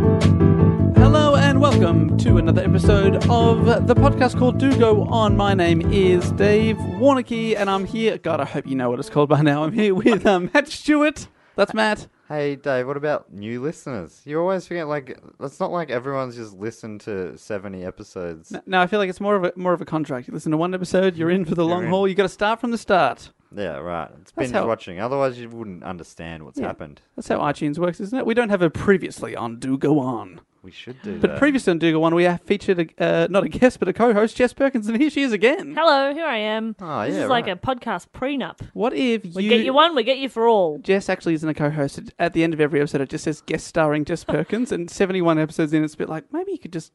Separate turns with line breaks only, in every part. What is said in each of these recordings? Hello and welcome to another episode of the podcast called Do Go On. My name is Dave Warnicky and I'm here. God, I hope you know what it's called by now. I'm here with um, Matt Stewart. That's Matt.
Hey Dave, what about new listeners? You always forget like it's not like everyone's just listened to seventy episodes.
No, I feel like it's more of a more of a contract. You listen to one episode, you're in for the long
in.
haul. You got to start from the start.
Yeah, right. It's
That's
binge
how-
watching. Otherwise, you wouldn't understand what's
Yeah.
happened.
That's how iTunes works, isn't it? We don't have a previously on Do Go On,
We should do
but
that.
previously on Do Go On, we have featured a, uh, not a guest but a co-host, Jess Perkins, and here she is again.
Hello, here I am.
Ah,
this
yeah,
is like
right.
a podcast prenup.
What if you
We get you one, we get you for all.
Jess actually isn't a co-host. It- At the end of every episode, it just says guest starring Jess Perkins, and seventy-one episodes in, it's a bit like maybe you could just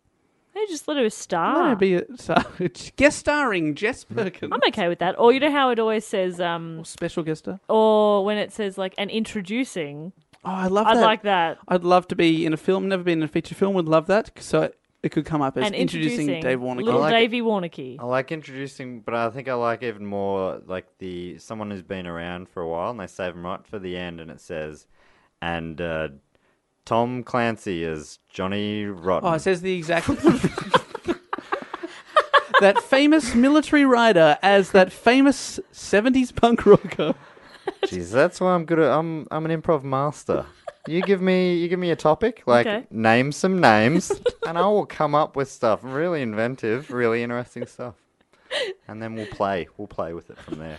Hey, just let her
let
star.
her be a star. guest starring Jess Perkins.
Ah. I'm okay with that. Or you know how it always says, um,
Special guest star.
or when it says like an introducing.
Oh, I love
I'd
that.
like that.
I'd love to be in a film. Never been in a feature film. Would love that. So it, it could come up as
An
introducing, Dave Warnicky.
Little
like it.
Davey Warnicky.
I like introducing, but I think I like even more like the someone who's been around for a while, and they save them right for the end, and it says, and uh, Tom Clancy is Johnny Rotten.
Oh, it says the exact. that famous military rider as that famous '70s punk rocker.
Jeez, that's why I'm good at. I'm I'm an improv master. You give me you give me a topic, like
Okay.
name some names, and I will come up with stuff. Really inventive, really interesting stuff. And then we'll play. We'll play with it from there.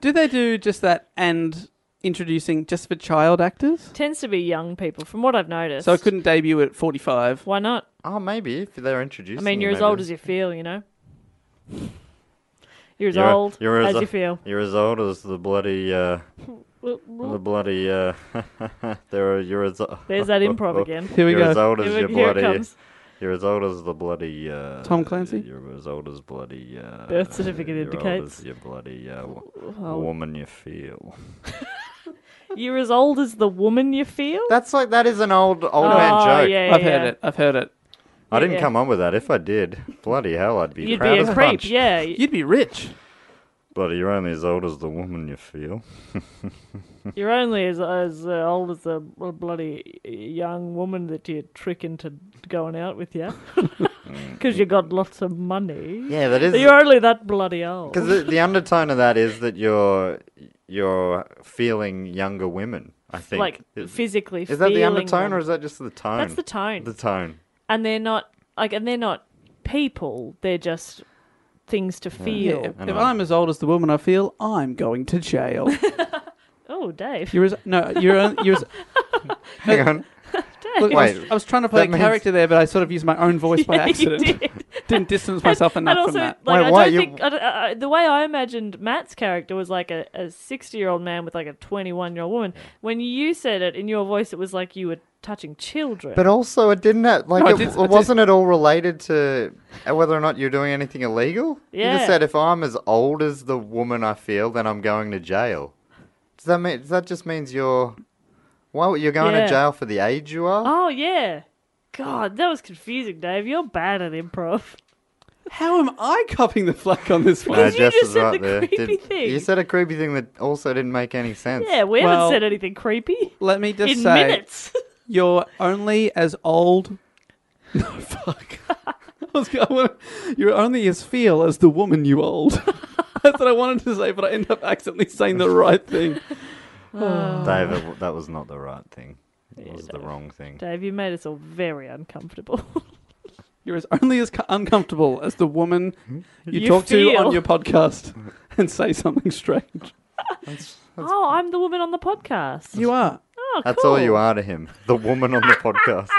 Do they do just that and introducing just for child actors?
Tends to be young people, from what I've noticed.
So I couldn't debut at 45.
Why not?
Oh, maybe if they're
I
introduced.
mean, you're as old as you feel, you know. You're as
You're-
old
you're as
as,
o-
you feel.
You're as old as the bloody uh, the bloody uh, there are you're as
There's that improv again.
Here we
you're
go.
as old as
Here
your
it- here it
bloody
comes.
You're as old as the bloody uh,
Tom Clancy?
You're as old as bloody uh,
Birth certificate
you're old
indicates. Oh.
as your bloody uh, w- woman you feel.
You're as old as the woman you feel.
That's like that is an old old
oh,
man joke.
yeah,
I've
yeah.
heard it. I've heard it.
I didn't
yeah.
come up with that. If I did, bloody hell, I'd be
You'd
proud
be
as
a creep,
punch.
yeah.
You'd be rich.
Bloody, you're only as old as the woman you feel.
You're only as as uh, old as the bloody uh, young woman that you trick into going out with you, because you got lots of money.
Yeah, that is-
You're only that bloody old.
Because the, the undertone of that is that you're you're feeling younger women. I think
Like,
Is-
physically
Is that the
feeling
undertone,
them.
or is that just the tone?
That's the tone.
The tone.
and they're not like, and they're not people. They're just things to feel.
if,
I
if
know.
I'm as old as the woman I feel, I'm going to jail.
Oh, Dave.
You're as, no, you're on- you're. As,
Hang on.
look, I, was,
Wait.
I was trying to play
That
a
means-
character there, but I sort of used my own voice by
You
accident.
did.
Didn't distance myself enough
and also,
from that.
like,
Wait,
I
why?
don't
You-
think I don't- I- I- the way I imagined Matt's character was like a, a sixty-year-old man with like a twenty-one-year-old woman. When you said it in your voice, it was like you were touching children.
But also, it didn't have, like
No, I
it,
did-
it
I did-
wasn't at all related to uh, whether or not you're doing anything illegal. You
Yeah.
just said if I'm as old as the woman I feel, then I'm going to jail. Does that mean? Does that just means you're? Why you're going
Yeah.
to jail for the age you are?
oh yeah, God, that was confusing, Dave. You're bad at improv.
How am I copping the flak on this one?
No,
you
Jess
just
is
said
right
the
there.
creepy
Did-
thing.
You said a creepy thing that also didn't make any sense.
Yeah, we
Well,
haven't said anything creepy
Let me just
in
say,
minutes.
you're only as old. No fuck. I was going, you're only as feel as the woman you old. That's what I wanted to say, but I end up accidentally saying the right thing.
David, w- that was not the right thing. It was the wrong thing.
Dave, you made us all very uncomfortable.
You're as only as co- uncomfortable as the woman you,
You
talk to on
feel.
your podcast and say something strange.
oh, I'm the woman on the podcast.
You are.
oh,
That's
cool.
all you are to him. The woman on the podcast.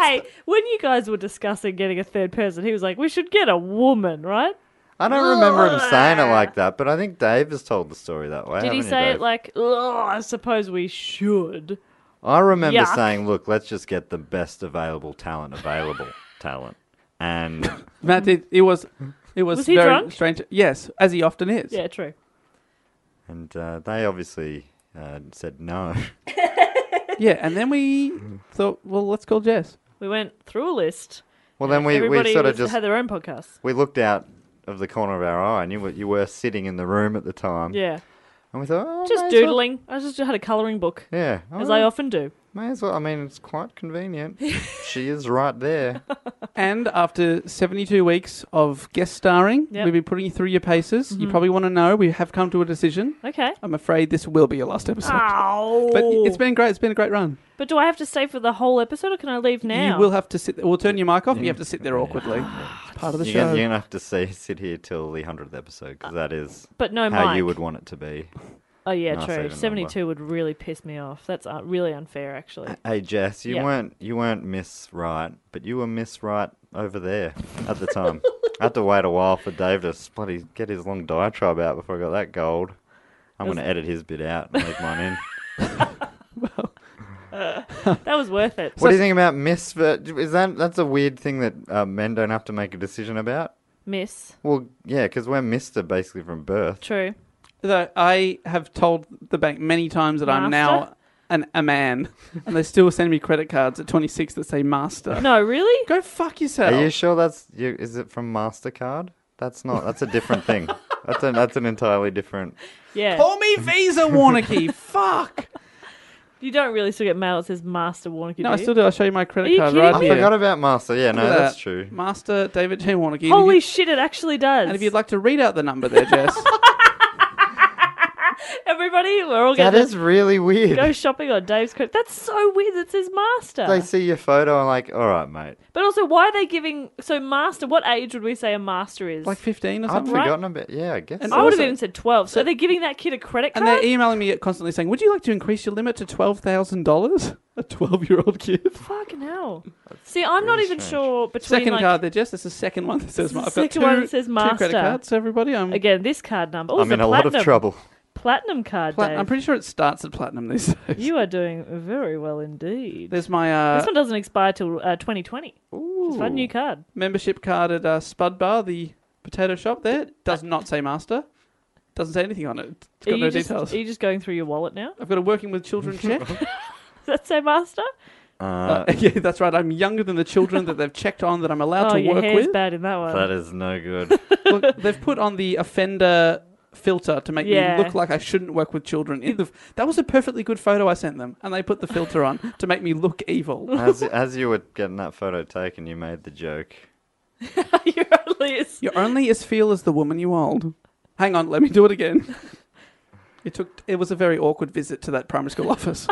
Hey, when you guys were discussing getting a third person, he was like, "We should get a woman, right?"
I don't remember him saying it like that, but I think Dave has told the story that way.
Did
haven't
he
you,
say
Dave?
it like, "Ugh, I suppose we should?
I remember
Yuck.
saying, look, let's just get the best available talent available talent. And
Matt, it, it was. It was,
Was he
very
drunk?
strange. Yes, as he often is.
Yeah, true.
and uh, they obviously uh, said no.
Yeah, and then we thought, well, let's call Jess.
We went through a list.
Well, then we, we
Everybody
sort of
was-
just
had their own podcast.
we looked out of the corner of our eye, and you were, you were sitting in the room at the time.
Yeah,
And we thought, oh, may
just
as well-
doodling. I just had a coloring book,
Yeah.
as
oh,
I often do.
May as well. I mean, it's quite convenient. she is right there.
And after 72 weeks of guest starring,
Yep. Mm-hmm.
we've been putting you through your paces. You probably want to know we have come to a decision.
Okay.
I'm afraid this will be your last episode.
Ow.
But it's been great. It's been a great run.
But do I have to stay for the whole episode, or can I leave now?
You will have to sit. We'll turn your mic off. and You have to sit there awkwardly. It's part of the
You're
show.
gonna, you're gonna have to say, sit here till the hundredth episode because that is
Uh, But no
how
mic.
you would want it to be.
oh yeah,
No, save
true.
the
Seventy-two would really piss me off. That's uh, really unfair, actually.
Hey Jess, you
Yeah.
weren't you weren't Miss Right, but you were Miss Right over there at the time. I had to wait a while for Dave to bloody get his long diatribe out before I got that gold. I'm gonna edit his bit out and leave mine in.
That was worth it.
what do you think about Miss? ver- Is that that's a weird thing that uh, men don't have to make a decision about?
Miss,
Well, yeah, because we're Mister basically from birth.
true.
Though I have told the bank many times that I'm now
Master?
an, a man, and they still send me credit cards at 26 that say master.
No, really?
Go fuck yourself.
Are you sure that's you? Is it from Mastercard? That's not. That's a different thing. That's an that's an entirely different.
Yeah.
Call me Visa Warnicky. fuck.
You don't really still get mail that says Master Warnock.
No, I still do. I'll show you my credit
Are you
card
kidding
right
I
me?
here.
forgot about Master. Yeah, no,
Look at
that's
that.
true.
Master David J. Warnicky. And
Holy
if you-
shit! It actually does.
And if you'd like to read out the number there, Jess.
Everybody, we're all
That
going
is
to
really weird.
go shopping on Dave's credit. That's so weird. That says Master.
They see your photo and like, all right, mate.
But also, why are they giving? So Master, what age would we say a Master is?
like 15 or
I'd
something.
Right.
forgotten a bit. Yeah, I guess.
And
so.
I would have
also-
even said twelve. So, they're giving that kid a credit card.
And they're emailing me constantly saying, Would you like to increase your limit to $12,000? A 12 year old kid.
Fucking hell. See, I'm not even sure between
Second
like
card there, Jess. It's the second one that
This
says,
is
I've
the
got
second
two,
one that says
Two credit
Master.
cards, everybody. I'm,
again this card number. Oh, it's
I'm in a lot
platinum,
of trouble.
Platinum card,
pla-
Dave.
I'm pretty sure it starts at platinum these days.
You are doing very well indeed.
There's my uh,
this one doesn't expire till uh, 2020. It's a fun new card.
membership card at uh, Spud Bar, the potato shop there. It does not say Master. Doesn't say anything on it. It's
Are
got
you,
no
just,
details.
are you just going through your wallet now?
I've got a working with children check.
Does that say master?
Uh,
Uh, yeah, that's right. I'm younger than the children that they've checked on that I'm allowed
oh,
to
your
work
hair's
with.
bad in that one.
that is no good.
Look, they've put on the offender filter to make
Yeah.
me look like I shouldn't work with children. In the, that was a perfectly good photo I sent them, and they put the filter on to make me look evil.
As, as you were getting that photo taken, you made the joke.
You're only as-
You're only as feel as the woman you hold. Hang on, let me do it again. It took. It was a very awkward visit to that primary school office.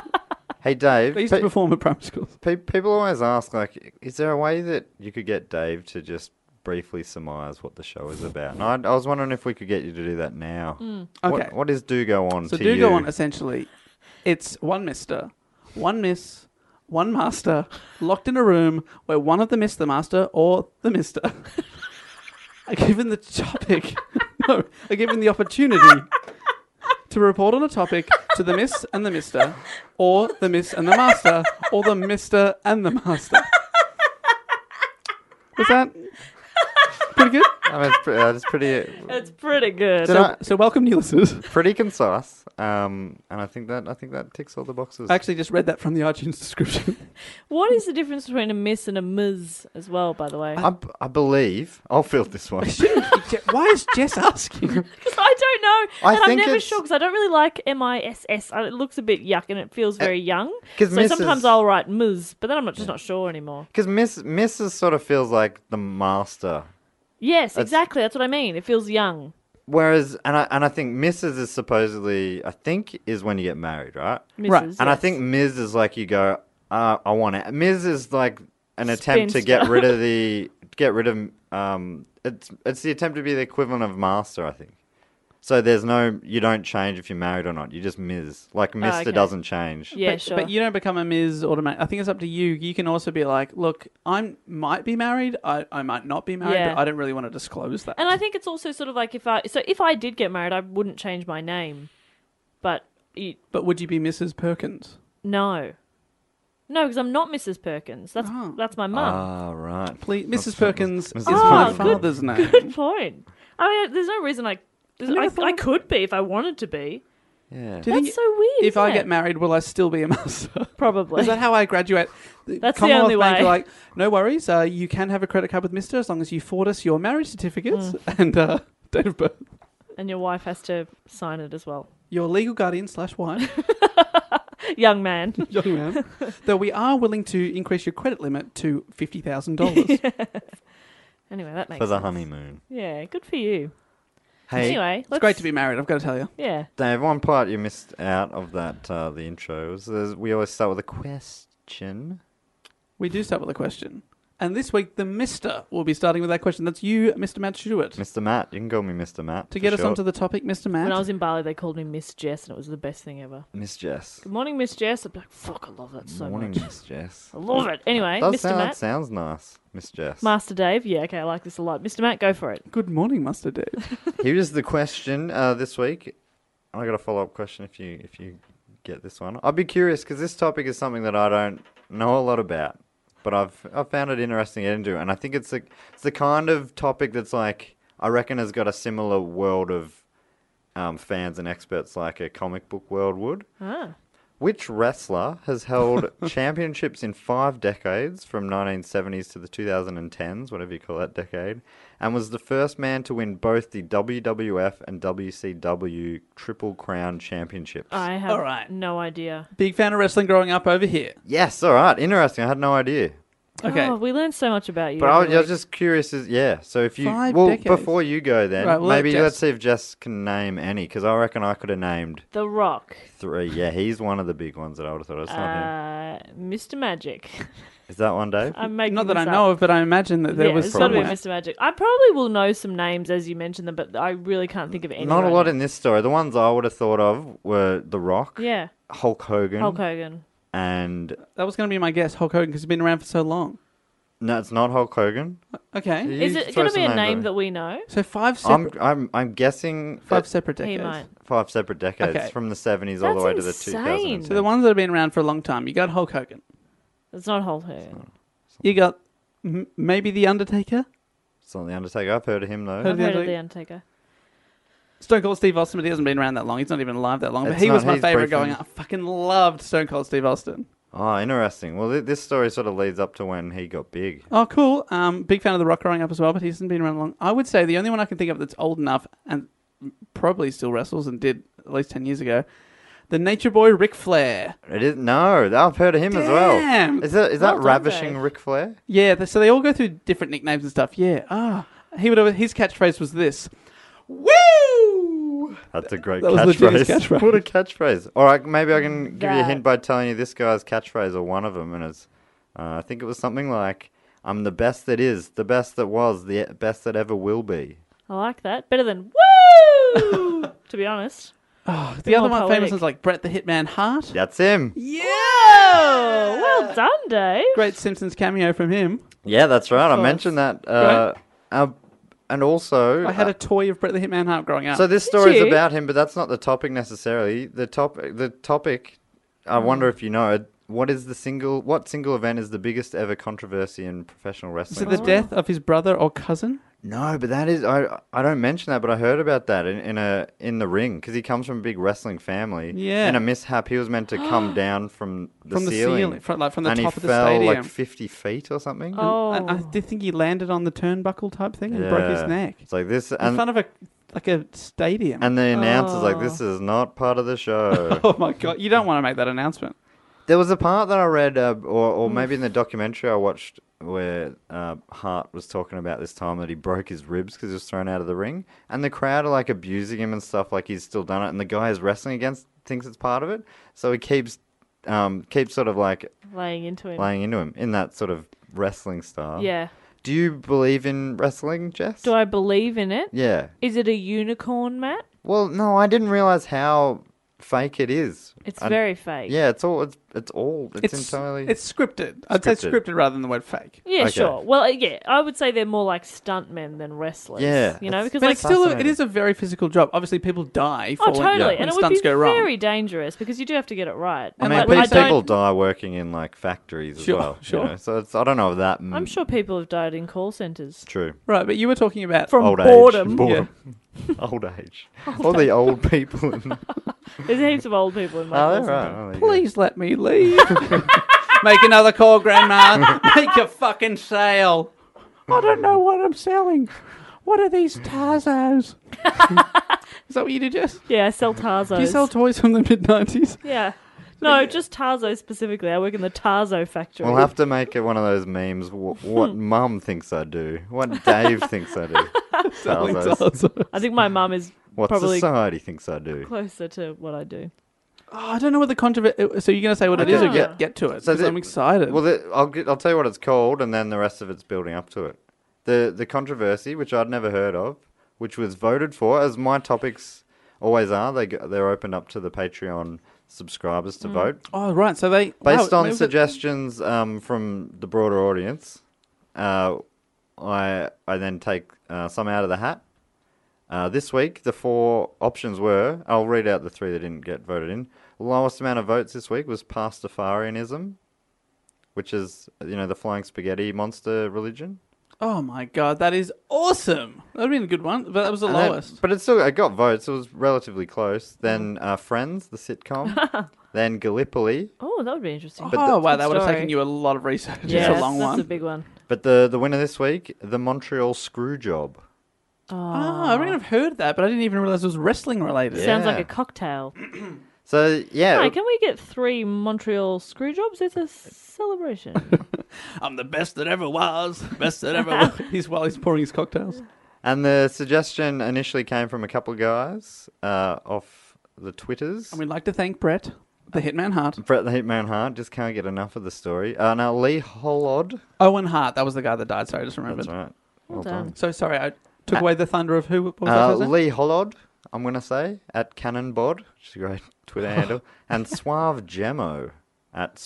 Hey, Dave.
They used to
pe-
perform at primary schools.
pe- people always ask, like, is there a way that you could get Dave to just briefly surmise what the show is about? And I, I was wondering if we could get you to do that now. What-
Mm. Okay.
what is Do Go On
So
to
do
you?
go on. Essentially, it's one Mister, one Miss, one Master, locked in a room where one of them is the Master or the Mister. are given the topic, no, are given the opportunity to report on a topic to the Miss and the Mister, or the Miss and the Master, or the Mister and the Master. Was that pretty good?
I mean, it's pretty, that's pretty,
it's pretty good.
Did
So,
I-
so welcome, new listeners.
pretty concise. Um, and I think that I think that ticks all the boxes.
I actually just read that from the iTunes description.
What is the difference between a miss and a ms as well, by the way?
I, b- I believe I'll field this one.
Why is Jess asking?
Because I don't know,
I
and I'm
think
never
it's-
sure because I don't really like M I S S. It looks a bit yuck, and it feels very young.
Eh, 'cause
So
miss
sometimes
is-
I'll write ms, but then I'm not, just not sure anymore.
Because Miss Mrs. sort of feels like the master,
Yes, exactly. That's what I mean. It feels young.
whereas and I and I think Mrs. is supposedly I think is when you get married, right?
Mrs.
Right,
And I
yes.
think Ms is like you go, uh, I want it. Ms is like an attempt to
Spinster.
get rid of the get rid of um. It's it's the attempt to be the equivalent of master, I think. So there's no you don't change if you're married or not. You just Ms. Like Mister
Oh, okay.
doesn't change.
yeah,
but,
sure.
but you don't become a Ms. automatic. I think it's up to you. You can also be like, look, I might be married. I, I might not be married,
Yeah.
but I don't really want to disclose that.
and I think it's also sort of like if I so if I did get married, I wouldn't change my name, but you,
but would you be Mrs. Perkins?
no, no, because I'm not Mrs. Perkins. That's
Oh.
that's my mum.
Ah, right.
Please, Mrs. Perkins is
Ah,
my
good-
father's name.
Good point. I mean, there's no reason I. there's-
never
I,
thought
I
of-
could be if I wanted to be.
Yeah.
Do you think
That's so weird.
If I
isn't
get
it?
married, will I still be a master?
probably
Is that how I graduate?
That's the
Commonwealth
only
Bank
way.
are Like, no worries. Uh, you can have a credit card with Mister as long as you forward us your marriage certificates
Mm.
and uh, date of birth.
and your wife has to sign it as well.
Your legal guardian slash wife.
Young man.
young man, though we are willing to increase your credit limit to fifty thousand dollars.
anyway, that makes
For the
sense.
honeymoon.
Yeah, good for you.
Hey,
anyway,
It's great to be married. I've got to tell you.
Yeah.
Dave. One part you missed out of that uh, the intro was there's- we always start with a question.
We do start with a question, and this week the Mister will be starting with that question. That's you, Mister Matt Stewart.
Mr. Matt, you can call me Mr. Matt
To get us onto the topic, Mister Matt.
When I was in Bali, they called me Miss Jess, and it was the best thing ever.
Miss Jess.
Good morning, Miss Jess. I'd be like, fuck, I love that so
Morning,
much.
Miss Jess.
I love it. Anyway,
That
Mr.
sound-
Matt.
sounds nice, Miss Jess.
Master Dave. Yeah, okay, I like this a lot. Mr. Matt, go for it.
Good morning, Master Dave.
Here is the question uh, this week. I got a follow up question if you if you get this one. I'd be curious because this topic is something that I don't know a lot about, but I've I've found it interesting to get into, and I think it's a it's the kind of topic that's like I reckon has got a similar world of um, fans and experts like a comic book world would.
Ah.
Which wrestler has held championships in five decades, from 1970s to the 2010s, whatever you call that decade, and was the first man to win both the WWF and WCW Triple Crown Championships?
I have
All right.
no idea.
Big fan of wrestling growing up over here.
yes, all right, interesting. I had no idea.
Okay.
Oh, we learned so much about you.
But I was,
every
I was
week.
just curious. As, yeah, so if you
Five
well
decades.
before you go, then
Right, we'll let
maybe
Jess-
let's see if Jess can name any, because I reckon I could have named
The Rock.
three. Yeah, he's one of the big ones that I would have thought. It's not him.
Uh, Mr. Magic.
Is that one, Dave?
I'm making
Not that I
this up.
know of, but I imagine that there
yeah,
was
it's gotta be
somewhere.
Mr. Magic. I probably will know some names as you mentioned them, but I really can't think of any.
Not a
right
lot
now.
in this story. The ones I would have thought of were The Rock,
Yeah,
Hulk Hogan,
Hulk Hogan.
and
That was going to be my guess, Hulk Hogan, because he's been around for so long.
no, it's not Hulk Hogan.
Okay.
You
Is it
throw
going to be
some
a
names
name
at
that
me.
we know?
So five
I'm uh,
separate,
I'm I'm guessing
five
five,
separate
He
decades.
might.
five separate decades
Okay.
from the seventies all the
That's
way
insane.
to the
So the
two thousand.
ones that have been around for a long time. You got Hulk Hogan.
It's not Hulk Hogan.
You got m- maybe the Undertaker.
It's not the Undertaker. I've heard of him though.
I've
the
heard of
Undertaker.
the Undertaker.
Stone Cold Steve Austin, but he hasn't been around that long. He's not even alive that long. But
It's
he
not-
was my
he's
favorite
briefly-
going up. I fucking loved Stone Cold Steve Austin.
Oh, interesting. Well, th- this story sort of leads up to when he got big.
Oh, cool. Um, big fan of The Rock growing up as well, but he hasn't been around long. I would say the only one I can think of that's old enough and probably still wrestles and did at least 10 years ago. The Nature Boy Ric Flair.
It is no. I've heard of him as well.
Damn.
Is that is that
Well done,
ravishing
Dave.
Ric Flair?
Yeah, they, so they all go through different nicknames and stuff. Yeah. Ah, he would. always- His catchphrase was this. Woo!
That's a great
That was
catchphrase.
legit his catchphrase.
What a catchphrase! All right, maybe I can give you a
That.
hint by telling you this guy's catchphrase or one of them, and it's uh, I think it was something like "I'm the best that is, the best that was, the best that ever will be."
I like that better than woo. to be honest,
The other
more
one famous
poetic.
is like Brett the Hitman Hart.
That's him.
Yeah.
oh, well done, Dave.
Great Simpsons cameo from him.
Yeah, that's right. I mentioned that. Uh, uh, and also, uh,
I had a toy of Brett the Hitman Hart growing up.
So this story is
you?
about him, but that's not the topic necessarily. The topic, the topic. I wonder if you know it. What is the single? What single event is the biggest ever controversy in professional
is it
wrestling?
Oh.
the death of his brother or cousin?
No, but that is. I I don't mention that, but I heard about that in, in a in the ring because he comes from a big wrestling family.
Yeah.
And a mishap, he was meant to come down from the
From the
ceiling,
ceiling- from- like, from the
and
top
he
of the
fell
stadium.
like fifty feet or something.
Oh,
And I did think he landed on the turnbuckle type thing and
Yeah.
broke his neck.
It's like this,
in
and
front Oh. of a like a stadium.
and the announcer's like, "This is not part of the show."
oh my god, you don't want to make that announcement.
There was a part that I read, uh, or, or
Hmm.
maybe in the documentary I watched, where uh, Hart was talking about this time that he broke his ribs because he was thrown out of the ring, and the crowd are like abusing him and stuff, like he's still done it, and the guy is wrestling against thinks it's part of it, so he keeps, um, keeps sort of like
laying into him.
laying into him in that sort of wrestling style.
Yeah.
Do you believe in wrestling, Jess?
Do I believe in it? Is
Yeah.
it a unicorn, Matt?
Well, no, I didn't realize how fake it is.
It's
I-
very fake.
Yeah, it's all. It's, it's all. It's, entirely.
it's scripted. I'd say
Scripted.
scripted rather than the word fake.
Yeah,
Okay.
sure. Well, uh, yeah, I would say they're more like stuntmen than wrestlers.
Yeah,
you know,
that's-
because
But
like
it's still a, it
fascinating.
is a very physical job. Obviously, people die.
oh,
Falling,
totally,
when
and it would
stunts
be
go wrong.
very dangerous because you do have to get it right.
I
And,
mean,
like,
pe-
I don't-
people die working in like factories
Sure,
as well.
sure.
You know? So it's I don't know if that. m-
I'm sure people have died in call centers.
True.
Right, but you were talking about
From
Old
boredom.
age. Boredom. old age. All the old people. In...
There's heaps of old people in my
oh,
call
they're
center.
right. Oh, there you go.
Please let me leave. Make another call, Grandma. Make a fucking sale. I don't know what I'm selling. What are these Tarzos? Is that what you do, Jess?
Yeah, I sell Tarzos.
Do you sell toys from the mid 90s?
yeah. No, just Tarzo specifically. I work in the Tarzo factory.
We'll have to make it one of those memes. What, what
Hmm.
mum thinks I do. What Dave thinks I do. Salvos.
Tarzos.
I think my mum is
What
probably
society thinks I do.
closer to what I do.
Oh, I don't know what the controversy. So you're going to say what it is or get, get to it?
So
So
the-
I'm excited.
Well, the, I'll get, I'll tell you what it's called, and then the rest of it's building up to it. The the controversy, which I'd never heard of, which was voted for, as my topics always are. They go- they're opened up to the Patreon subscribers to vote
oh, right. So they.
based
wow,
on
maybe-
suggestions um, from the broader audience. Uh, I I then take uh, some out of the hat. Uh, this week, the four options were. I'll read out the three that didn't get voted in. Lowest amount of votes this week was Pastafarianism, which is you know the flying spaghetti monster religion.
Oh, my God. That is awesome. That would have been a good one, but that was the
And then-
lowest. Mm-hmm.
but it still it got votes. It was relatively close. Then uh, Friends, the sitcom. then Gallipoli.
Oh, that would be interesting.
oh, wow.
Good
That would have
story.
taken you a lot of research.
Yeah,
it's
that's,
a long
that's
one.
a big one.
But the the winner this week, the Montreal Screw Job.
Oh, I wouldn't have heard that, but I didn't even realize it was wrestling related.
Yeah.
Sounds like a cocktail.
So yeah,
Hi, can we get three Montreal screw jobs? It's a celebration.
I'm the best that ever was, best that ever was. He's while he's pouring his cocktails.
and the suggestion initially came from a couple of guys uh, off the twitters.
And we'd like to thank Brett, the Hitman Hart.
Brett the Hitman Hart just can't get enough of the story. Uh, now Lee Holod.
Owen Hart, that was the guy that died. Sorry, I just remembered.
That's right. Well
done.
So sorry, I took away the thunder of who? What was
Uh,
that guy's name?
Lee Holod, I'm gonna say at Cannonbod, which is a great Twitter handle, and Suave Gemmo at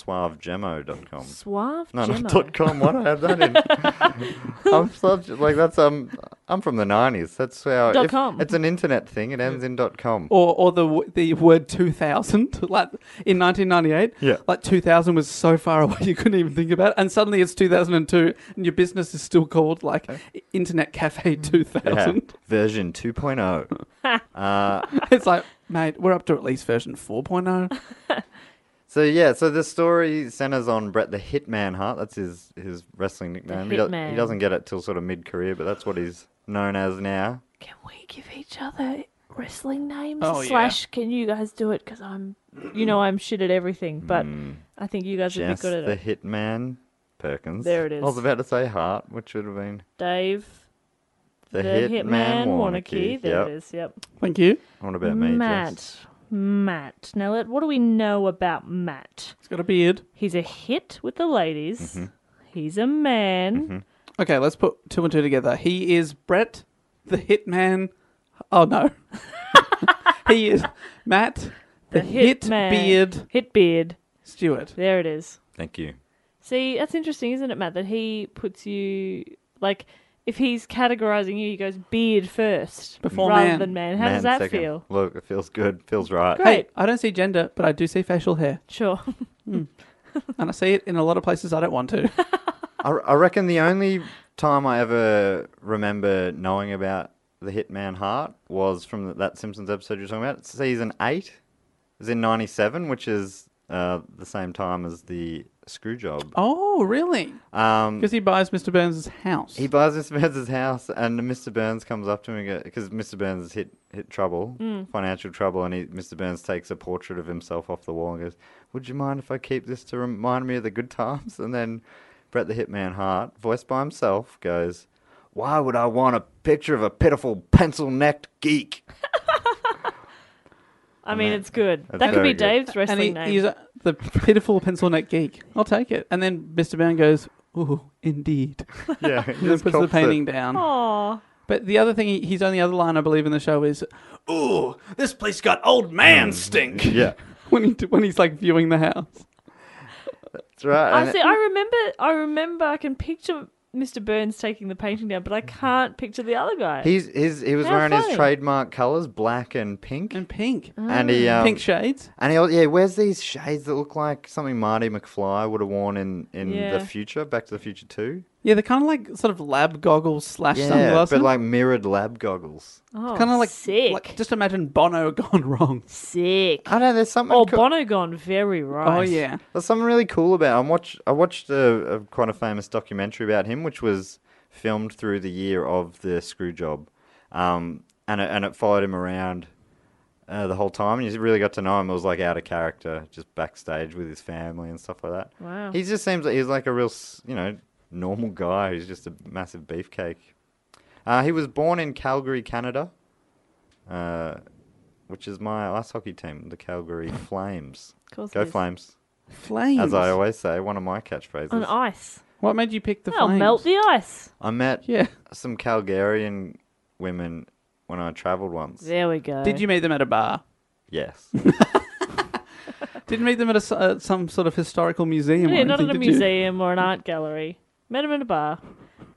suavegemo.com.
Suave
No,
Gemma.
not dot com. Why do I have that in? I'm such like that's um I'm from the nineties. That's how
Dot
if-
com.
It's an internet thing. It ends in dot com.
Or, or the w- the word 2000, like in 1998.
Yeah.
Like 2000 was so far away you couldn't even think about it. And suddenly it's 2002 and your business is still called like Internet Cafe
Mm.
2000.
Yeah. Version oh. 2.0. uh,
It's like, mate, we're up to at least version oh. 4.0.
so yeah, so the story centers on Brett the Hitman Hart. That's his his wrestling nickname. He, do- he
Hitman.
doesn't get it till sort of mid career, but that's what he's known as now.
Can we give each other wrestling names.
Oh, yeah.
slash, can you guys do it? Because I'm, you know, I'm shit at everything, but
Hmm.
I think you guys
Jess
would be good
the
at it.
Hitman Perkins.
There it is.
I was about to say Hart, which would have been
Dave,
the,
the
Hitman,
Hitman
Warnocky.
Wanakee. There
Yep.
it is. Yep.
Thank you.
What about me,
Matt.
Jess?
Matt. Now, let, what do we know about Matt?
He's got a beard.
He's a hit with the ladies.
Mm-hmm.
He's a man.
Okay, let's put two and two together. He is Brett, the Hitman. Oh no, he is Matt, the, Hit
Hitman.
Beard
Hit beard.
Stewart.
There it is.
Thank you.
See, that's interesting, isn't it, Matt? That he puts you like if he's categorizing you, he goes beard first
Before
rather
man.
than man. How
Man
does that
second.
feel?
Look, it feels good. Feels right.
Hey, I don't see gender, but I do see facial hair,
Sure.
and I see it in a lot of places I don't want to.
I, I reckon the only time I ever remember knowing about the Hitman Heart was from th that Simpsons episode you're talking about. It's season 8. It was in 97, which is uh, the same time as the Screwjob.
oh, really?
Um,
Because he buys Mr. Burns' house.
he buys Mr. Burns' house, and Mr. Burns comes up to him because Mr. Burns has hit, hit trouble,
Mm.
financial trouble, and he, Mr. Burns takes a portrait of himself off the wall and goes, Would you mind if I keep this to remind me of the good times? And then Brett the Hitman Hart, voiced by himself, goes, Why would I want a picture of a pitiful pencil necked geek?
I mean, it's good.
That's
that could
very
be
good.
Dave's
and
wrestling
he,
name.
he's uh, the pitiful pencil neck geek. I'll take it. And then Mr. Burns goes, "Ooh, indeed."
Yeah, he
And then
just
puts the
cops it.
painting down.
Aw.
But the other thing, he- his only other line I believe in the show is, "Ooh, this place got old
Mm.
man stink."
Yeah,
when he when he's like viewing the house.
that's right.
I
and it-
see. I remember. I remember. I can picture Mr. Burns taking the painting down, but I can't picture the other guy.
He's, his, he was
How
wearing
funny.
his trademark colours, black and pink.
And pink,
Ah.
and he um,
pink shades.
And he, al- yeah, wears these shades that look like something Marty McFly would have worn in, in
Yeah.
the future, Back to the Future 2.
Yeah, they're kind of like sort of lab goggles slash
Yeah,
sunglasses.
but like mirrored lab goggles.
oh,
kind of like,
sick.
like- just imagine Bono gone wrong.
sick.
I don't know, there's something
Or
coo-
Bono gone very right.
Oh yeah,
there's something really cool about him. I watched, I watched a, a quite a famous documentary about him, which was filmed through the year of the screw job. Um, and, it, and it followed him around uh, the whole time. And you really got to know him. It was like out of character, just backstage with his family and stuff like that.
Wow.
He just seems like he's like a real, s- you know, normal guy who's just a massive beefcake. Uh, he was born in Calgary, Canada, uh, which is my ice hockey team, the Calgary Flames.
Of course
Go
it is.
Flames,
flames.
as I always say, one of my catchphrases.
On ice.
What made you pick the
I'll
flames?
melt the ice.
I met
Yeah.
some Calgarian women when I travelled once.
There we go.
Did you meet them at a bar?
Yes.
Did you meet them at a s uh, some sort of historical museum? or
Yeah, not
anything,
at a
did you?
museum or an art gallery. Met him in a bar.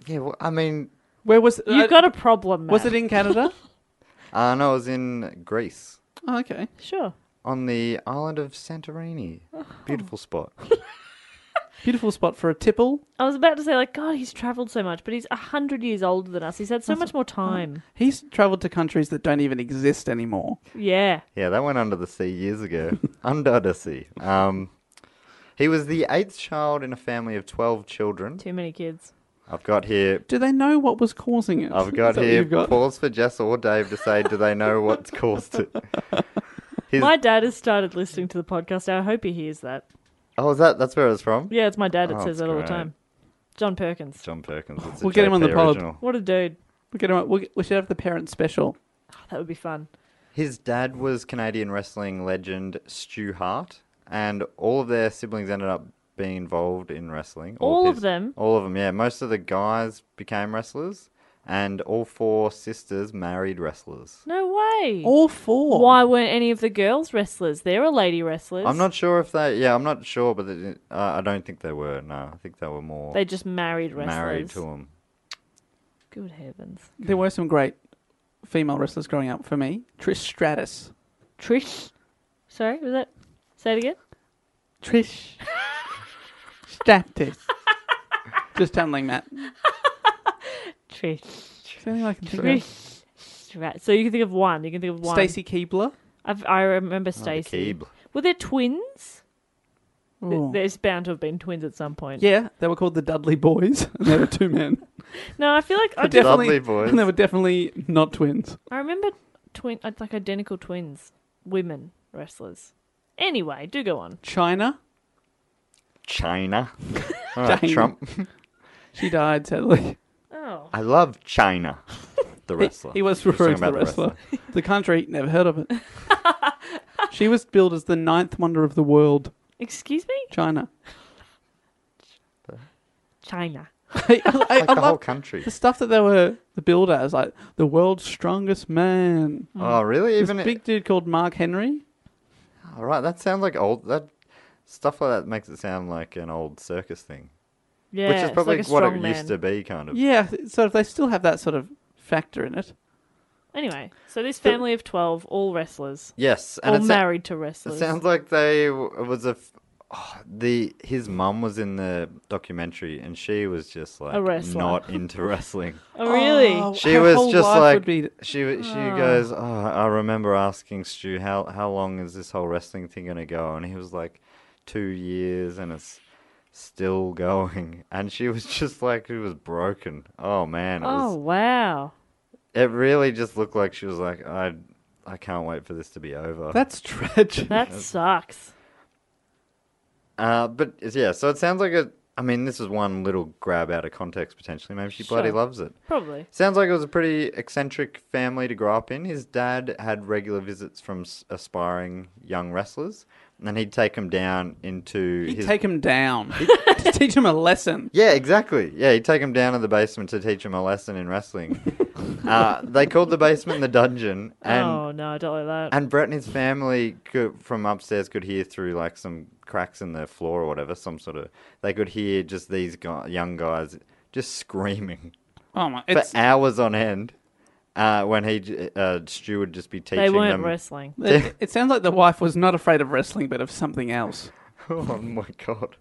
yeah, well, I mean,
Where was
You
uh,
got a problem, Matt.
Was it in Canada?
uh, no, I was in Greece
oh, okay.
Sure.
on the island of Santorini.
Oh.
Beautiful spot.
Beautiful spot for a tipple.
I was about to say, like, God, he's travelled so much, but he's a hundred years older than us. He's had so much more time.
He's travelled to countries that don't even exist anymore.
Yeah.
Yeah, that went under the sea years ago. under the sea. Um, he was the eighth child in a family of 12 children.
Too many kids.
I've got here.
Do they know what was causing it?
I've
Is
got
that what
here.
you've got?
Pause for Jess or Dave to say, do they know what's caused it? His,
My dad has started listening to the podcast. I hope he hears that.
oh, is that that's where it's from?
Yeah, it's my dad that
Oh, that's
says that all the
great.
time. John Perkins.
John Perkins. It's a
We'll get him on the
JP
pod.
original.
What a dude. Oh,
We'll get him, we'll, get- we should have the parent special.
That would be fun.
His dad was Canadian wrestling legend Stu Hart, and all of their siblings ended up being involved in wrestling.
All of
his-
them?
All of them, yeah. Most of the guys became wrestlers, and all four sisters married wrestlers.
No
Oh.
way.
All four.
Why weren't any of the girls wrestlers? They're a lady wrestlers.
I'm not sure if they, yeah, I'm not sure, but they, uh, I don't think they were. No, I think they were more
They just married wrestlers.
married to him.
Good heavens.
There were some great female wrestlers growing up for me. Trish Stratus.
Trish. Sorry, was that? Say it again.
Trish Stratus. Just tunneling, Matt.
Trish.
It's the only one I can think of.
Trish. Strat. So you can think of one. You can think of one.
Stacey Keebler.
I've, I
Oh,
remember Stacy.
Keeb.
Were there twins? Th-
Ooh.
There's bound to have been twins at some point.
Oh. Yeah, they were called the Dudley Boys, and they were two men.
No, I feel like I,
Definitely,
Dudley Boys.
And they were definitely not twins.
I remember twin, uh, like identical twins, women wrestlers. Anyway, do go on.
China.
China. All right,
China.
Trump.
She died sadly.
Oh,
I love China. The wrestler.
He was
We're
referring to
talking
the
about
wrestler. the country never heard of it. she was billed as the ninth wonder of the world.
excuse me,
China.
China.
I, I, I
Like the whole
love
country.
the stuff that they were the billed as, like the world's strongest man.
Oh, really?
This
Even it-
big dude called Mark Henry.
All right, that sounds like old. That stuff like that makes it sound like an old circus thing,
Yeah,
which is
it's
probably
like a
what
strong
it
man.
used to be, kind of.
Yeah, so if they still have that sort of factor in it.
Anyway, so this family of twelve, all wrestlers,
Yes,
all
and it, sa-
married to
it
wrestlers.
sounds like they w- it was a. f- Oh, the his mum was in the documentary, and she was just like
wrestler.
not into wrestling.
oh, really?
Oh,
She
her
was
whole
just
life
like
would be- Ah.
she wa- she goes. Oh, I remember asking Stu how how long is this whole wrestling thing gonna go, and he was like, two years, and it's still going. And she was just like, it was broken. Oh man, it
oh
was
wow.
It really just looked like she was like, I, I can't wait for this to be over.
That's tragic.
That sucks.
uh, but yeah, so it sounds like a. I mean, this is one little grab out of context potentially. Maybe she bloody
Sure.
loves it.
Probably.
Sounds like it was a pretty eccentric family to grow up in. His dad had regular visits from s- aspiring young wrestlers, and he'd take them down into
He'd
his.
take him down. to teach him a lesson.
yeah, exactly. Yeah, he'd take them down to the basement to teach them a lesson in wrestling. uh, they called the basement the dungeon, and
oh no, I don't like that.
And Brett and his family could, from upstairs could hear through like some cracks in the floor or whatever, some sort of. They could hear just these guy, young guys just screaming
Oh my! It's,
for hours on end. Uh, when he j- uh, Stu would just be teaching
They weren't
them.
wrestling.
it, it sounds like the wife was not afraid of wrestling, but of something else.
oh my god!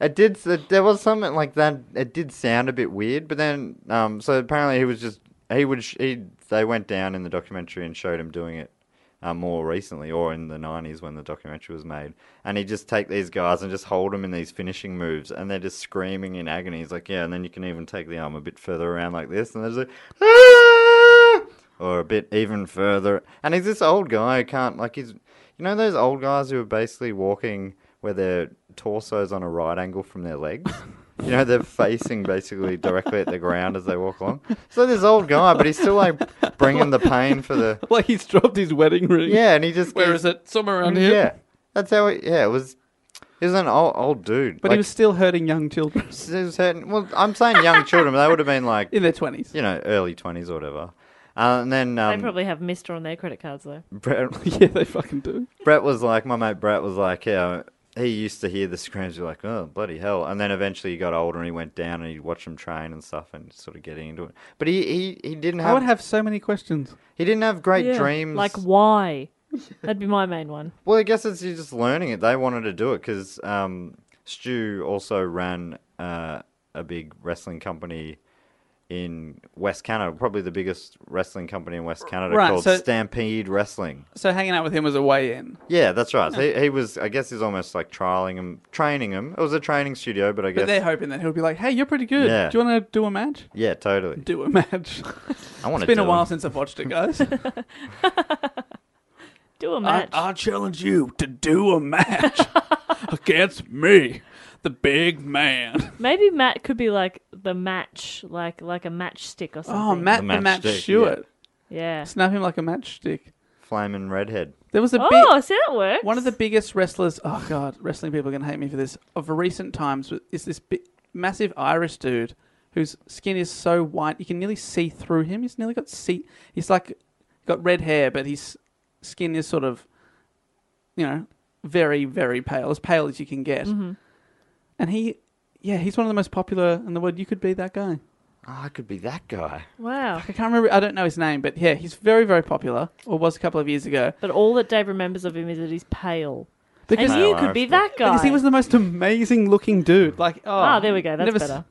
it did. s- There was something like that. It did sound a bit weird, but then um, so apparently he was just he would sh- he they went down in the documentary and showed him doing it uh, more recently, or in the 90s when the documentary was made. And he'd just take these guys and just hold them in these finishing moves, and they're just screaming in agony. He's like, Yeah, and then you can even take the arm a bit further around like this, and they're just like, "Ah!" Or a bit even further. And he's this old guy who can't, like, he's, you know, those old guys who are basically walking where their torso's on a right angle from their legs? You know, they're facing basically directly at the ground as they walk along. So this old guy, but he's still like bringing the pain for the
Like he's dropped his wedding ring.
yeah, and he just
Where
keeps-
is it? Somewhere around here.
Yeah, that's how. It, yeah, it was. He was an old, old dude,
But
like,
he was still hurting young children
he was hurting. Well, I'm saying young children, but they would have been like
in their twenties.
you know early twenties or whatever. Uh, and then
they
um,
probably have Mister on their credit cards though.
Brett,
Yeah, they fucking do.
Brett was like, my mate Brett was like, yeah, he used to hear the screams, you're like, oh, bloody hell. And then eventually he got older and he went down and he'd watch him train and stuff and sort of getting into it. But he, he, he didn't
I
have,
would have so many questions.
he didn't have great
Yeah.
dreams.
Like why? That'd be my main one.
Well, I guess it's you're just learning it. They wanted to do it because um, Stu also ran uh, a big wrestling company in West Canada, probably the biggest wrestling company in West Canada
Right,
called
so-
Stampede Wrestling.
So hanging out with him was a way in.
Yeah, that's right. So he, he was, I guess, he's almost like trialing him, training him. It was a training studio, but I
But
guess,
they're hoping that he'll be like, "Hey, you're pretty good.
Yeah.
Do you want to do a match?
yeah, totally.
Do a match.
I want
it's
to.
been a while since I've watched it, guys.
Do a match.
challenge you to do a match against me, the big man.
Maybe Matt could be like the match, like like a matchstick or something.
Oh, Matt the,
The
Matt
matchstick,
Stewart.
Yeah.
Snap him like a matchstick.
Flaming redhead.
There was a big
Oh, see that works.
One of the biggest wrestlers, oh god, wrestling people are going to hate me for this, of recent times is this bi- massive Irish dude whose skin is so white you can nearly see through him. He's nearly got see. He's like got red hair, but his skin is sort of, you know, very very pale, as pale as you can get.
Mm-hmm.
And he, yeah, he's one of the most popular in the world. You could be that guy.
Oh, I could be that guy.
wow.
I can't remember. I don't know his name, but yeah, he's very very popular, or was a couple of years ago.
But all that Dave remembers of him is that he's pale.
Because
and
Pale
you could be
Irishman.
that guy.
Because he was the most amazing looking dude. Like, oh,
Ah, there we go. That's
never, s-
better.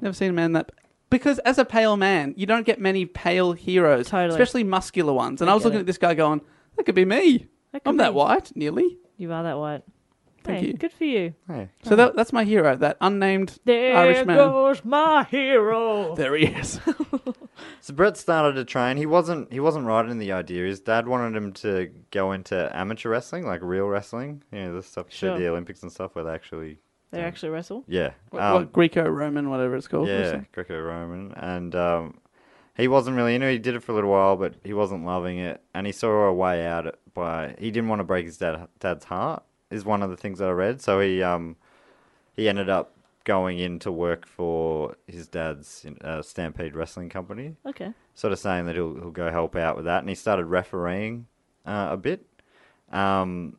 Never seen a man that. Because as a pale man, you don't get many pale heroes,
Totally.
especially muscular ones. And I, was
get
looking
it.
at this guy going, "That could be me.
That could
I'm that
be.
white, nearly."
You are that white.
Thank
hey,
you.
good for you.
Hey.
So that, that's my hero, that unnamed
Oh. There
Irish man.
goes my hero.
There he is.
So Brett started to train. He wasn't he wasn't right in the idea. His dad wanted him to go into amateur wrestling, like real wrestling. You know, the stuff you see at the
Sure.
Olympics and stuff where they actually
They actually wrestle.
Yeah.
What,
um,
what Greco Roman, whatever it's called.
yeah, Greco Roman. And um, he wasn't really into it. He did it for a little while, but he wasn't loving it. And he saw a way out by. He didn't want to break his dad, dad's heart, is one of the things that I read. So he um, he ended up going in to work for his dad's uh, Stampede Wrestling Company
Okay.
sort of saying that he'll he'll go help out with that, and he started refereeing uh, a bit. Um,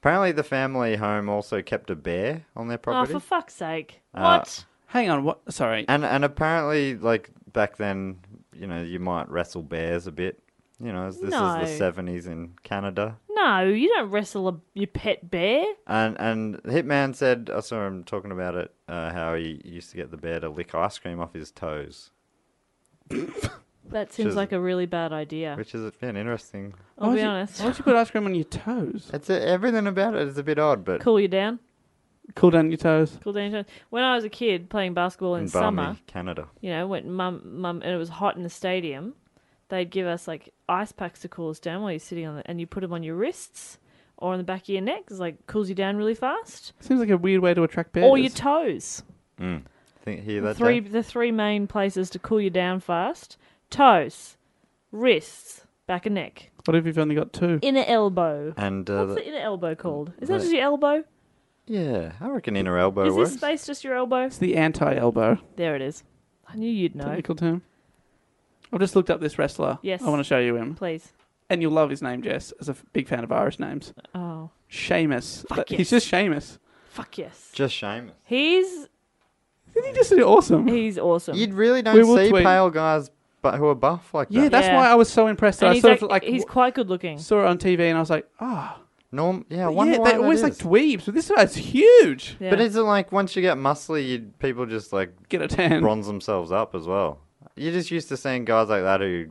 apparently, the family home also kept a bear on their
Oh,
property,
for fuck's sake!
Uh,
What?
Hang on, what? Sorry.
and and apparently, like back then, you know, you might wrestle bears a bit. You know, as this
No.
is the seventies in Canada,
No, you don't wrestle a, your pet bear.
and and Hitman said I saw him talking about it uh, how he used to get the bear to lick ice cream off his toes,
That seems
is-
like a really bad idea.
which is an interesting.
I'll
Why
be
would you-
honest.
Why would you put ice cream on your toes?
It's a, everything about it is a bit odd, but
Cool you down.
Cool down your toes.
Cool down. When I was a kid playing basketball in
in
summer,
balmy Canada.
you know, when mum mum and it was hot in the stadium, they'd give us like ice packs to cool us down while you're sitting on the and you put them on your wrists or on the back of your neck. It's like cools you down really fast.
Seems like a weird way to attract bears.
Or your toes.
Think here that
three
Dave?
the three main places to cool you down fast: toes, wrists, back and neck,
what if you've only got two?
inner elbow.
and uh,
What's
the-
the inner elbow called? Is
uh,
that
the-
just your elbow?
Yeah, I reckon inner elbow
Is
works.
this space just your elbow?
It's the anti-elbow
There it is. I knew you'd know.
technical term. I've just looked up this wrestler.
Yes.
I want to show you him,
Please.
and you'll love his name, Jess. As a f- big fan of Irish names,
Oh,
Seamus. But
yes.
He's just Seamus.
fuck yes.
Just Seamus.
He's
Isn't he just awesome?
he's awesome.
You really
We
don't
will
see
tweet.
pale guys but who are buff like
yeah,
that.
that's
Yeah.
why I was so impressed. That
and
I
he's,
sort
ac-
of like
he's
w-
quite good looking.
saw it on TV, and I was like, ah,
Norm, yeah, I
oh,
wonder
yeah,
why
they're
that
always like
is.
dweebs, but this guy's huge.
Yeah.
But is it like once you get muscly, you, people just like
Get a tan.
bronze themselves up as well? You're just used to seeing guys like that who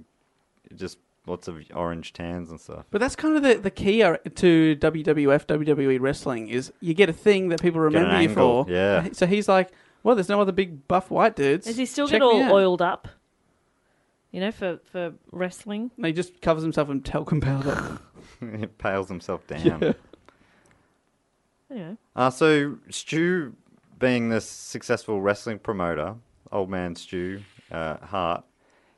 just lots of orange tans and stuff.
But that's kind of the, the key ar- to WWF, WWE E wrestling is you get a thing that people
Get an
remember you
angle,
for.
yeah.
So he's like, well, there's no other big buff white dudes.
Does he still
Check
get all
me out."
oiled up? You know, for for wrestling.
No, he just covers himself in talcum powder.
He pales himself down.
Anyway.
Uh, so Stu, being this successful wrestling promoter, old man Stu uh, Hart,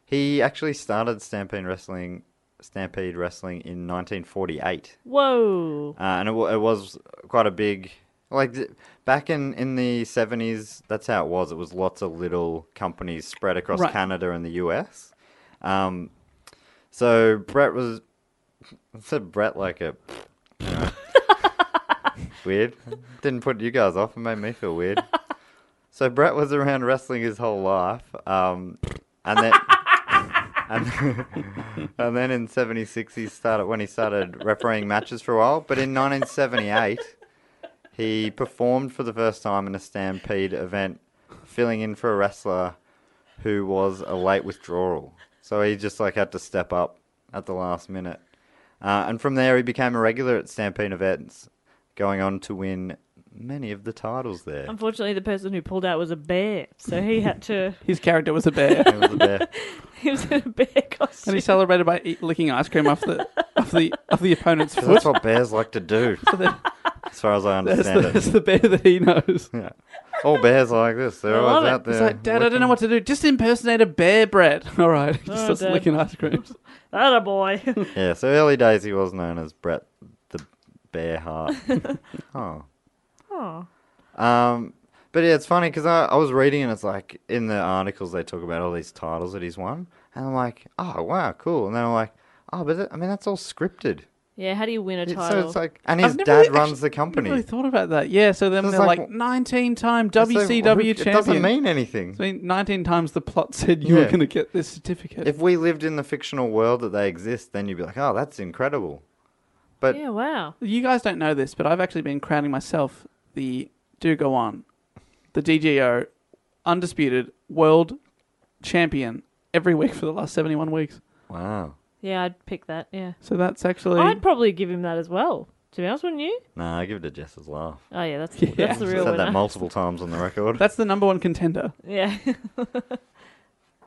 he actually started Stampede Wrestling, Stampede Wrestling in 1948,
Whoa.
uh, and it, wa it was quite a big. Like th- back in, in the 70s, that's how it was. It was lots of little companies spread across
Right.
Canada and the US. Um, so Brett was. I said Brett like a. you know. weird. Didn't put you guys off. It made me feel weird. so Brett was around wrestling his whole life. Um, and then. And, and then in 76 he started when he started refereeing matches for a while but in 1978 he performed for the first time in a stampede event filling in for a wrestler who was a late withdrawal. So he just like had to step up at the last minute. Uh, and from there, he became a regular at Stampede events, going on to win many of the titles there.
Unfortunately, the person who pulled out was a bear, so he had to.
His character was a bear,
It was there.
he was in a bear costume.
and he celebrated by eat, licking ice cream off the off the off the opponent's
So
foot.
that's what bears like to do, as far as I
That's the,
understand
that's
it.
the bear that he knows.
All bears are like this. They're
I love
always
it.
out there.
It's like, Dad, I don't
looking-
know what to do. Just impersonate a bear, Brett. All right, he just
Oh,
starts
Dad.
licking ice creams.
That a boy.
Yeah, so early days he was known as Brett the Bear Heart. oh.
oh,
Um, but yeah, it's funny because I, I was reading and it's like in the articles they talk about all these titles that he's won, and I'm like, oh wow, cool. And then I'm like, oh, but that, I mean that's all scripted.
yeah. How do you win a
It-
title?
so it's like, and
I've
his
never
dad
really-
runs the
actually, I've never
company.
really thought about that. Yeah, so then
It's
they're
like-
like 19 time
It's like,
WCW
who-
champion.
It doesn't mean anything.
I mean, 19 times the plot said you were
Yeah.
going to get this certificate.
if we lived in the fictional world that they exist, then you'd be like, oh, that's incredible. But
yeah. Wow.
you guys don't know this, but I've actually been crowning myself the Do Go On, the DGO undisputed world champion every week for the last 71 weeks.
wow,
Yeah, I'd pick that. Yeah,
So that's actually.
I'd probably give him that as well. To be honest, wouldn't you?
nah, I give it to Jess's laugh.
Oh yeah, that's
Yeah.
that's the
I've
real
said that
winner.
multiple times on the record.
That's the number one contender.
Yeah.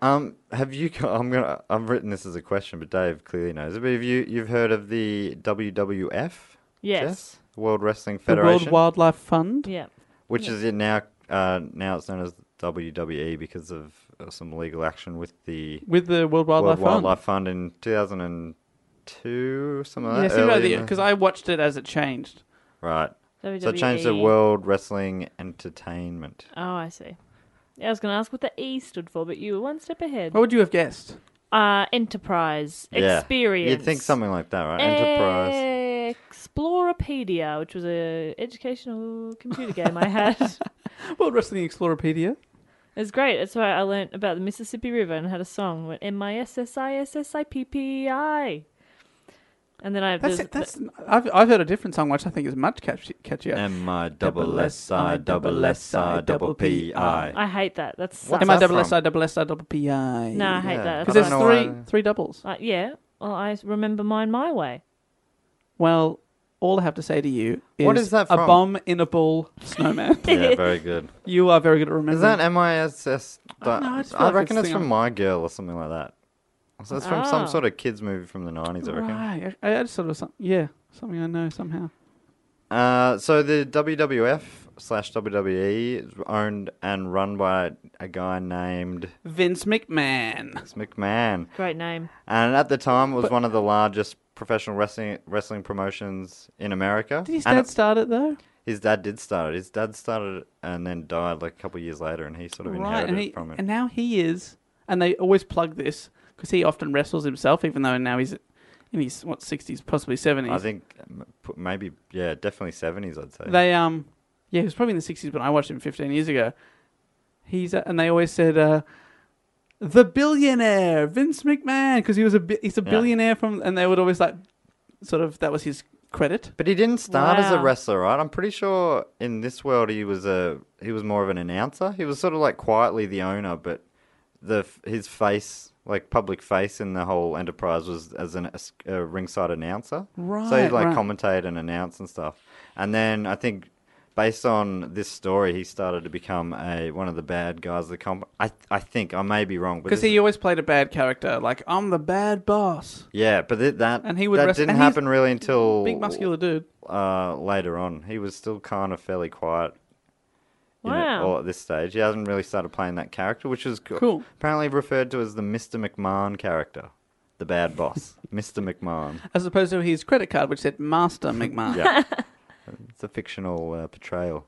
Um, have you? got- I'm gonna. I've written this as a question, but Dave clearly knows it. But have you? You've heard of the WWF?
Yes.
Jess? World Wrestling
The World
Federation,
Wildlife Fund.
Yeah.
which is in now. Uh, now it's known as WWE because of uh, some legal action with the
With the World Wildlife
World
Fund.
Wildlife Fund in 2002, something
Yeah,
like
something
that.
like
early in
that. Because I watched it as it changed.
the- right.
WWE.
So it changed
E.
to World Wrestling Entertainment.
E. Oh, I see. Yeah, I was going to ask what the E stood for, but you were one step ahead.
What would you have guessed?
Uh, enterprise. Experience.
Oh. You'd think something like that, right?
Eh.
Enterprise.
Explorapedia, which was a educational computer game I had. it
World Wrestling Explorapedia.
was great. That's why I learnt about the Mississippi River and had a song with M I S S I S S I P P I. And then I
That's
there's-
it. That's I've I've heard a different song which I think is much catchy, catchier.
M I double S I double S I double P I.
I hate that. That's
What's
Am I
that
double S
from?
I double S I double P I?
no, I hate
Yeah.
that.
I
That's
because there's
don't know why-
three three doubles.
why- uh, yeah. Well, I remember mine my way.
Well, all I have to say to you is,
What is that
a
from?
bomb in a ball snowman.
Yeah, very good.
you are very good at remembering.
Is that M I S S?
don't know, I just feel
I
like
reckon
it's
it's
the- um, Oh.
from My Girl or something like that. So it's from
Ah.
some sort of kids movie from the 90s, I reckon.
right? I, I just thought it was some, yeah, something I know somehow.
Uh, so the WWF slash WWE is owned and run by a guy named
Vince McMahon.
McMahon.
Great name.
And at the time, it was one of the largest professional wrestling wrestling promotions in America.
Did his
And
dad start it though?
his dad did start it. His dad started it and then died like a couple of years later, and he sort of inherited
and,
it
he,
from it.
and now he is, and they always plug this because he often wrestles himself, even though now he's in his what sixties, possibly seventies.
I think um, p- maybe yeah, definitely seventies. I'd say.
They um, yeah, he was probably in the sixties, but I watched him fifteen years ago. He's uh, and they always said uh, the billionaire Vince McMahon because he was a bi- he's a
Yeah.
billionaire from, and they would always like, sort of that was his credit.
but he didn't start as a
Wow.
wrestler, right? I'm pretty sure in this world he was a he was more of an announcer. He was sort of like quietly the owner, but the f- his face, like public face in the whole enterprise, was as an, as a ringside announcer. So he
Right,
like
right.
commentate and announce and stuff. And then I think based on this story, he started to become a one of the bad guys. Of the comp. I I think I may be wrong
Because he always played a bad character, like I'm the bad boss,
Yeah, but th- that
And he would
that
wrestle-
didn't
and he's
happen really until
big muscular dude.
uh, later on. He was still kind of fairly quiet. in it,
Wow.
all at this stage, he hasn't really started playing that character, which is cool.
Cool.
Apparently referred to as the Mister McMahon character, the bad boss, Mister McMahon.
as opposed to his credit card, which said Master McMahon.
Yeah, it's a fictional uh, portrayal.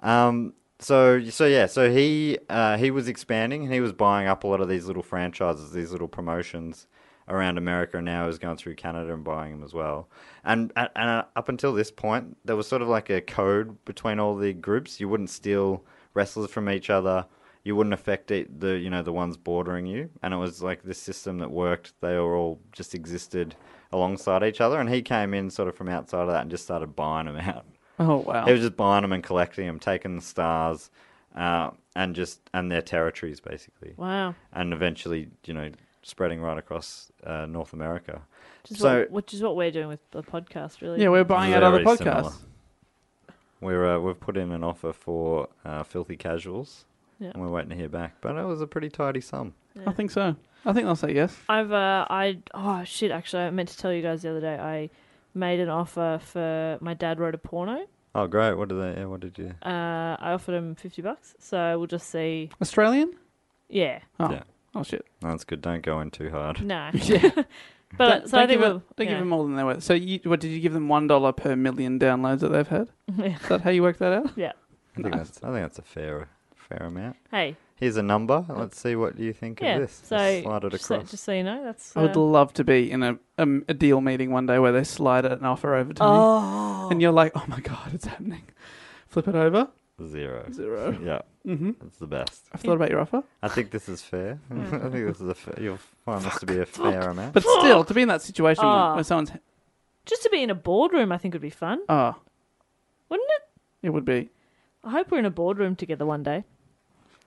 Um. So so yeah. So he uh, he was expanding and he was buying up a lot of these little franchises, these little promotions around America. And now he's going through Canada and buying them as well. And and, and uh, up until this point, there was sort of like a code between all the groups. You wouldn't steal wrestlers from each other. You wouldn't affect it, the you know the ones bordering you, and it was like this system that worked. They were all just existed alongside each other, and he came in sort of from outside of that and just started buying them out.
Oh wow.
He was just buying them and collecting them, taking the stars, uh, and just and their territories basically,
Wow.
and eventually you know spreading right across uh, North America.
Which is,
So-
what, which is what we're doing with the podcast, really.
yeah, we're buying out other
Very
podcasts.
We're uh, we've put in an offer for uh, Filthy Casuals,
Yeah.
and we're waiting to hear back. But it was a pretty tidy sum.
I think so. I think I'll say yes.
I've uh, I oh shit! Actually, I meant to tell you guys the other day. I made an offer for my dad wrote a porno.
Oh great! What did they? yeah, What did you?
Uh, I offered him fifty bucks, so we'll just see.
Australian?
Yeah,
Oh,
Yeah.
oh shit.
No, that's good. Don't go in too hard.
no,
Yeah.
but
don't
so I think
don't give, it,
we'll,
don't give
yeah.
them more than they were. So you, what did you give them? One dollar per million downloads that they've had.
Yeah.
Is that how you work that out?
Yeah.
I think that's I think that's a fair fair amount.
Hey,
Here's a number. Let's see what you think
yeah.
of this.
So
Just slide it
just, so,
across.
just so you know, that's.
I would
uh,
love to be in a um, a deal meeting one day where they slide an offer over to me, and you're like, oh my god, it's happening. Flip it over.
Zero.
Zero.
Yeah,
Mm-hmm.
that's the best.
I've thought about your offer,
I think this is fair. I think this is a fair, you'll find this to be a fair amount.
but still, to be in that situation
Ah.
where, where someone's
just to be in a boardroom, I think would be fun,
oh,
wouldn't it?
it would be
I hope we're in a boardroom together one day.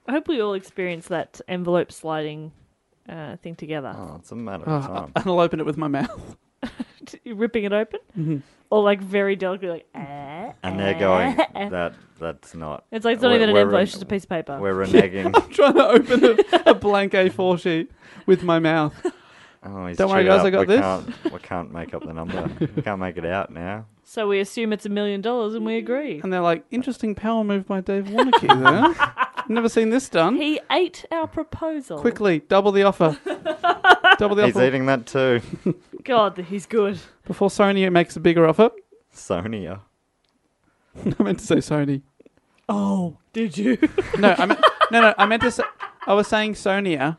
I hope we all experience that envelope sliding uh, thing together.
oh, it's a matter
oh,
of time.
and I'll open it with my mouth.
t- ripping it open, or like very delicately, like. "Ah."
And they're going, that that's not.
It's like it's not
we're-
even an
we're
envelope;
ren-
it's just a piece of paper.
We're reneging.
trying to open a, a blank A4 sheet with my mouth.
oh, he's
Don't worry,
chewed
guys,
up.
I got
we
this.
Can't, we can't make up the number. we can't make it out now.
So we assume it's a million dollars, and we
Mm-hmm.
agree.
And they're like, interesting power move by Dave Warnocky there. Never seen this done.
He ate our proposal.
Quickly, double the offer. double the
He's
offer
eating that too.
God, he's good.
before Sony makes a bigger offer.
Sonia.
I meant to say Sony.
Oh, did you?
No, I meant, no, no. I meant to. Say, I was saying Sonia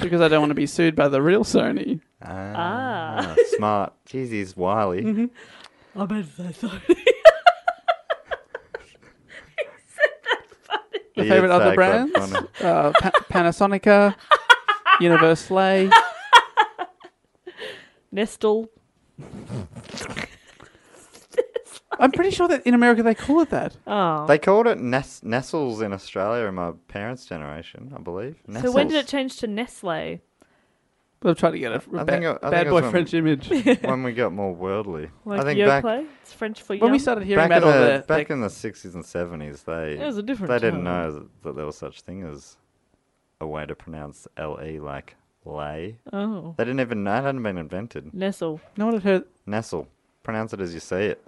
because I don't want to be sued by the real Sony.
ah,
Ah, smart. Jeez, he's wily.
Mm-hmm.
I bet they thought.
He is
Favorite other
so quite
brands?
funny.
Uh, pa- Panasonica, Universal.
Nestle.
I'm pretty sure that in America they call it that.
Oh.
They called it Nes- Nestles in Australia in my parents' generation, I believe.
So when did it
Nestles.
change to Nestle?
But I'm trying to get a, a
I
ba-
think it- I think
bad
it
boy
was when-
French image.
when we got more worldly.
Like
I think
Yoplait?
back
It's French for
when
yum.
we started hearing
back,
about
in
all
the,
the,
back
the
in the sixties and seventies, they
It was a different
they didn't
time.
know that, that there was such thing as a way to pronounce L E like lay.
Oh,
They didn't even know it hadn't been invented.
Nestle.
no one had heard.
Nestle. Pronounce it as you see it.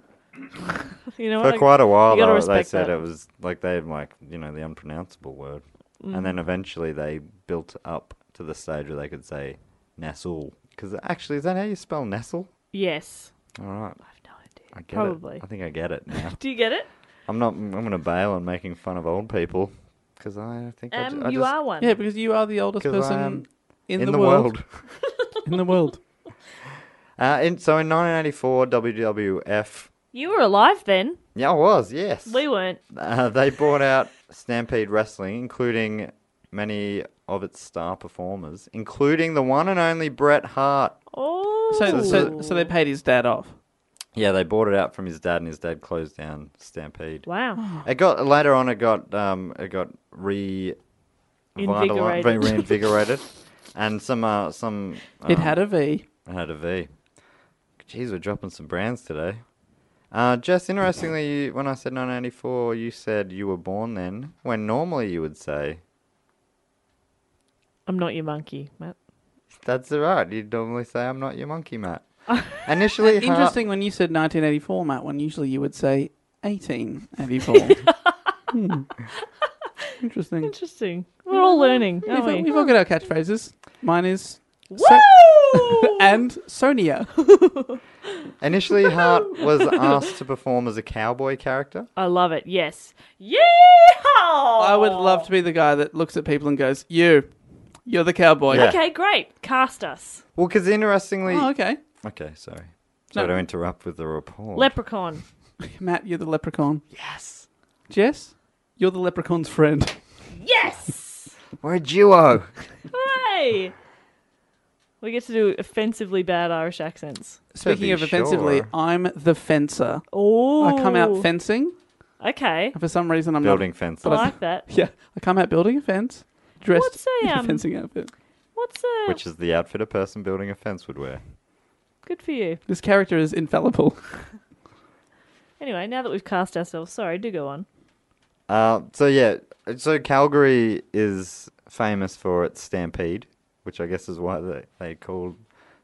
You know
For
what? I-
quite a while,
you gotta
though, they
respect
said
that.
it was like they had like you know the unpronounceable word,
Mm.
and then eventually they built up to the stage where they could say Nestle. Because actually, is that how you spell Nestle?
Yes.
All right,
I have no idea.
I get
Probably.
it. I think I get it now.
Do you get it?
I'm not. I'm going to bail on making fun of old people because I think I, ju-
Um,
I
you
just
are one.
Yeah, because you are the oldest
'Cause I am
person in,
in,
the, world. In the world.
uh, in, so in 1984, WWF.
You were alive then.
Yeah, I was. Yes,
We weren't.
uh, they brought out Stampede Wrestling, including many of its star performers, including the one and only Bret Hart.
Oh.
So, so, so they paid his dad off.
Yeah, they bought it out from his dad, and his dad closed down Stampede.
Wow.
It got later on. It got um, it got re vitali- re-
Invigorated.
reinvigorated, and some uh, some um,
It had a V.
I had a V. Jeez, we're dropping some brands today. Uh, Jess, interestingly, you, when I said 1984, you said you were born then, when normally you would say,
I'm not your monkey, Matt.
that's all right. You'd normally say, I'm not your monkey, Matt. Initially, Hart-
Interesting when you said 1984, Matt, when usually you would say 1884. Hmm. Interesting.
Interesting. We're all learning,
We've,
aren't we?
we've all got our catchphrases. Mine is. Woo! and Sonia.
initially Hart was asked to perform as a cowboy character.
I love it. Yes. Yeehaw!
I
I
would love to be the guy that looks at people and goes, You, you're the cowboy.
Yeah.
Okay, great. Cast us.
Well, because interestingly,
Oh, okay.
okay, sorry, sorry to interrupt with the report.
Leprechaun.
Matt, you're the leprechaun. Yes. Jess, you're the leprechaun's friend.
Yes.
we're a duo.
Hooray! We get to do offensively bad Irish accents.
Speaking
be
of offensively,
sure.
I'm the fencer.
Oh.
I come out fencing.
Okay.
And for some reason, I'm
Building
not.
fences.
I like that.
Yeah, I come out building a fence, dressed
What's a,
in a
um,
fencing outfit.
What's uh, a
Which is the outfit a person building a fence would wear.
good for you?
This character is infallible.
Anyway, now that we've cast ourselves, sorry, do go on.
Uh, so yeah, so Calgary is famous for its Stampede, which I guess is why they, they called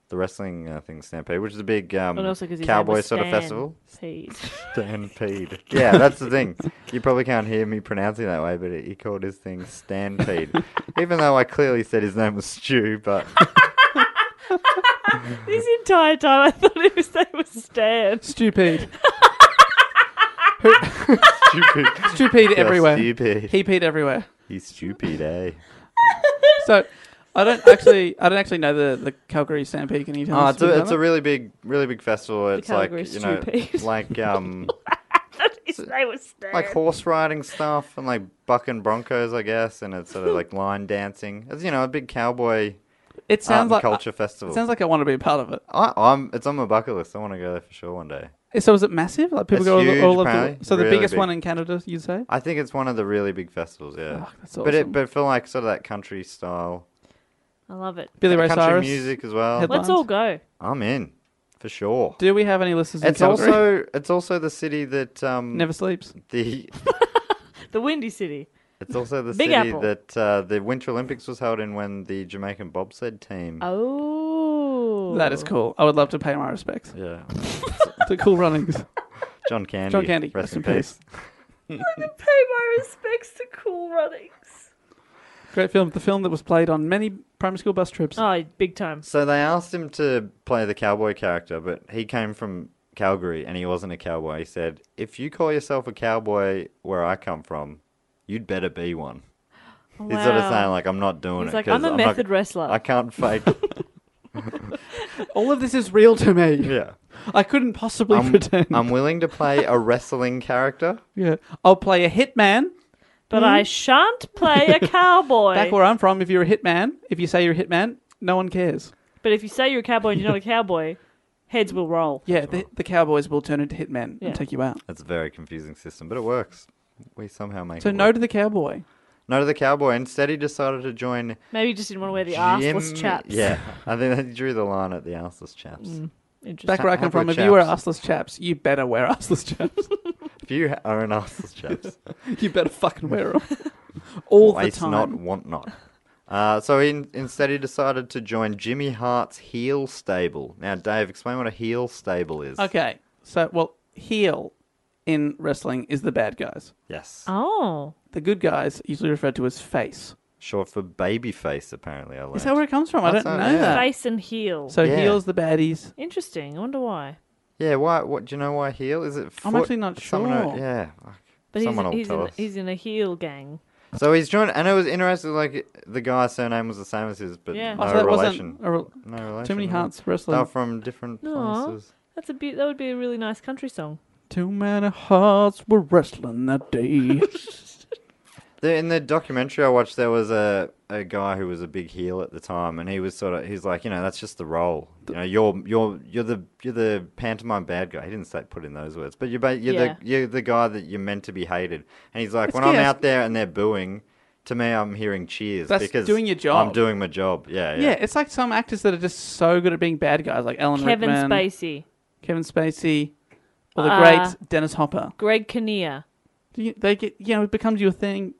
the wrestling uh, thing Stampede, which is a big um,
And also because
cowboy sort of festival.
Pete.
Stampede. Yeah, that's the thing. You probably can't hear me pronouncing it that way, but he called his thing Stampede, even though I clearly said his name was Stu. But
this entire time, I thought it was they were Stan.
Stupid.
stupid,
Stupid
You're
everywhere.
Stupid.
He peed everywhere.
He's stupid, eh?
So I don't actually, I don't actually know the the Calgary Stampede. Can you tell
Oh,
us?
it's a,
about
it's
it?
a really big, really big festival. It's like
Calgary
you know,
Stampede.
like um.
His name was Stan.
like horse riding stuff and like bucking broncos, I guess, and it's sort of like line dancing. It's you know a big cowboy art
it
and
sounds like uh,
culture
It
festival.
sounds like I want to be a part of it.
I, I'm it's on my bucket list. I want to go there for sure one day.
So is it massive? Like people
It's
go all,
huge,
all of the
apparently.
so the
Really
biggest
big.
one in Canada, you would say?
I think it's one of the really big festivals. Yeah,
Oh, that's
but
awesome.
it but for like sort of that country style
I love it.
Billy Ray
country
Cyrus.
music as well.
Headline-
Let's all go.
I'm in. for sure.
Do we have any listeners
It's
in Calgary?
also it's also the city that um
Never sleeps.
the
The Windy City.
it's also the
Big
city
Apple.
that uh, the Winter Olympics was held in when the Jamaican bobsled team.
Oh.
That is cool. I would love to pay my respects
Yeah,
to Cool Runnings.
John Candy.
John Candy.
Rest in peace.
Pay my respects to Cool Runnings.
Great film. The film that was played on many primary school bus trips.
Oh, big time.
So they asked him to play the cowboy character, but he came from Calgary and he wasn't a cowboy. He said, "If you call yourself a cowboy where I come from, you'd better be one." He's sort of
Wow.
saying like, "I'm not doing
He's
it."
like,
'cause
I'm a
not-
method wrestler.
I can't fake.
All of this is real to me.
yeah, Um,
I couldn't possibly
I'm,
pretend.
I'm willing to play a wrestling character.
yeah. I'll play a hitman.
But I
Hmm?
shan't play a cowboy.
Back where I'm from, if you're a hitman, if you say you're a hitman, no one cares.
But if you say you're a cowboy and you're not a cowboy, heads will roll.
Yeah, the, the cowboys will turn into hitmen
Yeah.
and take you out.
That's a very confusing system, but it works. We somehow make
So
it
no
work.
to the cowboy.
no to the cowboy. Instead, he decided to join
Maybe you just didn't want to wear the
Jim-
arseless chaps.
Yeah, I think they drew the line at the arseless chaps.
Mm.
Interesting.
Back where I come
Have your
from, if you were
chaps.
arseless chaps, you better wear arseless chaps.
If you ha- are an arseless chaps,
you better fucking wear them all the
waste
time.
not, want not. Uh, so in, instead, he decided to join Jimmy Hart's heel stable. Now, Dave, explain what a heel stable is.
Okay, so well, heel in wrestling is the bad guys.
Yes.
Um,
Oh.
The good guys are usually referred to as face.
Short for baby face, apparently. I learned.
Is that where it comes from? I
That's
don't
not-
know
yeah.
that.
Face and heel.
So
Yeah.
heels the baddies.
Interesting. I wonder why.
Yeah. Why? What? Do you know why heel? Is it? Foot?
I'm actually not
Someone-
sure.
yeah.
But he's,
Someone will
he's,
tell
in,
us.
he's in a heel gang.
So he's joined, and it was interesting. Like the guy's surname was the same as his, but
Yeah.
no
Oh, so that
relation.
wasn't a rel-
No relation.
too many
no.
hearts
They were
wrestling.
from different
Aw.
places.
That's a be- that would be a really nice country song.
Too many hearts were wrestling that day.
The, in the documentary I watched, there was a, a guy who was a big heel at the time, and he was sort of he's like, you know, that's just the role. You know, you're you're you're the you're the pantomime bad guy. He didn't say put in those words, but you're ba- you're
Yeah.
the you're the guy that you're meant to be hated. And he's like,
It's
when I'm
chaos.
out there and they're booing, to me I'm hearing cheers
That's
because
doing your job.
I'm doing my job. Yeah, yeah.
yeah, it's like some actors that are just so good at being bad guys, like Ellen
Kevin
Rickman,
Spacey,
Kevin Spacey, or the
Uh,
great Dennis Hopper.
Greg Kinnear.
Do you, they get you know it becomes your thing,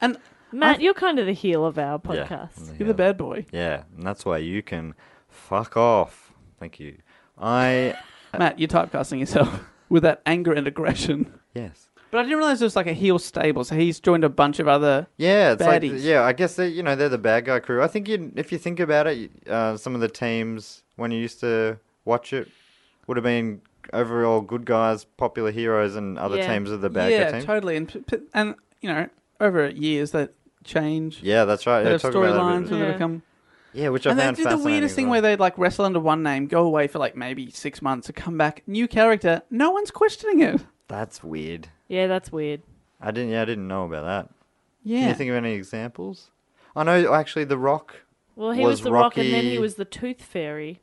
and
Matt, you're kind of the heel of our
Yeah. Mm.
podcast.
you're the bad boy.
Yeah, and that's why you can fuck off. Thank you. I
Matt, you're typecasting yourself with that anger and aggression.
yes.
But I didn't realize it was like a heel stable, so he's joined a bunch of other.
Yeah, it's like
Baddies.
yeah. I guess they, you know they're the bad guy crew. I think you, if you think about it, uh, some of the teams when you used to watch it would have been overall good guys, popular heroes, and other
Yeah.
teams are the bad
yeah,
guy team.
totally, and p- p- and you know over years that change.
Yeah, that's right.
They
Yeah,
have
talk about that a bit.
storylines where
Yeah.
they become.
yeah, which I
And they
found
do the
fascinating
weirdest
as
thing
well.
where they like wrestle under one name, go away for like maybe six months, and come back, new character. No one's questioning it.
that's weird.
Yeah, that's weird.
I didn't. Yeah, I didn't know about that. Can
Yeah.
you think of any examples? I know actually the Rock.
Well, he
Was
was, the Rock, and then
Rocky-
he was the Tooth Fairy.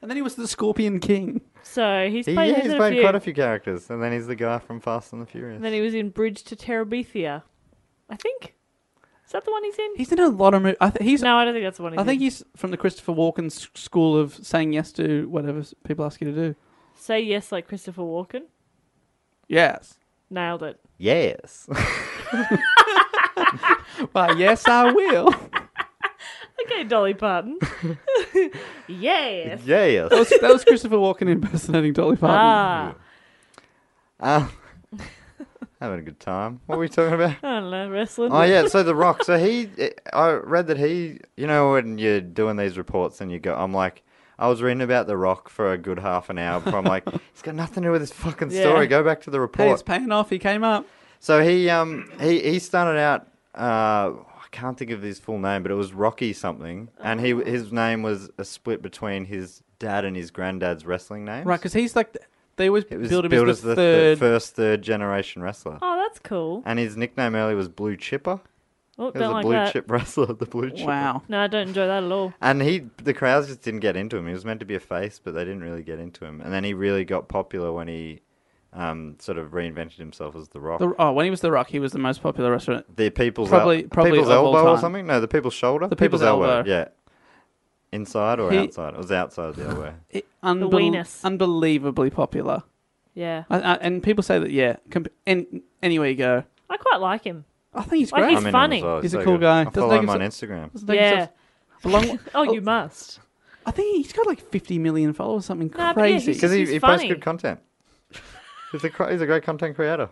and then he was the Scorpion King.
So he's
He,
played,
yeah,
he's
he's
in
played
a few.
quite a few characters, and then he's the guy from Fast and the Furious.
And then he was in Bridge to Terabithia, I think. Is that the one he's in?
He's in a lot of movies. I th- he's
no, I don't think that's the one he's
I think
in.
he's from the Christopher Walken s- school of saying yes to whatever s- people ask you to do.
Say yes like Christopher Walken.
Yes.
Nailed it.
yes.
Well, yes, I will. that,
Okay, Dolly Parton. yes.
yes.
was, that was Christopher Walken impersonating Dolly Parton.
Ah,
Um, having a good time. What were we talking about?
I don't know, wrestling.
Oh yeah, so The Rock. So he, I read that he, you know, when you're doing these reports and you go, I'm like, I was reading about The Rock for a good half an hour before I'm like, it's got nothing to do with this fucking
Yeah.
story. Go back to the
Hey, it's
report.
paying off. He came up.
So he, um, he, he started out. Uh, I can't think of his full name, but it was Rocky something, and
Oh.
he his name was a split between his dad and his granddad's wrestling name.
Right, because he's like, th- they always
It was
build him
billed
as the, third.
first third generation wrestler.
Oh, that's cool.
And his nickname earlier was Blue Chipper. He
Oh,
was
don't
a
like
blue
that.
chip wrestler, the blue chipper.
Wow.
No, I don't enjoy that at all.
And he, the crowds just didn't get into him. He was meant to be a face, but they didn't really get into him. And then he really got popular when he um, sort of reinvented himself as The Rock.
The,
The,
oh, when he was The Rock, he was the most popular wrestler.
people's
Probably-
el-
probably
people's
of all
elbow or
time.
something. No, the people's shoulder.
The people's elbow.
Yeah. Inside or
He-
outside? It was outside the other way.
It,
The
unbel-
weenus.
unbelievably popular.
Yeah.
I, I, and people say that, yeah, comp- and anywhere you go,
I quite like him.
I think he's
Like
great.
he's
I'm in on
funny.
as well.
He's a
so
cool
good.
guy.
I
Doesn't
follow
make
him on
himself-
Instagram.
Doesn't make
Yeah.
sense. Along-
Oh, you must.
I think he's got like 50 million followers, something
Nah, but yeah,
crazy.
he's-
Because he,
He's
he posts
funny.
good content. He's a, cr- he's a great content creator.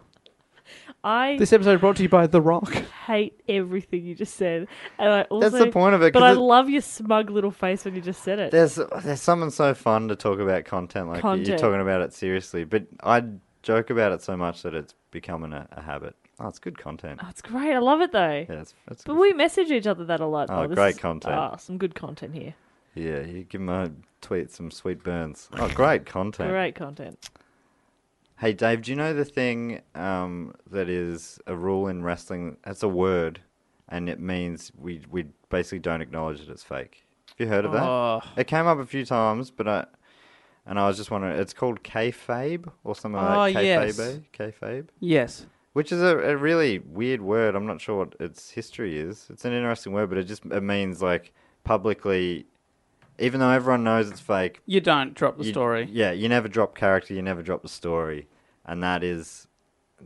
I
This episode brought to you by The Rock.
hate everything you just said. And I also,
the point of it,
But
'cause
I
it-
love your smug little face when you just said it.
There's there's something so fun to talk about content. Like you- you're
Content.
talking about it seriously, but I joke about it so much that it's becoming a, a habit. Oh, it's good content.
Oh, it's great. I love it though.
Yeah, it's, it's
But
good.
we message each other that a lot.
Oh,
this
great
is-
content.
Ah, some good content here.
yeah. You give my tweet some sweet burns. Oh, great content.
Great content.
Hey Dave, do you know the thing um, that is a rule in wrestling? That's a word, and it means we we basically don't acknowledge that it's fake. Have you heard of that?
Oh.
It came up a few times, but I and I was just wondering. It's called kayfabe or something like
Oh,
that.
yes.
Kayfabe, kayfabe,
Yes.
which is a, a really weird word. I'm not sure what its history is. It's an interesting word, but it just it means like publicly, even though everyone knows it's fake,
You don't drop the
you-
story.
Yeah, you never drop character, you never drop the story, and that is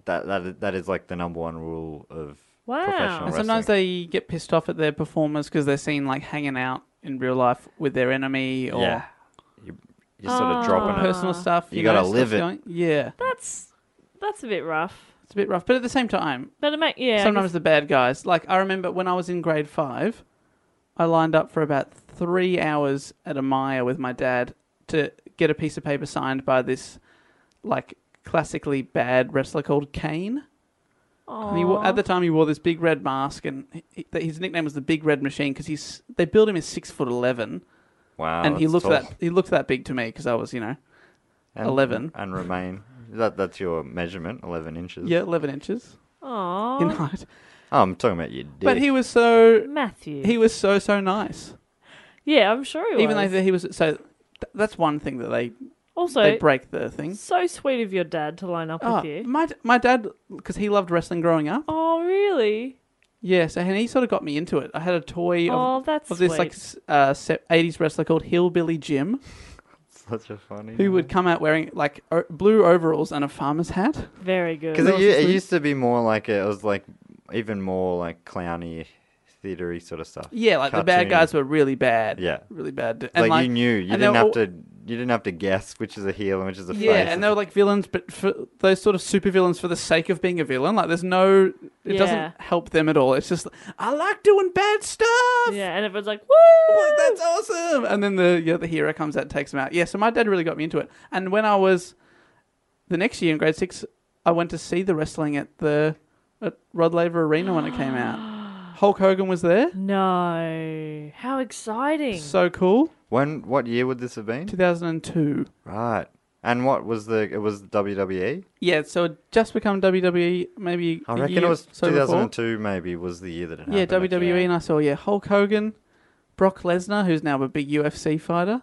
that that is, that is like the number one rule of
Wow.
professional
And
and
wrestling.
sometimes they get pissed off at their performers because they're seen like hanging out in real life with their enemy or
yeah, you, you're sort of
Ah.
dropping it.
Ah.
personal stuff.
You gotta
know,
live
stuff
it.
Going. Yeah,
That's that's a bit rough.
it's a bit rough, but at the same time,
But it make yeah. I
sometimes
guess-
the bad guys. Like I remember when I was in grade five, I lined up for about three hours at a Maya with my dad to get a piece of paper signed by this like classically bad wrestler called Kane. And he, wo- at the time, he wore this big red mask, and he- he, his nickname was the Big Red Machine because he's they built him as six foot eleven,
Wow,
and he
Oh, that's
looked
tall.
that he looked that big to me because I was you know
And-
11.
and remain. That that's your measurement, eleven inches.
yeah eleven inches
Aw,
in height.
Oh, I'm talking about your dick.
But he was so
Matthew.
he was so so nice.
yeah, I'm sure he
Even
was.
though he was so th- that's one thing that they
also
they break the thing.
so sweet of your dad to line up
Oh,
with you.
my my dad because he loved wrestling growing up.
Oh, really?
Yeah, so and he sort of got me into it. I had a toy
Oh,
of,
that's
of this
sweet.
like s- uh, se- 80s wrestler called Hillbilly Jim.
such a funny.
who
Mm.
would come out wearing like o- blue overalls and a farmer's hat.
Very good.
Because it,
was
u-
this
it
week?
used to be more like a, it was like even more like clowny, theatery sort of stuff.
Yeah, like the bad
Cartoony.
guys were really bad.
Yeah.
really bad. And
like, you knew you
and they
didn't
were
have
all-
to you didn't have to guess which is a heel and which is a
Yeah,
face.
and they were like villains, but for those sort of super villains for the sake of being a villain. Like, there's no, it
Yeah.
doesn't help them at all. It's just, I like doing bad stuff.
yeah, and everyone's like,
Well,
"Woo!"
that's awesome. And then the yeah, the hero comes out and takes him out. Yeah, so my dad really got me into it. And when I was the next year in grade six, I went to see the wrestling at the at Rod Laver Arena when it came out. Hulk Hogan was there.
No, how exciting!
So cool.
When what year would this have been?
2002.
Right. And what was the? It was WWE.
Yeah, so it just become WWE maybe.
I
a
reckon
year
it was
so before.
2002. Maybe was the year that it
Yeah,
happened.
WWE, and I saw yeah Hulk Hogan, Brock Lesnar, who's now a big UFC fighter.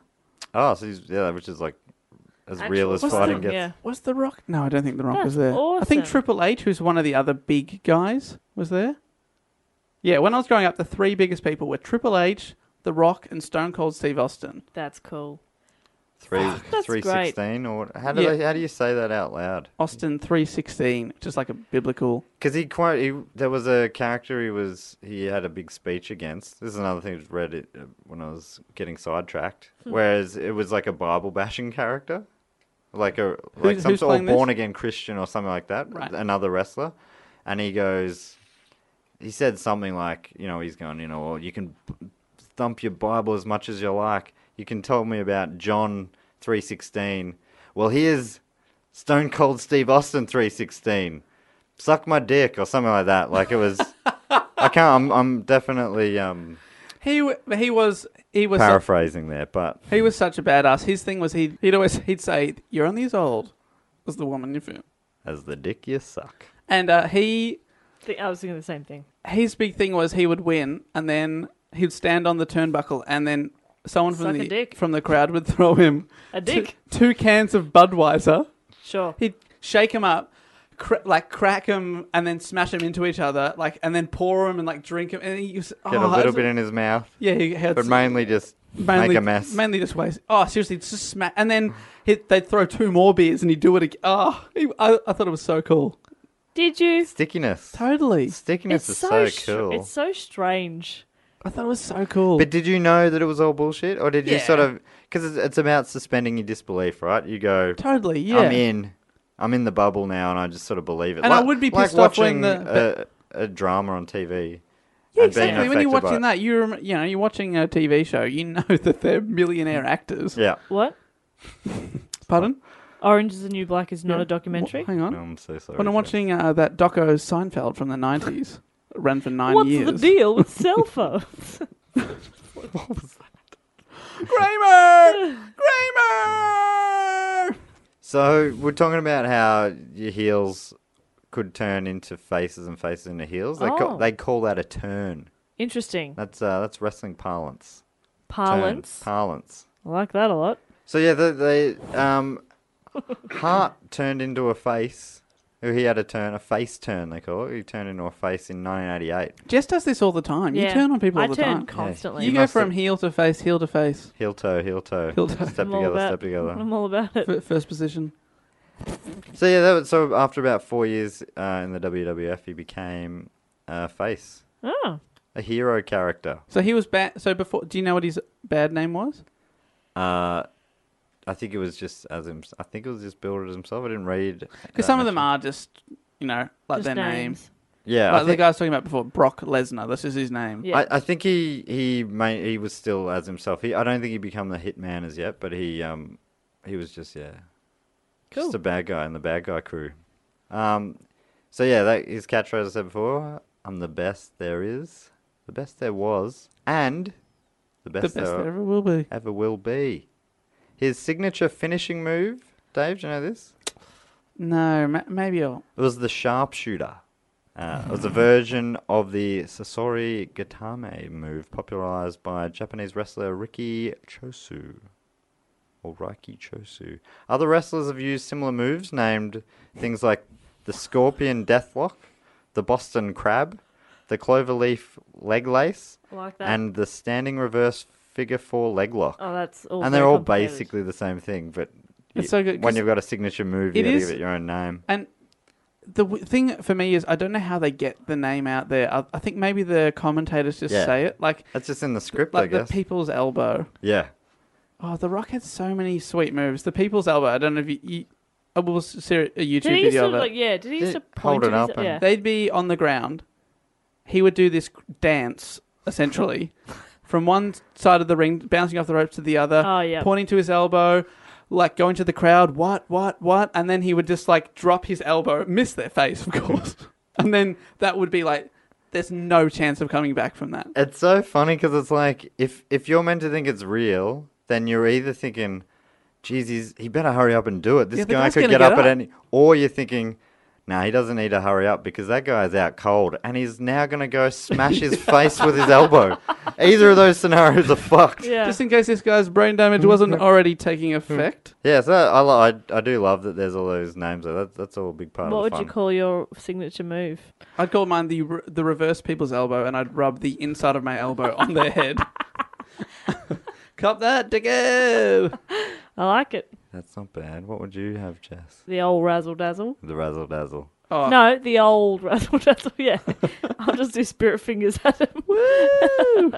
Oh, so he's, yeah, which is like as real as
Actual
fighting
wrestling,
gets.
Yeah.
Was The Rock? No, I don't think The Rock was
That's
there. I think
awesome.
Triple H, who's one of the other big guys, was there. Yeah, when I was growing up, the three biggest people were Triple H, The Rock, and Stone Cold Steve Austin.
That's cool.
Three,
that's
three
great.
sixteen, or how do
Yeah.
they, how do you say that out loud?
Austin three sixteen, just like a biblical.
Because he quite he, there was a character he was he had a big speech against. This is another thing I read it uh, when I was getting sidetracked.
Hmm.
Whereas it was like a Bible bashing character, like a like some
who's
sort
playing
of
this?
born again Christian or something like that.
Right.
Another wrestler, and he goes, he said something like, you know, he's going, you know, well, you can b- thump your Bible as much as you like. You can tell me about John three sixteen. Well, here's Stone Cold Steve Austin three sixteen suck my dick or something like that. Like it was, I can't. I'm, I'm definitely um,
He w- he was he was
paraphrasing there, but
he was such a badass. His thing was he he'd always he'd say you're only as old as the woman you feel.
as the dick you suck.
And uh, he
Th- I was thinking the same thing.
his big thing was he would win and then he'd stand on the turnbuckle and then someone
Suck
from
a
the,
dick.
from the crowd would throw him
A
t-
dick.
two cans of Budweiser.
Sure.
He'd shake him up, cr- like crack him and then smash him into each other, like and then pour him and like drink him. And he was
Get a little bit in his mouth,
Yeah, he had
but mainly just
Mainly,
Make a mess.
Mainly just waste. Oh, seriously, it's just smack. And then he, they'd throw two more beers and he'd do it again. Oh, he, I, I thought it was so cool.
Did you?
Stickiness.
Totally.
Stickiness is so,
str-
cool.
It's so strange.
I thought it was so cool.
But did you know that it was all bullshit, or did you sort
Yeah.
of? Because it's, it's about suspending your disbelief, right? You go,
totally, yeah.
I'm in, I'm in the bubble now, and I just sort of believe it.
And I would be pissed
like
off when
watching
the-
a, a drama on TV.
Yeah,
and being
exactly. When you're
affected by
watching
it.
that, you rem- you know you're watching a TV show. You know that they're
Mm.
millionaire actors.
Yeah,
What?
Pardon?
Orange is the New Black is not
Yeah.
a documentary.
Wh- Hang on.
I'm so sorry.
When I'm
Jeff.
watching uh, that doco Seinfeld from the '90s, it ran for nine
What's
years.
the deal with cell phones?
Kramer! Kramer!
So we're talking about how your heels could turn into faces and faces into heels. They
Oh.
call, they call that a turn.
Interesting.
That's uh, that's wrestling parlance. Turn.
Parlance.
Parlance.
I like that a lot.
So yeah, they, they um, Hart turned into a face. He had a turn, a face turn. They call it. He turned into a face in 1988.
Jess does this all the time.
yeah.
You turn on people
I
all the
turn
time.
constantly.
You go from heel to face, heel to face,
Heel toe, heel toe.
heel to
Step
I'm all
together,
about-
step together.
I'm all about it.
F- first position.
So yeah, that was, so after about four years uh, in the WWF, he became a face,
Oh.
a hero character.
So he was bad. So before, do you know what his bad name was?
Uh, I think it was just as him. I think it was just billed as himself. I didn't read uh,
Because some of them are just, you know, like
Just
uh, their names.
names.
Yeah,
Like
I
the
think,
guy I was talking about before, Brock Lesnar. That's just his name.
Yeah.
I, I think he he made, he was still as himself. He I don't think he become the hitman as yet, but he um he was just yeah, just a bad guy in the bad guy crew. Um, so yeah, that his catchphrase I said before. I'm the best there is, the best there was, and the
The
best,
best
there,
there ever will be.
ever will be. His signature finishing move, Dave. Do you know this?
No, ma- maybe I'll.
It was the sharpshooter. Uh, it
Hmm.
was a version of the Sasori Gatame move popularized by Japanese wrestler Ricky Chosu. Or Raiki Chosu. Other wrestlers have used similar moves named things like the Scorpion Deathlock, the Boston Crab, the Cloverleaf Leg Lace,
I like that.
and the Standing Reverse Figure Four Leg Lock.
oh, that's all.
and
very
they're all
complicated.
basically the same thing, but
It's
y-
so good,
when
'cause
you've got a signature move,
it
you gotta
is-
give it your own name.
And the w- thing for me is, I don't know how they get the name out there. I, I think maybe the commentators just
Yeah.
say it, like
That's just in the script, I
like the
guess.
people's elbow.
yeah.
Oh, The Rock had so many sweet moves. The people's elbow. I don't know if you. you I will see a YouTube
Did he
video
sort
of
of
it.
like yeah? Did he
Did
used to
it hold
point
it
at his-
up and-
yeah.
They'd be on the ground. He would do this dance essentially, from one side of the ring, bouncing off the ropes to the other,
Oh, yeah.
pointing to his elbow, like going to the crowd, what, what, what, and then he would just like drop his elbow, miss their face, of course, and then that would be like, there's no chance of coming back from that.
It's so funny because it's like if if you're meant to think it's real, then you're either thinking, "Geez, he's, he better hurry up and do it. This
Yeah, the
guy
guy's
could
gonna
get,
get
up, at
up."
any," or you're thinking, "Nah, he doesn't need to hurry up because that guy's out cold and he's now gonna go smash his face with his elbow." Either of those scenarios are fucked.
Yeah.
Just in case this guy's brain damage wasn't already taking effect.
Yeah, so I, lo- I I do love that there's all those names. Though. That, that's all a big part
What
of the
would
fun.
you call your signature move?
I'd call mine the re- the reverse people's elbow, and I'd rub the inside of my elbow on their head. Cop that, Dicko.
I like it.
That's not bad. What would you have, Jess?
The old razzle dazzle.
The razzle dazzle.
Oh.
No, the old razzle dazzle. Yeah, I'll just do spirit fingers at him.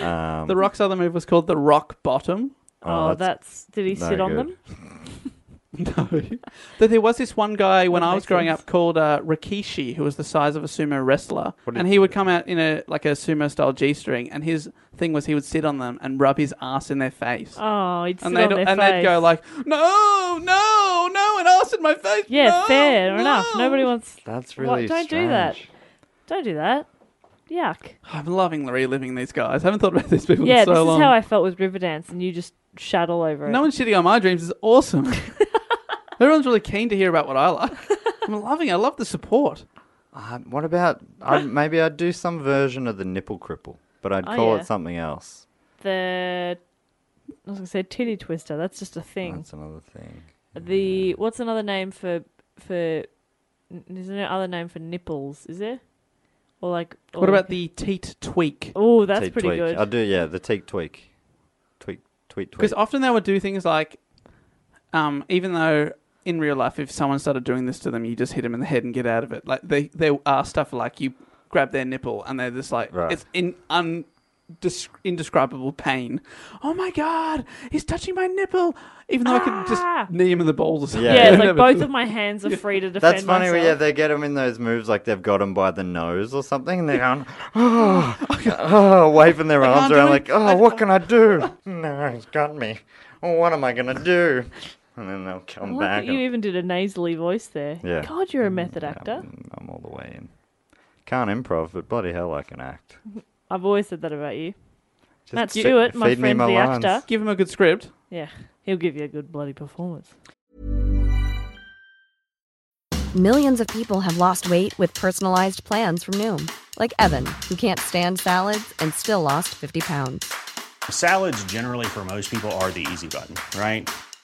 Um,
The Rock's other move was called the Rock Bottom.
Oh,
Oh,
that's
that's, did he
Um, no
sit on
good.
them?
No, that there was this one guy when
That
I
makes
was growing
sense.
up called uh, Rikishi, who was the size of a sumo wrestler,
What
and
is-
he would come out in a like a sumo style g string, and his thing was he would sit on them and rub his ass in their face.
Oh, he'd sit
and
on
they'd,
their
and
face.
they'd go like, no, no, no, an ass in my face.
yeah,
no,
fair enough.
no."
Nobody wants.
That's
What?
really
Don't do that.
strange.
Don't do that. Yuck.
Oh, I'm loving reliving these guys. I haven't thought about these people
Yeah,
in so
this
long.
is how I felt with Riverdance, and you just shat all over it.
No one's shitting on my dreams. It's awesome. Everyone's really keen to hear about what I like. I'm loving. it. I love the support.
Uh, what about I'd, maybe I'd do some version of the nipple cripple, but I'd
Oh,
call
yeah.
it something else.
the I was gonna say titty twister. That's just a thing.
That's another thing.
The what's another name for for? n- There's no other name for nipples, is there? Or like. Or
What about the teat tweak?
Oh, that's
teak
pretty
tweak.
good.
I do, yeah, the teak tweak. Tweak, tweet, tweak.
Because often they would do things like, um, even though in real life, if someone started doing this to them, you just hit them in the head and get out of it. Like they, there are stuff like you grab their nipple and they're just like
Right.
it's in un. dis- Indescribable pain. Oh my god, he's touching my nipple. Even though I could
Ah!
just knee him in the balls or something.
Yeah.
Yeah, it's
Never
like both
do-
of my hands are free to defend
That's funny.
myself.
when, Yeah, they get them in those moves like they've got them by the nose or something, and they're going, oh, oh waving their
can't
arms
do
around
it.
like, oh,
I-
what can I do? No, he's got me. Oh, what am I gonna do? And then they'll
I
come
like
back.
that you
and-
even did a nasally voice there.
Yeah. Mm,
God, you're a method actor.
I'm, I'm all the way in. Can't improv, but bloody hell, I can act.
I've always said that about you.
Just
Matt
fe-
Stewart, my
feed me
friend, the
lines.
actor.
Give him a good script.
Yeah, he'll give you a good bloody performance.
Millions of people have lost weight with personalized plans from Noom, like Evan, who can't stand salads and still lost 50 pounds.
Salads, generally, for most people, are the easy button, right?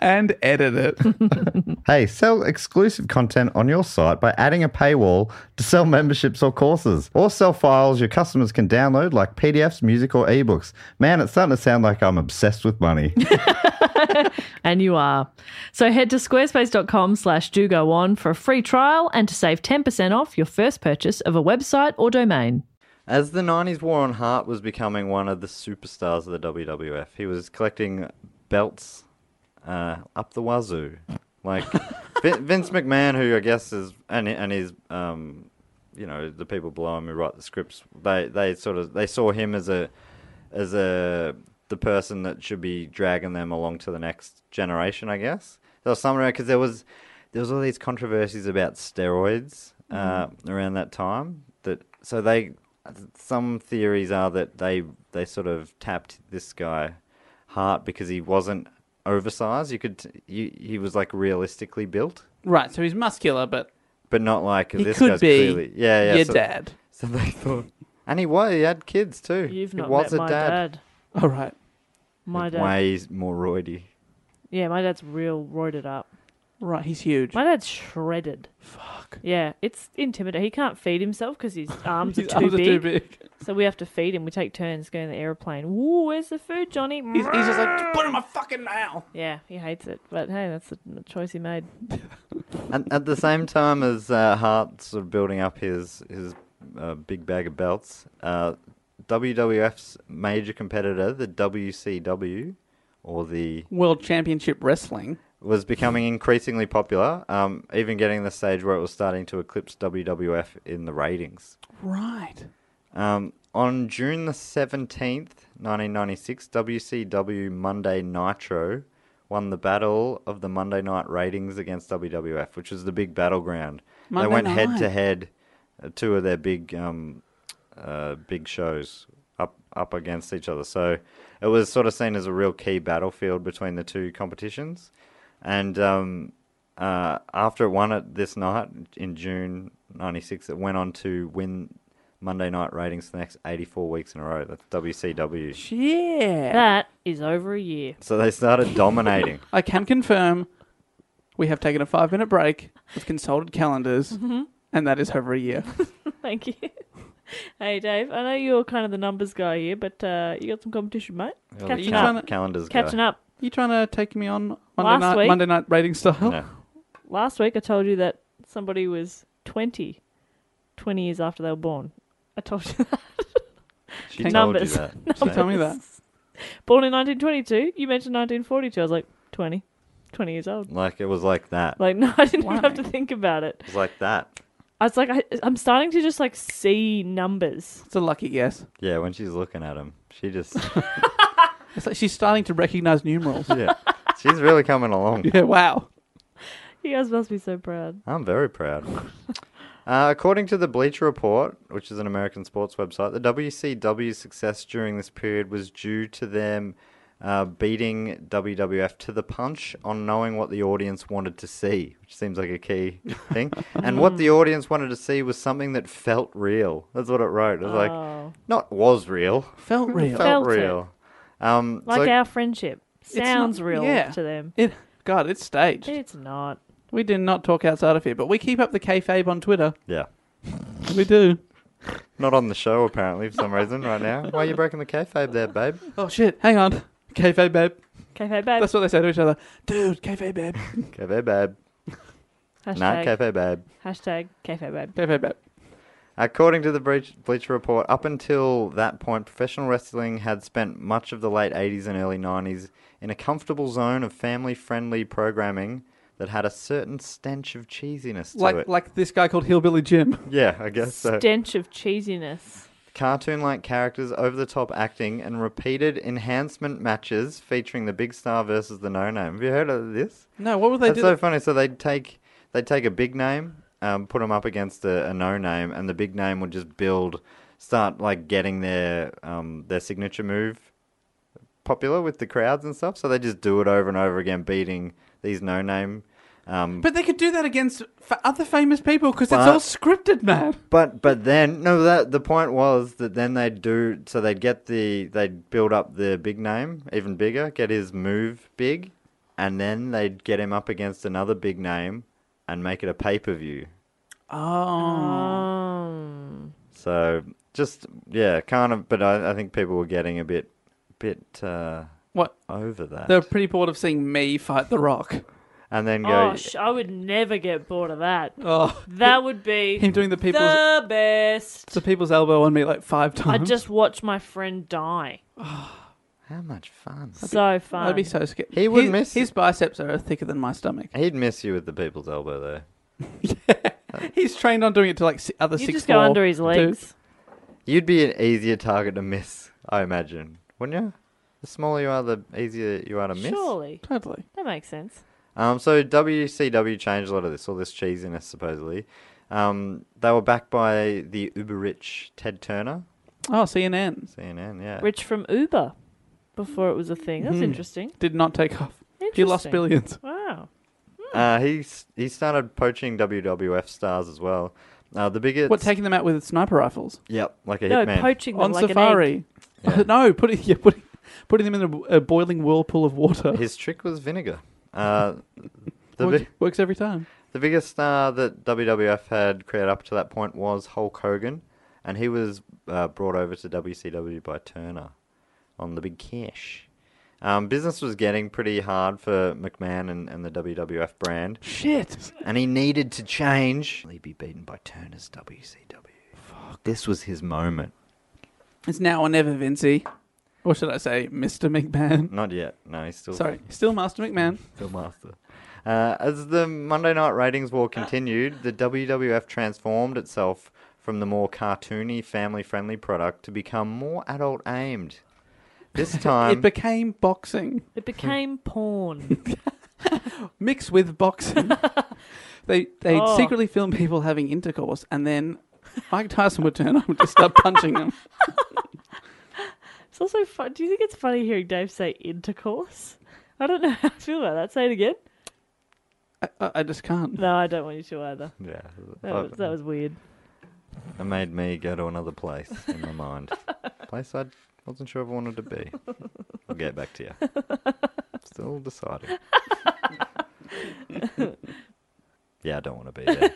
And edit it.
hey, sell exclusive content on your site by adding a paywall to sell memberships or courses, or sell files your customers can download like PDFs, music, or ebooks. Man, it's starting to sound like I'm obsessed with money.
And you are. So head to squarespace.com slash do go on for a free trial and to save 10% off your first purchase of a website or domain.
As the 90s war on Hart was becoming one of the superstars of the WWF, he was collecting belts uh, up the wazoo. Like Vin- Vince McMahon, who I guess is, and, and his, um, you know, the people below him who write the scripts, they, they sort of, they saw him as a, as a, the person that should be dragging them along to the next generation, I guess. There was some around, because there was, there was all these controversies about steroids uh, around that time that, so they, some theories are that they they sort of tapped this guy Hart because he wasn't oversized. You could t- you, he was like realistically built,
Right, so he's muscular, but
but not like
he
this
could
guy's
be
clearly yeah yeah
your
so,
dad.
So they thought, and he was he had kids too.
You've
he
not
was
met my
a
dad.
dad.
All right.
My dad.
Way more roidy.
Yeah, my dad's real roided up.
Right, he's huge.
My dad's shredded. Fuck. Yeah, it's intimidating. He can't feed himself because his arms,
His
are, too
arms
big,
too big.
So we have to feed him. We take turns going to the airplane. Ooh, where's the food, Johnny?
He's, he's just like, put him in my fucking mouth.
Yeah, he hates it. But hey, that's the the choice he made.
And at the same time as uh, Hart sort of building up his his uh, big bag of belts, uh, WWF's major competitor, the WCW, or the
World Championship Wrestling.
was becoming increasingly popular, um, even getting to the stage where it was starting to eclipse WWF in the ratings.
Right.
Um, on June the 17th, 1996, WCW Monday Nitro won the Battle of the Monday Night Ratings against WWF, which was the big battleground.
Monday
they went
night.
head to head, uh, two of their big um, uh, big shows up up against each other. So it was sort of seen as a real key battlefield between the two competitions. And um, uh, after it won it this night in June '96, it went on to win Monday night ratings the next 84 weeks in a row. That's WCW.
Yeah.
That is over a year.
So they started dominating.
I can confirm we have taken a five Mm-hmm. minute break. We've consulted calendars, and that is over a year.
Thank you. Hey, Dave, I know you're kind of the numbers guy here, but uh, you got some competition, mate.
Well,
Catching
cal-
up.
Calendars
Catching
go.
up.
You trying to take me on Monday
Last
night?
week-
Monday night rating style.
No.
Last week I told you that somebody was 20, 20 years after they were born. I told you that.
She
Take
told you
numbers.
that.
Don't tell me that.
Born in 1922. You mentioned 1942. I was like, 20. 20 years old.
Like it was like that.
Like, no, I didn't
Why?
even have to think about it.
It was like that.
I was like, I, I'm starting to just like see numbers.
It's a lucky guess.
Yeah, when she's looking at him, she just
It's like she's starting to recognize numerals.
yeah, she's really coming along.
yeah. Wow.
You guys must be so proud.
I'm very proud. Uh, according to the Bleacher Report, which is an American sports website, the WCW's success during this period was due to them uh, beating WWF to the punch on knowing what the audience wanted to see, which seems like a key thing. and what the audience wanted to see was something that felt real. That's what it wrote. It was
Oh.
like, not was real,
Felt real.
felt,
Felt it.
real. Um,
Like
so-
our friendship
It's
sounds
not-
real
yeah.
to them.
It. God, it's staged.
It's not.
We did not talk outside of here, but we keep up the kayfabe on Twitter.
yeah.
We do.
Not on the show, apparently, for some reason, right now. Why are you breaking the kayfabe there, babe?
Oh shit! Hang on. Kayfabe babe.
Okay, babe. babe.
That's what they say to each other. Dude, kayfabe babe.
Kayfabe, babe. Not
Hashtag,
kayfabe, babe.
hashtag kayfabe, babe.
Kayfabe babe.
According to the Breach, Bleacher Report, up until that point, professional wrestling had spent much of the late 80s and early 90s in a comfortable zone of family friendly programming that had a certain stench of cheesiness to
Like
it.
like this guy called Hillbilly Jim.
yeah, I guess so.
Stench of cheesiness.
Cartoon like characters, over the top acting, and repeated enhancement matches featuring the big star versus the no name. Have you heard of this?
No, what would they
That's
do?
so funny. So they'd take they'd take a big name, um, put them up against a, a no name, and the big name would just build, start like getting their um, their signature move popular with the crowds and stuff. So they just do it over and over again, beating these no name. Um,
But they could do that against f- other famous people because it's
But-
all scripted, man.
But but then no that the point was that then they'd do so they'd get the they'd build up the big name even bigger, get his move big, and then they'd get him up against another big name and make it a pay per view.
Oh.
Um,
So just yeah, kind of but I, I think people were getting a bit bit uh
What?
over that.
They're pretty bored of seeing me fight The Rock.
and then go
oh, sh- I would never get bored of that.
Oh,
That would be
him doing the people's
the best.
the people's elbow on me like five
I'd
times.
just watch my friend die.
how much fun.
So fun.
I'd be so scared.
He would
his,
miss-
His biceps are thicker than my stomach.
He'd miss you with the people's elbow though.
He's trained on doing it to like si- other
you
six.
just go
floor
under his legs.
dudes.
You'd be an easier target to miss, I imagine. Wouldn't you? The smaller you are, the easier you are to miss.
Surely
Totally.
that makes sense.
Um, so WCW changed a lot of this, all this cheesiness supposedly. Um, they were backed by the uber rich Ted Turner,
Oh, CNN
CNN. Yeah,
Rich from Uber before it was a thing. That's interesting.
did not take off. He
interesting.
lost billions.
Wow.
uh, he s- he started poaching WWF stars as well. Uh, the biggest.
What taking them out with sniper rifles
Yep, like a
No,
hitman.
poaching them
on
like an egg.
safari?
Yeah.
no, putting yeah, putting putting them in a, a boiling whirlpool of water.
His trick was vinegar. Uh, the
works,
bi-
works every time.
The biggest star that WWF had created up to that point was Hulk Hogan, and he was uh, brought over to WCW by Turner on the big cash. Um, business was getting pretty hard for McMahon and, and the WWF brand,
Shit.
and he needed to change. He'd be beaten by Turner's WCW. Fuck. This was his moment.
It's now or never, Vincey. Or should I say, Mr. McMahon?
Not yet. No, he's Mm, still
Sorry, still Master McMahon.
Phil Master. Uh, as the Monday Night Ratings war continued, the WWF transformed itself from the more cartoony, family friendly product to become more adult aimed. This time,
it became boxing
It became porn.
mixed with boxing. they they
Oh.
secretly film people having intercourse, and then Mike Tyson would turn up and just start punching them.
it's also fun. Do you think it's funny hearing Dave say intercourse? I don't know how I feel about that. Say it again.
I, I, I just can't.
No, I don't want you to either.
yeah,
That
Oh.
was, that was weird.
it made me go to another place in my mind. place I wasn't sure if I wanted to be. I'll get back to you. Still deciding. yeah, I don't want to be there.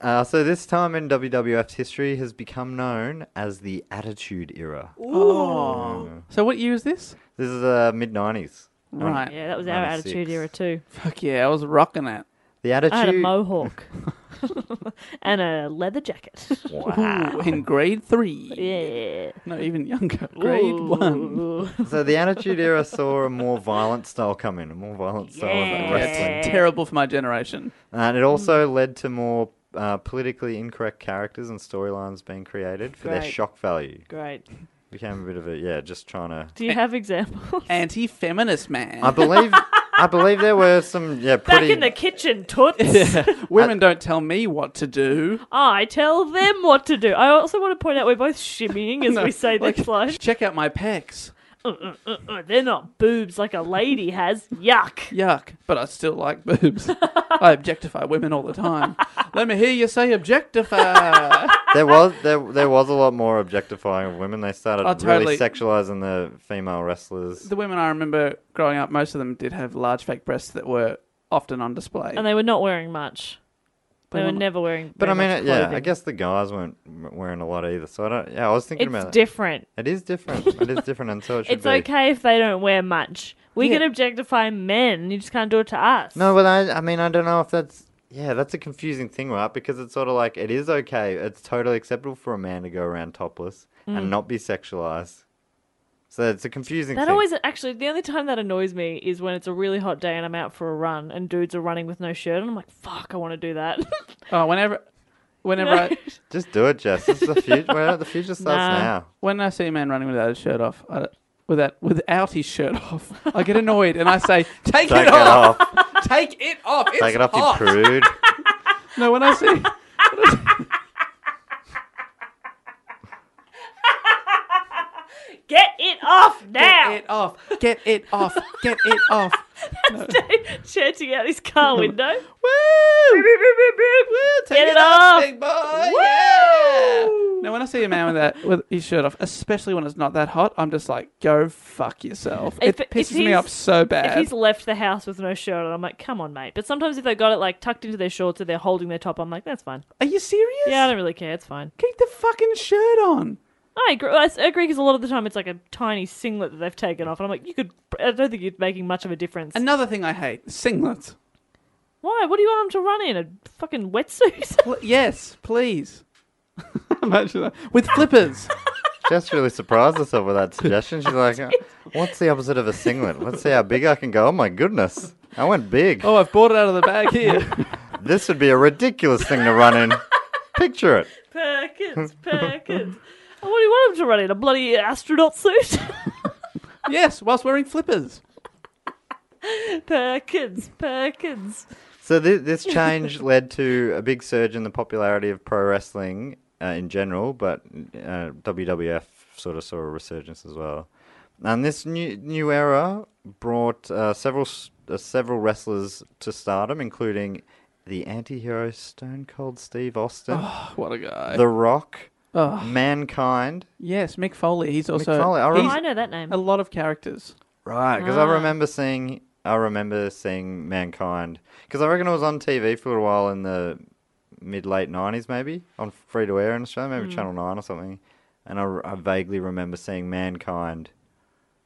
Uh, so this time in WWF's history has become known as the Attitude Era. Oh.
So what year is this?
This is uh, mid '90s.
Right.
Yeah, that was our
96.
attitude era too.
Fuck yeah, I was rocking it.
The
I had a
Attitude.
mohawk and a leather jacket.
Ooh, in grade three.
yeah.
No, even younger. Grade one.
Ooh.
so the Attitude Era saw a more violent style come in, a more violent style of wrestling.
That's terrible for my generation.
And it also
Mm.
led to more uh, politically incorrect characters and storylines being created for their
Great.
shock value.
Great.
Became a bit of a yeah, just trying to.
Do you have examples?
Anti-feminist man.
I believe I believe there were some yeah
Back
pretty
in the kitchen, toots.
Women don't tell me what to do.
I tell them what to do. I also want to point out we're both shimmying as
No,
we say
like,
this line.
Check out my pecs.
Uh, uh, uh, uh, they're not boobs like a lady has. Yuck.
Yuck. But I still like boobs. I objectify women all the time. Let me hear you say objectify.
there was there there was a lot more objectifying of women. They started
Oh,
really
totally.
sexualizing the female wrestlers.
the women I remember growing up, most of them did have large fake breasts that were often on display.
And they were not wearing much. They,
They
were
were not-
never wearing.
but I
very
mean,
much
it- yeah, I
clothing.
guess the guys weren't m- wearing a lot either. So I don't. Yeah, I was thinking
it's
about it.
different.
It is different. It is different, and so it should
It's
be.
okay if they don't wear much. We
Yeah.
can objectify men. You just can't do it to us.
No, but I, I mean, I don't know if that's. Yeah, that's a confusing thing, right? Because it's sort of like it is okay. It's totally acceptable for a man to go around topless and not be sexualized. So it's a confusing
Mm. That
thing.
always actually the only time that annoys me is when it's a really hot day and I'm out for a run and dudes are running with no shirt and I'm like, fuck, I want to do that.
oh, whenever, whenever I,
Just do it, Jess. This is the future. well, the future starts
Nah.
now.
when I see a man running without his shirt off, I, without without his shirt off, I get annoyed and I say,
Take
"Take, it,
it
off!
off.
Take it off! It's
Take it off,
hot!"
you prude.
No, when I see,
Get it off now!
get it off, get it off, get it off.
Dave chanting out his car window.
Woo! Woo! Take
Get
it,
it
off,
off!
big boy! Yeah! Now, when I see a man with that with his shirt off, especially when it's not that hot, I'm just like, "Go fuck yourself!"
If-
it
if
pisses me
he's-
off so
If
bad.
he's left the house with no shirt on, I'm like, come on, mate. But sometimes if they got it like tucked into their shorts or they're holding their top, I'm like, that's fine.
Are you serious?
Yeah, I don't really care. It's fine.
Keep the fucking shirt on.
I agree. I s- agree because a lot of the time it's like a tiny singlet that they've taken off, and I'm like, you could. I don't think you're making much of a difference.
Another thing I hate: singlets.
Why? What do you want them to run in? A fucking wetsuit?
Pl- yes, please. Imagine that. With flippers.
Jess really surprised herself with that suggestion. She's like, "Uh, "What's the opposite of a singlet? Let's see how big I can go." Oh my goodness, I went big.
oh, I've bought it out of the bag here.
This would be a ridiculous thing to run in. Picture it.
Perkins, Perkins. Oh, what do you want him to run in? A bloody astronaut suit?
yes, whilst wearing flippers.
Perkins, Perkins.
So th- this change led to a big surge in the popularity of pro wrestling uh, in general, but uh, WWF sort of saw a resurgence as well. And this new new era brought uh, several s- uh, several wrestlers to stardom, including the anti-hero Stone Cold Steve Austin,
Oh, What a guy.
The Rock,
Oh.
Mankind.
Yes, Mick Foley. He's also
Foley, I
Oh,
remember-
he's
I know that name.
a lot of characters.
Right, because
Ah.
I remember seeing I remember seeing Mankind because I reckon it was on TV for a little while in the mid late nineties, maybe on free to air in Australia,
Hmm.
maybe Channel Nine or something. And I, I vaguely remember seeing Mankind,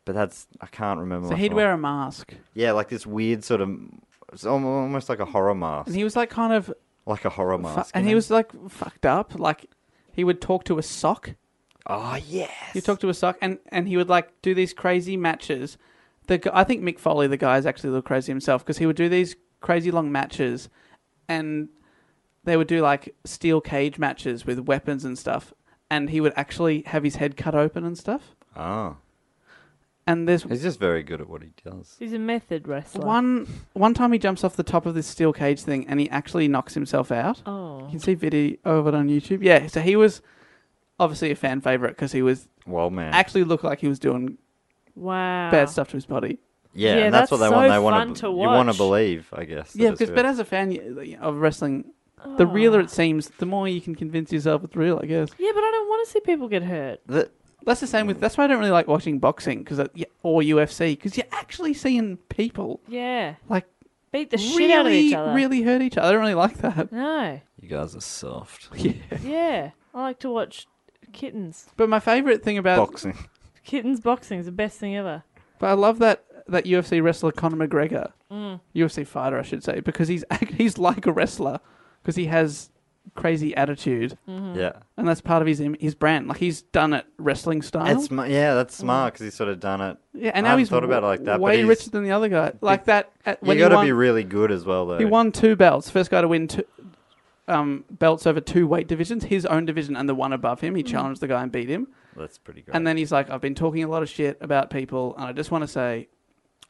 but that's I can't remember.
So
much
he'd
more.
wear a mask.
yeah, like this weird sort of it's almo- almost like a horror mask,
And he was like kind of
like a horror
fu-
mask. you
and he
know?
was like fucked up. Like he would talk to a sock.
oh yes,
He talked to a sock and, and he would like do these crazy matches. The gu- I think Mick Foley, the guy, is actually a little crazy himself because he would do these crazy long matches, and they would do like steel cage matches with weapons and stuff. And he would actually have his head cut open and stuff.
oh,
And there's
he's just very good at what he does.
He's a method wrestler.
one one time he jumps off the top of this steel cage thing and he actually knocks himself out. You
Oh.
can see video of it on YouTube. Yeah, so he was obviously a fan favorite because he was
Well, man,
actually looked like he was doing
Wow.
bad stuff to his body.
yeah,
Yeah,
and that's, what they
that's
want.
so
They
fun
want
to
you want
watch.
to believe, I guess. that
yeah,
it's
because
real.
but uh, as a fan y- of wrestling, the
Oh.
realer it seems, the more you can convince yourself it's real. I guess
Yeah, but I don't want to see people get hurt.
The-
that's the same with. That's why I don't really like watching boxing because or UFC because you're actually seeing people
Yeah.
like
Beat the shit out of
really,
each other.
really hurt each other. I don't really like that.
No.
You guys are soft.
Yeah, I like to watch kittens.
But my favorite thing about
Boxing.
Kittens boxing is the best thing ever.
But I love that that UFC wrestler Conor McGregor,
Mm,
UFC fighter, I should say, because he's act- he's like a wrestler because he has crazy attitude,
mm-hmm.
Yeah.
and that's part of his im- his brand. Like he's done it wrestling style.
It's, sm- yeah,
Mm.
that's smart because he's sort of done it.
yeah, and
I
now
hadn't
he's
thought about it like that, but
Way
he's-
richer than the other guy. Like that. At,
You
when
got
he
to
won,
be really good as well, though.
he won two belts. First guy to win two. Um, belts over two weight divisions, his own division and the one above him. He
Mm.
challenged the guy and beat him.
That's pretty good.
And then he's like, I've been talking a lot of shit about people, and I just want to say,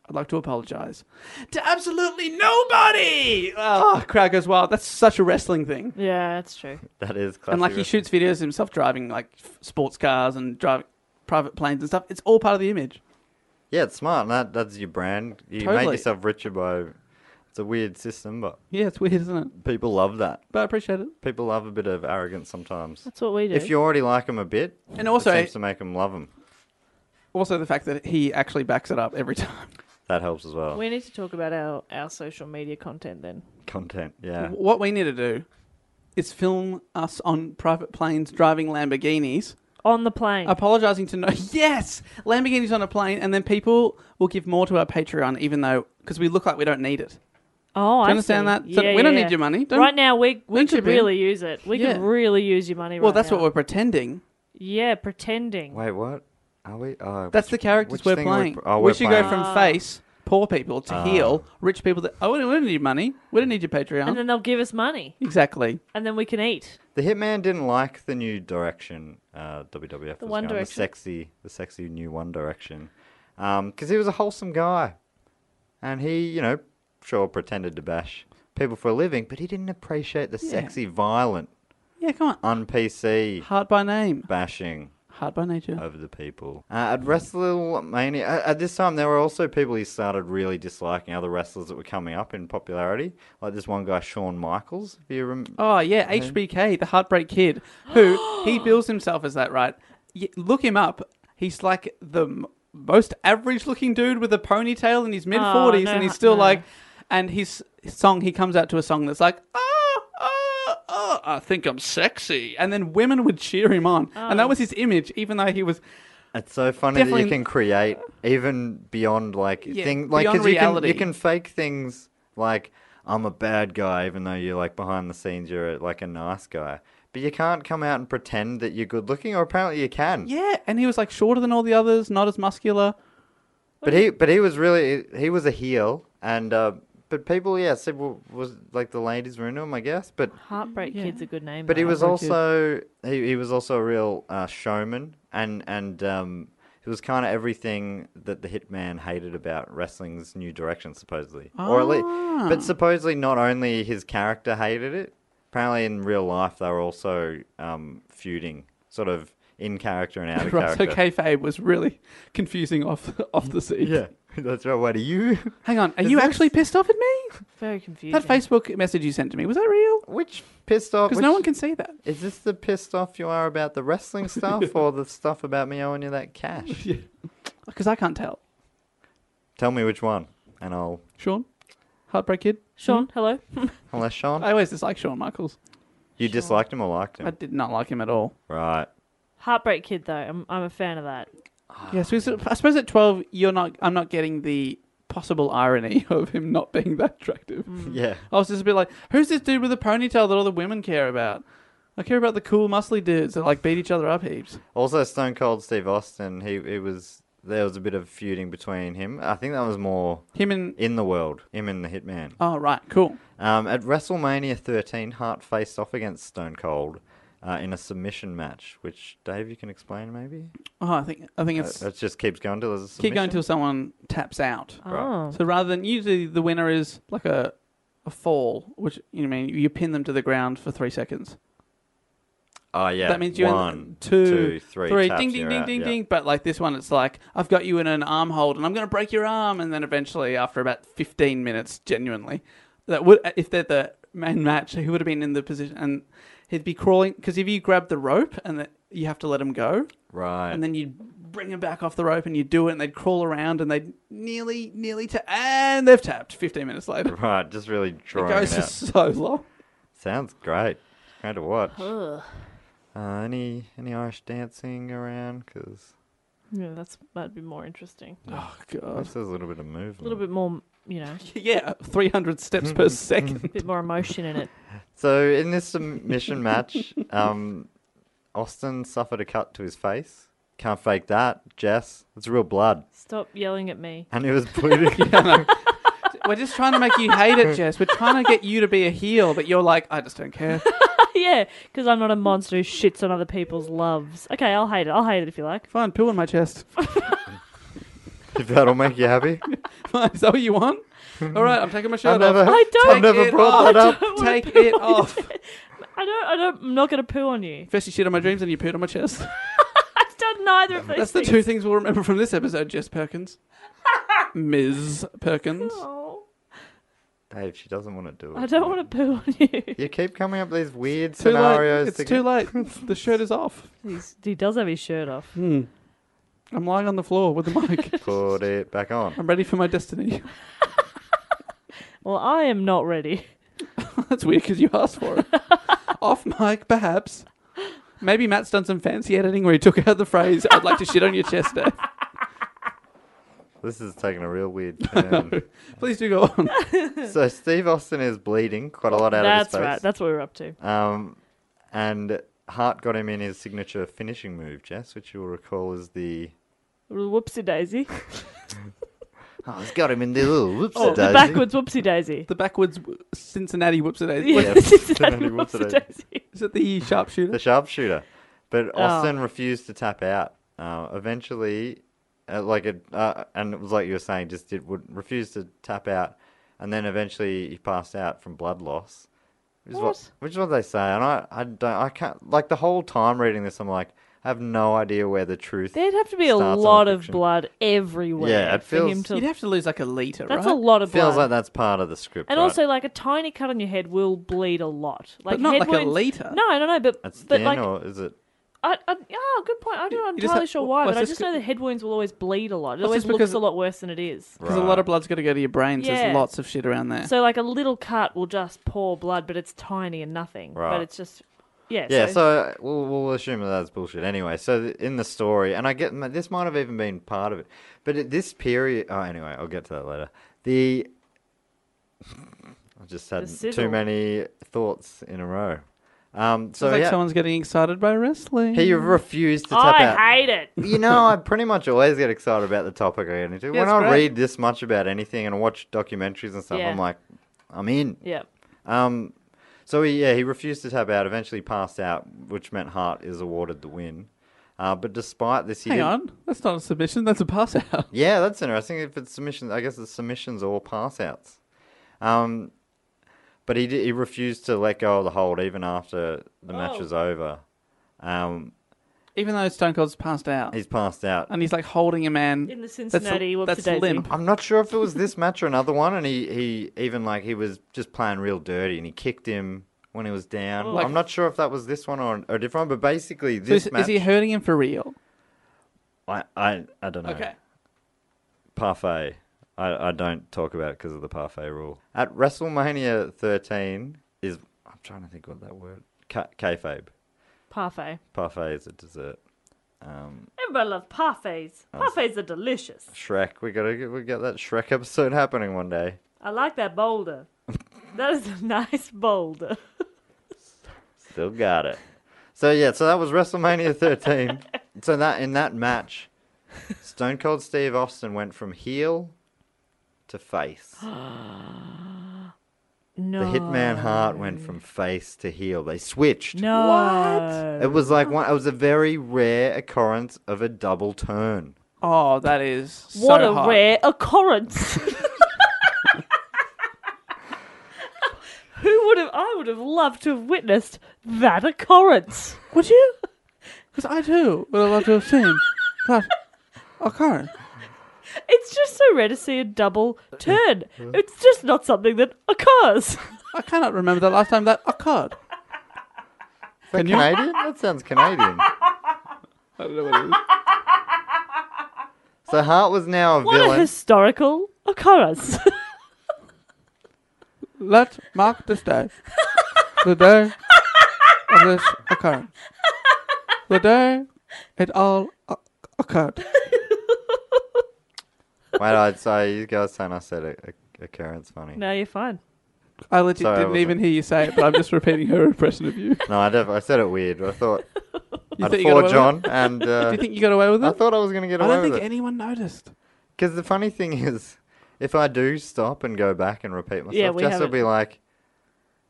I'd like to apologize to absolutely nobody. Oh, crowd goes wild. That's such a wrestling thing.
Yeah, that's true.
that is classy.
and like he
wrestling.
shoots videos of himself driving like f- sports cars and driving private planes and stuff. It's all part of the image.
Yeah, it's smart. And that, that's your brand. You make
Totally.
yourself richer by. It's a weird system, but
Yeah, it's weird, isn't it?
people love that.
But I appreciate it.
People love a bit of arrogance sometimes.
That's what we do.
If you already like them a bit,
And also-
it seems to make them love them.
Also, the fact that he actually backs it up every time.
That helps as well.
we need to talk about our, our social media content then.
Content, yeah.
What we need to do is film us on private planes driving Lamborghinis
On the plane.
apologizing to no yes lamborghinis on a plane and then people will give more to our patreon even though because we look like we don't need it
oh, I
you understand
see.
that? So we don't need your money. Don't-
right now, we we
don't
could
chip in.
really use it. We
Yeah.
could really use your money.
well
right
that's
now.
what we're pretending
Yeah, pretending.
Wait, what? Are we? Oh,
that's the
which-
characters
which
we're
thing are
playing
We, oh,
we
we're
should
playing. Ah.
go from face poor people to heel rich people that oh we don't need your money we don't need your patreon
And then they'll give us money,
exactly
and then we can eat.
The Hitman didn't like the new direction uh, WWF was
One
going,
Direction?
the sexy, the sexy new One Direction, because he was a wholesome guy, and he, you know, sure pretended to bash people for a living, but he didn't appreciate the sexy, violent,
yeah come on
un PC
heart by name
bashing
heart by nature
over the people. Uh, at WrestleMania, uh, at, at this time, there were also people he started really disliking other wrestlers that were coming up in popularity, like this one guy, Shawn Michaels. If you rem-
Oh yeah, HBK, the Heartbreak Kid, who he bills himself as that, right? Y look him up. He's like the m- most average-looking dude with a ponytail in his mid forties,
Oh, no,
and he's still
no.
like, and his song he comes out to a song that's like, oh, oh, oh, I think I'm sexy, and then women would cheer him on, and
Oh.
that was his image, even though he was.
It's so funny that you
Definitely-
can create even beyond like
Yeah,
thing like 'cause
beyond
you can,
reality.
you can fake things like I'm a bad guy even though you're like behind the scenes you're like a nice guy. But you can't come out and pretend that you're good looking or apparently you can.
Yeah, and he was like shorter than all the others, not as muscular.
But he but he was really he was a heel and uh but people yeah said well, was like the ladies were into him I guess but
Heartbreak Kid's a good name.
But he
though.
was
Heartbreak Kid.
also he, he was also a real uh, showman, and and um, it was kind of everything that the Hitman hated about wrestling's new direction, supposedly, or at least,
Ah.
but supposedly not only his character hated it. Apparently, in real life, they were also um, feuding, sort of in character and out of
Right, so
character.
kayfabe was really confusing off off the scene.
Yeah, that's right. What are you?
Hang on, are
Is
you
this-
actually pissed off at me?
very confusing.
That Facebook message you sent to me was that real?
Which pissed off?
Because no
which-
one can see that.
Is this the pissed off you are about the wrestling stuff, or the stuff about me owing you that cash?
Because I can't tell.
Tell me which one, and I'll.
Sean? Heartbreak Kid?
Sean, hello.
Unless Sean.
I always dislike Shawn Michaels.
You disliked him or liked him?
Uh, I did not like him at all.
Right.
Heartbreak Kid though, I'm I'm a fan of that.
Ah.
Yes, yeah, so I suppose at 12, you're not. I'm not getting the possible irony of him not being that attractive.
Yeah.
I was just a bit like, who's this dude with a ponytail that all the women care about? I care about the cool, muscly dudes that like beat each other up heaps.
Also, Stone Cold Steve Austin. He it was there was a bit of feuding between him. I think that was more
Him and.
in the world. Him and the Hitman.
Oh, right, cool.
Um, at WrestleMania 13, Hart faced off against Stone Cold. Uh, in a submission match, which Dave, you can explain maybe.
Oh, I think I think
Uh,
it's.
It just keeps going till there's a submission.
keep going Oh. till someone taps out.
Right.
So rather than usually the winner is like a a fall, which you know, I mean you pin them to the ground for three seconds.
Oh yeah.
that means you're
One,
in two,
two,
three,
three taps,
ding, ding,
you're
ding,
out,
ding,
yeah.
ding. But like this one, it's like I've got you in an arm hold, and I'm going to break your arm, and then eventually, after about 15 minutes, genuinely, that would if they're the main match, he would have been in the position, and he'd be crawling because if you grab the rope and that you have to let him go,
Right.
and then you'd bring them back off the rope and you'd do it and they'd crawl around and they'd nearly, nearly tap. And they've tapped 15 minutes later.
Right. Just really drawing
It goes
it
for
out.
so long.
Sounds great. Great to watch. Uh, any any Irish dancing around? Because
Yeah, that's that'd be more interesting. A
Oh, God.
this is a little bit of movement.
Hmm.
little bit more, you know,
Yeah, 300 steps per second.
a bit more emotion in it.
So in this submission match, um, Austin suffered a cut to his face. Can't fake that, Jess. It's real blood,
Stop yelling at me.
and it was bleeding.
We're just trying to make you hate it, Jess. We're trying to get you to be a heel, but you're like, I just don't care.
yeah, because I'm not a monster who shits on other people's loves. Okay, I'll hate it. I'll hate it if you like.
Fine, poo on my chest.
if that'll make you happy,
Fine, is that what you want? All right, I'm taking my
I've
shirt
never,
off.
I don't
I've never
Take it
brought
off.
that up.
Take it off.
I don't. I don't. I'm not gonna poo on you.
First you shit on my dreams and you pooed on my chest.
I've done neither of those.
That's the
things.
two things we'll remember from this episode, Jess Perkins. Ms. Perkins.
Oh,
Dave, she doesn't want to do it.
I don't want to poo on you.
You keep coming up with these weird
Too late.
scenarios.
It's
to
too
get-
late. The shirt is off.
He's, he does have his shirt off.
Hmm. I'm lying on the floor with the mic.
Put it back on.
I'm ready for my destiny.
Well, I am not ready.
That's weird because you asked for it. Off mic, perhaps. Maybe Matt's done some fancy editing where he took out the phrase, I'd like to shit on your chest, Dave.
This is taking a real weird turn.
Please do go on.
so Steve Austin is bleeding quite a lot out
That's
of his face.
right. That's what we're up to.
Um, and Hart got him in his signature finishing move, Jess, which you'll recall is the.
Whoopsie daisy.
Oh, he's got him in the little whoopsie
Oh, the
daisy.
backwards whoopsie daisy.
The backwards w- Cincinnati whoops it
Yeah,
is.
Yeah,
this is that
Cincinnati
whoopsie
whoopsie
daisy.
Is it the
The
sharpshooter?
sharpshooter. But
Oh.
Austin refused to tap out. Uh, eventually, uh, like it, uh, and it was like you were saying, just did would refuse to tap out, and then eventually he passed out from blood loss. Which is what?
What?
which is what they say, and I, I don't, I can't. Like the whole time reading this, I'm like, I have no idea where the truth.
There'd have to be a
starts on
lot of
fiction.
blood everywhere
Yeah, it
for him
feels-
to.
You'd have to lose like a litre,
that's
right?
a lot of
Feels
blood.
like that's part of the script.
And
right?
also, like a tiny cut on your head will bleed a lot. Like
not
head
like a
wounds...
litre.
No, no, no. But
That's
but
thin,
like
or is it?
I, I, yeah, good point. I'm not
You just
entirely
have-
sure why,
well,
but I
it's
just
just
know
c-
that head wounds will always bleed a lot. It
Well,
always
it's
looks
because-
a lot worse than it is.
Because a lot of blood's got to go to your brain, so
Yeah.
there's lots of shit around there.
So like a little cut will just pour blood, but it's tiny and nothing. But
Right.
it's just yeah.
Yeah,
so,
so uh, we'll, we'll assume that that's bullshit anyway. So th- in the story, and I get this might have even been part of it, but at this period, oh, anyway, I'll get to that later. The I just had
sizzle.
too many thoughts in a row. Um, so
it's like
yeah,
someone's getting excited by wrestling.
he refused to tap
I
out.
hate it.
you know, I pretty much always get excited about the topic I get into. when
it's
I
great.
read this much about anything and watch documentaries and stuff,
Yeah.
I'm like, I'm in.
Yeah.
Um, so he, yeah, he refused to tap out. Eventually, passed out, which meant Hart is awarded the win. Uh, but despite this, he
Hang
didn't-
on, that's not a submission. That's a pass out.
Yeah, that's interesting. If it's submissions, I guess it's submissions or pass outs. Um, but he di he refused to let go of the hold even after the match
Oh.
was over. Um,
Even though Stone Cold's passed out,
he's passed out.
and he's like holding a man
In the
that's-
Cincinnati
That's,
whoopsie-daisy.
limp.
I'm not sure if it was this match or another one, and he, he even like he was just playing real dirty, and he kicked him when he was down.
Like-
I'm not sure if that was this one or, or a different one, but basically
So
this
is,
match.
is he hurting him for real?
I, I, I don't know. Parfait. I, I don't talk about it because of the parfait rule. At WrestleMania 13 is. I'm trying to think what that word. Ka- kayfabe.
Parfait.
Parfait is a dessert. Um,
Everybody loves parfaits. Parfaits are delicious.
Shrek. We gotta get, we get that Shrek episode happening one day.
I like that boulder. that is a nice boulder.
Still got it. So yeah, so that was WrestleMania 13. so that in that match, Stone Cold Steve Austin went from heel to face.
No.
The Hitman Hart went from face to heel. They switched.
No.
It was like one. It was a very rare occurrence of a double turn.
Oh, that is so
What a
hot.
rare occurrence. Who would have? I would have loved to have witnessed that occurrence.
Would you? Because I too would have loved to have seen that occur.
It's just so rare to see a double turn. It's just not something that occurs.
I cannot remember the last time that occurred.
Is that Canadian? that sounds Canadian.
I don't know what it is.
So Hart was now a
What a
villain.
historical occurrence.
Let mark this day. the day of this occurrence. The day it all o- occurred.
Wait, I'd say you guys saying I said a, a, occurrence funny.
No, you're fine.
I legit
Sorry, I
didn't
wasn't-
even hear you say it, but I'm just repeating her impression of you.
No, I, def- I said it weird. I thought
You
I'd
think you got
for
away
John,
with
and
it?
uh,
Do you think you got away with it?
I thought I was going to get
I
away
don't
with
think
it.
anyone noticed.
Because the funny thing is, if I do stop and go back and repeat myself,
we
Jess will
haven't-
be like,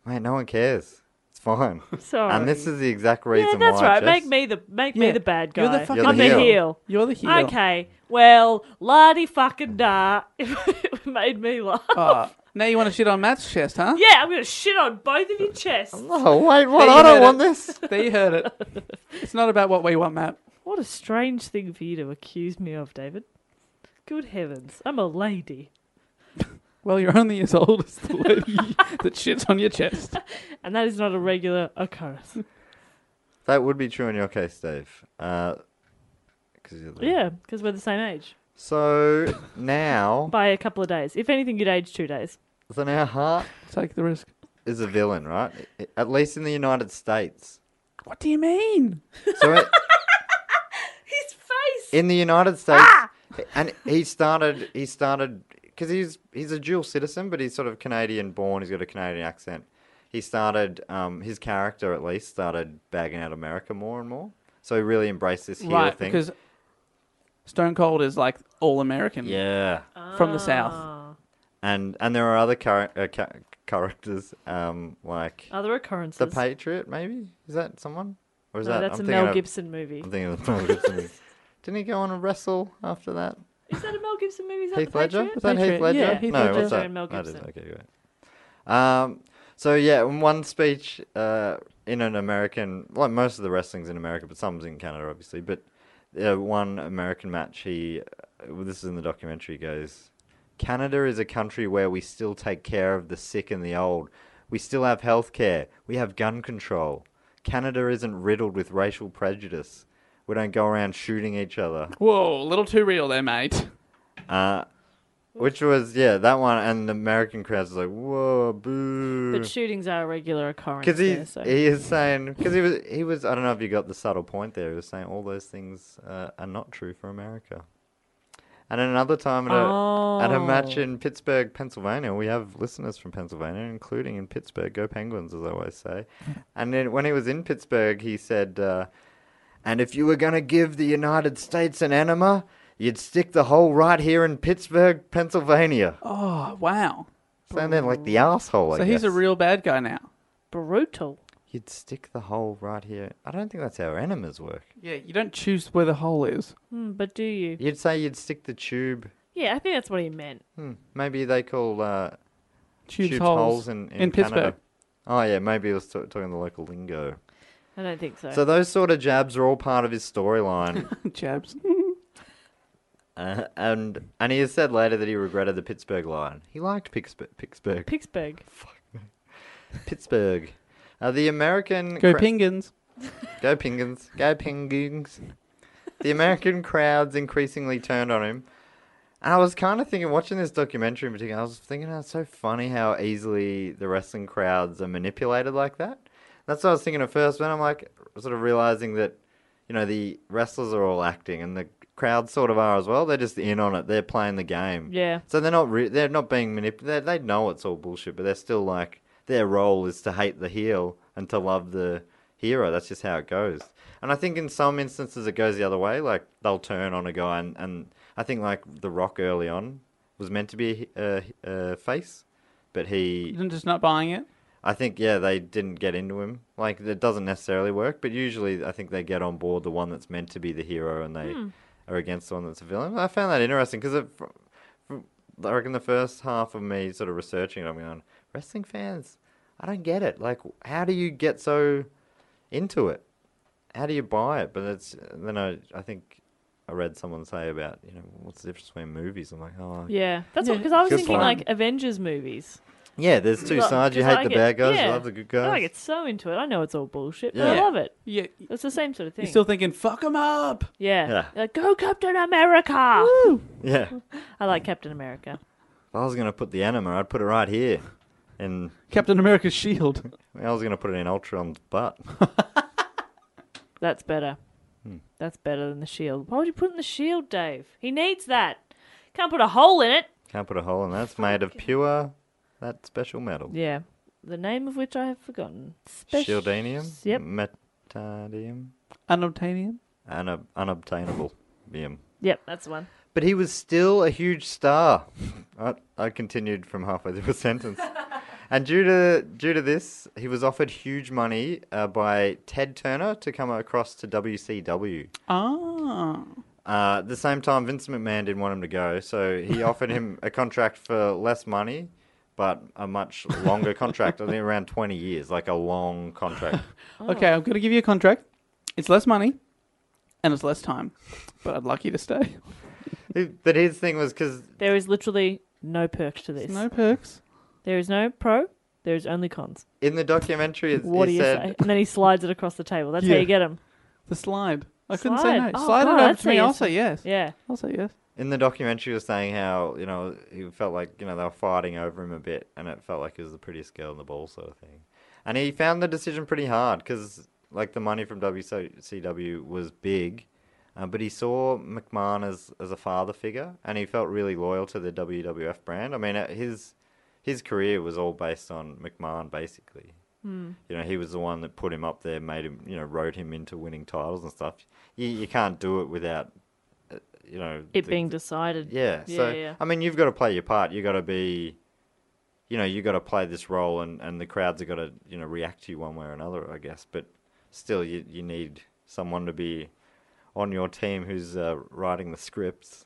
"Mate, no one cares. It's fine."
Sorry.
And this is the exact
yeah,
reason
that's
why.
right.
Jess-
Make me the make me
Yeah.
the bad guy.
You're the fucking
I'm
heel.
the heel.
You're the heel.
Okay. Well, lardy fucking da. it made me laugh.
Oh, now you want to shit on Matt's chest, huh?
Yeah, I'm gonna shit on both of your chests.
Oh wait, what?
you
I
had
don't
it.
want this.
There you heard it. It's not about what we want, Matt.
What a strange thing for you to accuse me of, David. Good heavens, I'm a lady.
Well, you're only as old as the lady that shits on your chest.
And that is not a regular occurrence.
That would be true in your case, Dave. Uh, 'cause you're the-
Yeah, because we're the same age.
So now,
By a couple of days. If anything, you'd age two days.
so now Hart
Take the risk.
is a villain, right? I- I- At least in the United States.
What do you mean?
So it,
His face!
in the United States,
Ah!
and he started. He started because he's he's a dual citizen, but he's sort of Canadian born. He's got a Canadian accent. He started um, his character at least started bagging out America more and more. So he really embraced this heel
right,
thing.
because Stone Cold is like all American
yeah,
from the South.
Ah,
and and there are other char- uh, ca- characters um, like
Other occurrences.
the Patriot. Maybe is that someone or is
no,
that
that's
I'm
a
thinking
Mel
of-
Gibson movie.
I'm thinking of the Mel Gibson. movie. Didn't he go on and wrestle after that?
Is that a Mel Gibson movie? Is that
Heath
the
Ledger?
Patriot?
Was that Heath
Patriot,
Ledger?
yeah, Heath
no,
Ledger.
what's that?
and Mel
That is-
Gibson.
okay, right. Um, so yeah, in one speech uh, in an American, like most of the wrestling's in America, but some's in Canada, obviously. But uh, one American match, he, uh, well, this is in the documentary, he goes, Canada is a country where we still take care of the sick and the old. We still have health care. We have gun control. Canada isn't riddled with racial prejudice. We don't go around shooting each other.
Whoa, a little too real there, mate.
Uh, which was yeah, that one, and the American crowds was like, "Whoa, boo!"
But shootings are a regular occurrence.
Because he
there, so.
he is saying because he was he was I don't know if you got the subtle point there. He was saying all those things uh, are not true for America. And another time at a, at a match
Oh.
in Pittsburgh, Pennsylvania, we have listeners from Pennsylvania, including in Pittsburgh. Go Penguins, as I always say. And then when he was in Pittsburgh, he said, uh, "And if you were going to give the United States an enema, you'd stick the hole right here in Pittsburgh, Pennsylvania."
Oh, wow.
Sounding like the asshole. I
So he's a
guess.
real bad guy now.
Brutal.
You'd stick the hole right here. I don't think that's how enemas work.
Yeah, you don't choose where the hole is.
Hmm, but do you?
You'd say you'd stick the tube.
Yeah, I think that's what he meant.
Hmm, maybe they call uh,
Choose
tubes, holes, in, in, Canada.
Pittsburgh.
Oh yeah, maybe he was t- talking the local lingo.
I don't think so.
So those sort of jabs are all part of his storyline,
Jabs.
uh, and and he has said later that he regretted the Pittsburgh line. He liked Pittsburgh. Pittsburgh.
Pittsburgh.
Pittsburgh. Uh, the American
Go
cra-
Pingans.
Go Penguins. Go Penguins. The American crowds increasingly turned on him. And I was kind of thinking, watching this documentary in particular, I was thinking, oh, it's so funny how easily the wrestling crowds are manipulated like that. That's what I was thinking at first, when I'm like, sort of realizing that, you know, the wrestlers are all acting and the crowds sort of are as well. They're just in on it, they're playing the game.
Yeah.
So they're not re- they're not being manipulated. They know it's all bullshit, but they're still like their role is to hate the heel and to love the hero. That's just how it goes. And I think in some instances it goes the other way. Like they'll turn on a guy, and, and I think like The Rock early on was meant to be a, a, a face, but he,
I'm just not buying it.
I think yeah, they didn't get into him. Like it doesn't necessarily work, but usually I think they get on board the one that's meant to be the hero, and they
Hmm.
are against the one that's a villain. I found that interesting because it. I reckon the first half of me sort of researching it, I'm going, wrestling fans, I don't get it. Like, how do you get so into it? How do you buy it? But it's then I, I think I read someone say about you know what's the difference between movies. I'm like, oh yeah,
Yeah, that's because I was
Good
thinking
point.
like Avengers movies.
there's two
Like,
sides. You
'cause
hate
I
the
get-
bad guys,
yeah.
you love the good
I
guys.
get so into it. I know it's all bullshit, but
Yeah.
I love it.
Yeah,
It's the same sort of thing.
you're still thinking, fuck him up.
yeah.
Yeah.
Like, Go Captain America!
Yeah,
Mm. I like Captain America.
if I was gonna put the anima, I'd put it right here. And
Captain America's shield.
I was going to put it in Ultron's butt.
That's better.
Hmm.
That's better than the shield. Why would you put it in the shield, Dave? He needs that. Can't put a hole in it.
Can't put a hole in that. It's made of pure that special metal.
Yeah. The name of which I have forgotten. Spec-
Shieldanium.
Yep.
Metadium.
Unobtainium.
Unob- unobtainable. Bium.
Yep, that's the one.
But he was still a huge star. I, I continued from halfway through the sentence. And due to due to this, he was offered huge money uh, by Ted Turner to come across to WCW.
Ah.
Uh, at the same time, Vince McMahon didn't want him to go, so he offered him a contract for less money, but a much longer contract. I think around twenty years, like a long contract.
Oh.
Okay, I'm going to give you a contract. It's less money and it's less time, but I'd like you to stay.
but his thing was because
There is literally no perk to this.
No perks.
There is no pro. There is only cons.
in the documentary, it,
What
he
do you
said,
say? And then he slides it across the table. That's
Yeah.
how you get him.
The slide. I couldn't say
Slide.
no.
Oh,
slide
God,
it over
I'd
to
say
me. I'll
yes.
say yes.
Yeah.
I'll say yes.
in the documentary was saying how you know he felt like you know they were fighting over him a bit, and it felt like he was the prettiest girl in the ball sort of thing. And he found the decision pretty hard because like the money from WCW was big, uh, but he saw McMahon as as a father figure, and he felt really loyal to the WWF brand. I mean, uh, his his career was all based on McMahon basically.
Hmm.
You know, he was the one that put him up there, made him, you know, rode him into winning titles and stuff. You, you can't do it without, uh, you know,
It
the-
being decided.
yeah.
Yeah,
so
yeah.
I mean, you've got to play your part. You got to be, you know, you got to play this role, and and the crowds have got to you know react to you one way or another, I guess. But still, you you need someone to be on your team who's uh, writing the scripts.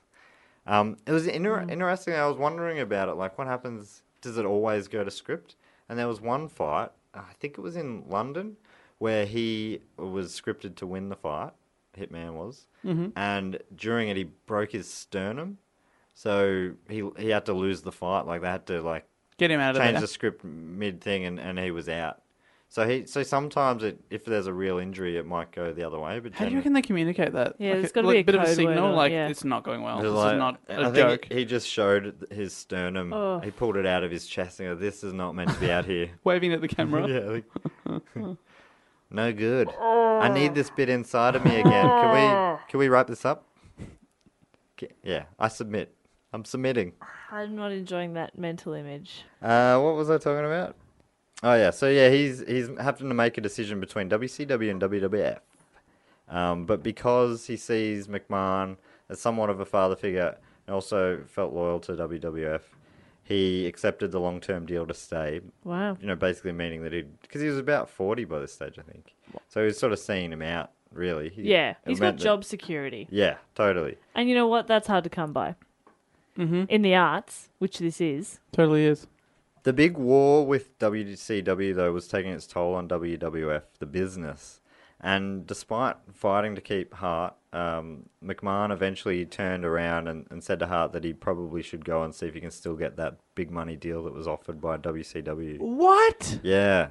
Um, it was inter-
Mm-hmm.
interesting. I was wondering about it. Like, what happens? Does it always go to script? And there was one fight. I think it was in London where he was scripted to win the fight. Hitman was,
Mm-hmm.
and during it, he broke his sternum, so he he had to lose the fight. Like they had to like
Get him out of
change
there.
the script mid thing, and, and he was out. So he so sometimes it, if there's a real injury, it might go the other way. But
How do you
generally-
reckon they communicate that?
Yeah,
Like
there's gotta
like
be a
bit of a
code
signal.
word or-
like
yeah.
it's not going well. Oh, This
Like,
is not
I
a
think
joke. Oh.
He, he just showed his sternum. He pulled it out of his chest and go, "This is not meant to be out here."
Waving at the camera.
yeah. like- no good. I need this bit inside of me again. Can we can we wrap this up? K- Yeah, I submit. I'm submitting.
I'm not enjoying that mental image.
Uh, what was I talking about? Oh yeah, so yeah, he's he's having to make a decision between WCW and WWF. Um, but because he sees McMahon as somewhat of a father figure and also felt loyal to WWF, he accepted the long-term deal to stay.
Wow.
You know, basically meaning that he because he was about forty by this stage, I think. So he was sort of seeing him out, really. He-
Yeah.
it
He's got
meant that-
job security.
Yeah, totally.
And you know what? That's hard to come by. Mm-hmm. In the arts, which this is.
Totally is.
The big war with WCW, though, was taking its toll on WWF, the business. And despite fighting to keep Hart, um, McMahon eventually turned around and, and said to Hart that he probably should go and see if he can still get that big money deal that was offered by WCW.
What?
Yeah.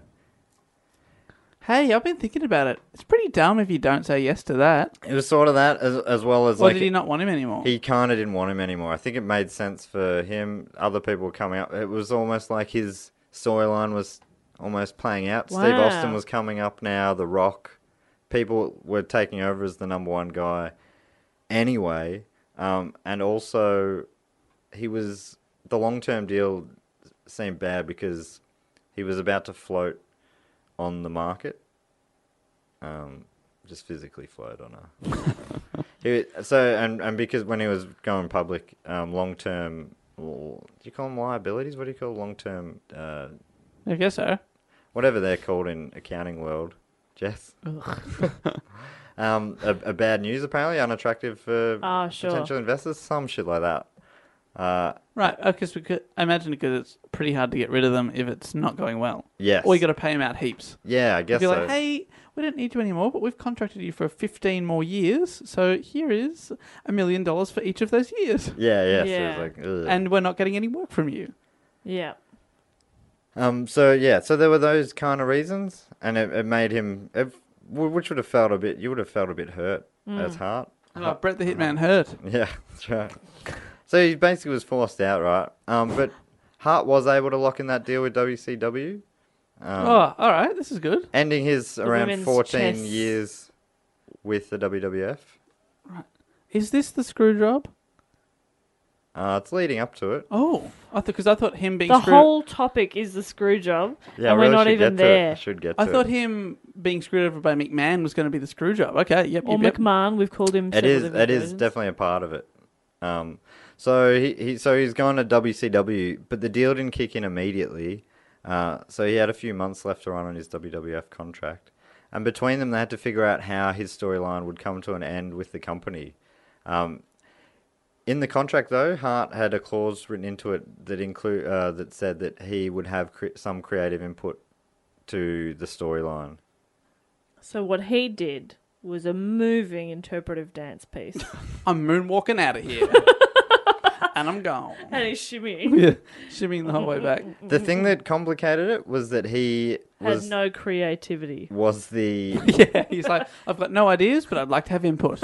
Hey, I've been thinking about it. It's pretty dumb if you don't say yes to that.
It was sort of that, as, as well as
Or
like.
did he not want him anymore?
He kind of didn't want him anymore. I think it made sense for him. Other people were coming up. It was almost like his storyline was almost playing out. Steve
Wow.
Austin was coming up now. The Rock. People were taking over as the number one guy anyway. Um, and also, he was. The long term deal seemed bad because he was about to float on the market. Um, just physically float on a he, so and and because when he was going public, um, long term, do you call them liabilities? What do you call long term? Uh,
I guess so.
whatever they're called in accounting world, Jess. um, a, a bad news apparently, unattractive for
Ah, sure.
potential investors, some shit like that. Uh,
Right, because we could I imagine because it's pretty hard to get rid of them if it's not going well.
Yes.
Or you got to pay them out heaps.
yeah, I guess
You'd be
so.
like, hey, we don't need you anymore, but we've contracted you for 15 more years, so here is a million dollars for each of those years.
Yeah, yeah.
Yeah.
So it's like, ugh.
And we're not getting any work from you.
Yeah.
Um. So yeah. So there were those kind of reasons, and it, it made him, it, which would have felt a bit. You would have felt a bit hurt
Hmm.
as heart.
Oh, Brett
Uh-huh.
the Hitman hurt.
Yeah, that's right. So he basically was forced out, right? Um, but Hart was able to lock in that deal with WCW, Uh-huh.
oh, all right. This is good.
ending his around
women's
14
chess.
years with the WWF.
Is this the screw job?
Uh, it's leading up to it.
Oh, I thought because I thought him being
The
screwed.
whole topic is the screw job,
Yeah, I
and
really
we're not
should
even
get to it. I
there.
Should get.
I
to
thought
it.
him being screwed over by McMahon was going to be the screw job. Okay, yep,
Or
yep, yep.
McMahon, we've called him.
It
several
is.
different
It is
versions.
definitely a part of it. Um, so he, he so he's gone to WCW, but the deal didn't kick in immediately. Uh, so he had a few months left to run on his WWF contract, and between them, they had to figure out how his storyline would come to an end with the company. Um, in the contract, though, Hart had a clause written into it that include uh, that said that he would have cre- some creative input to the storyline.
So what he did was a moving interpretive dance piece,
I'm moonwalking out of here, and I'm gone.
and he's shimmying.
Shimmying the whole way back.
The thing that complicated it was that he
Had
was
no creativity.
was the
Yeah, he's like, I've got no ideas, but I'd like to have input.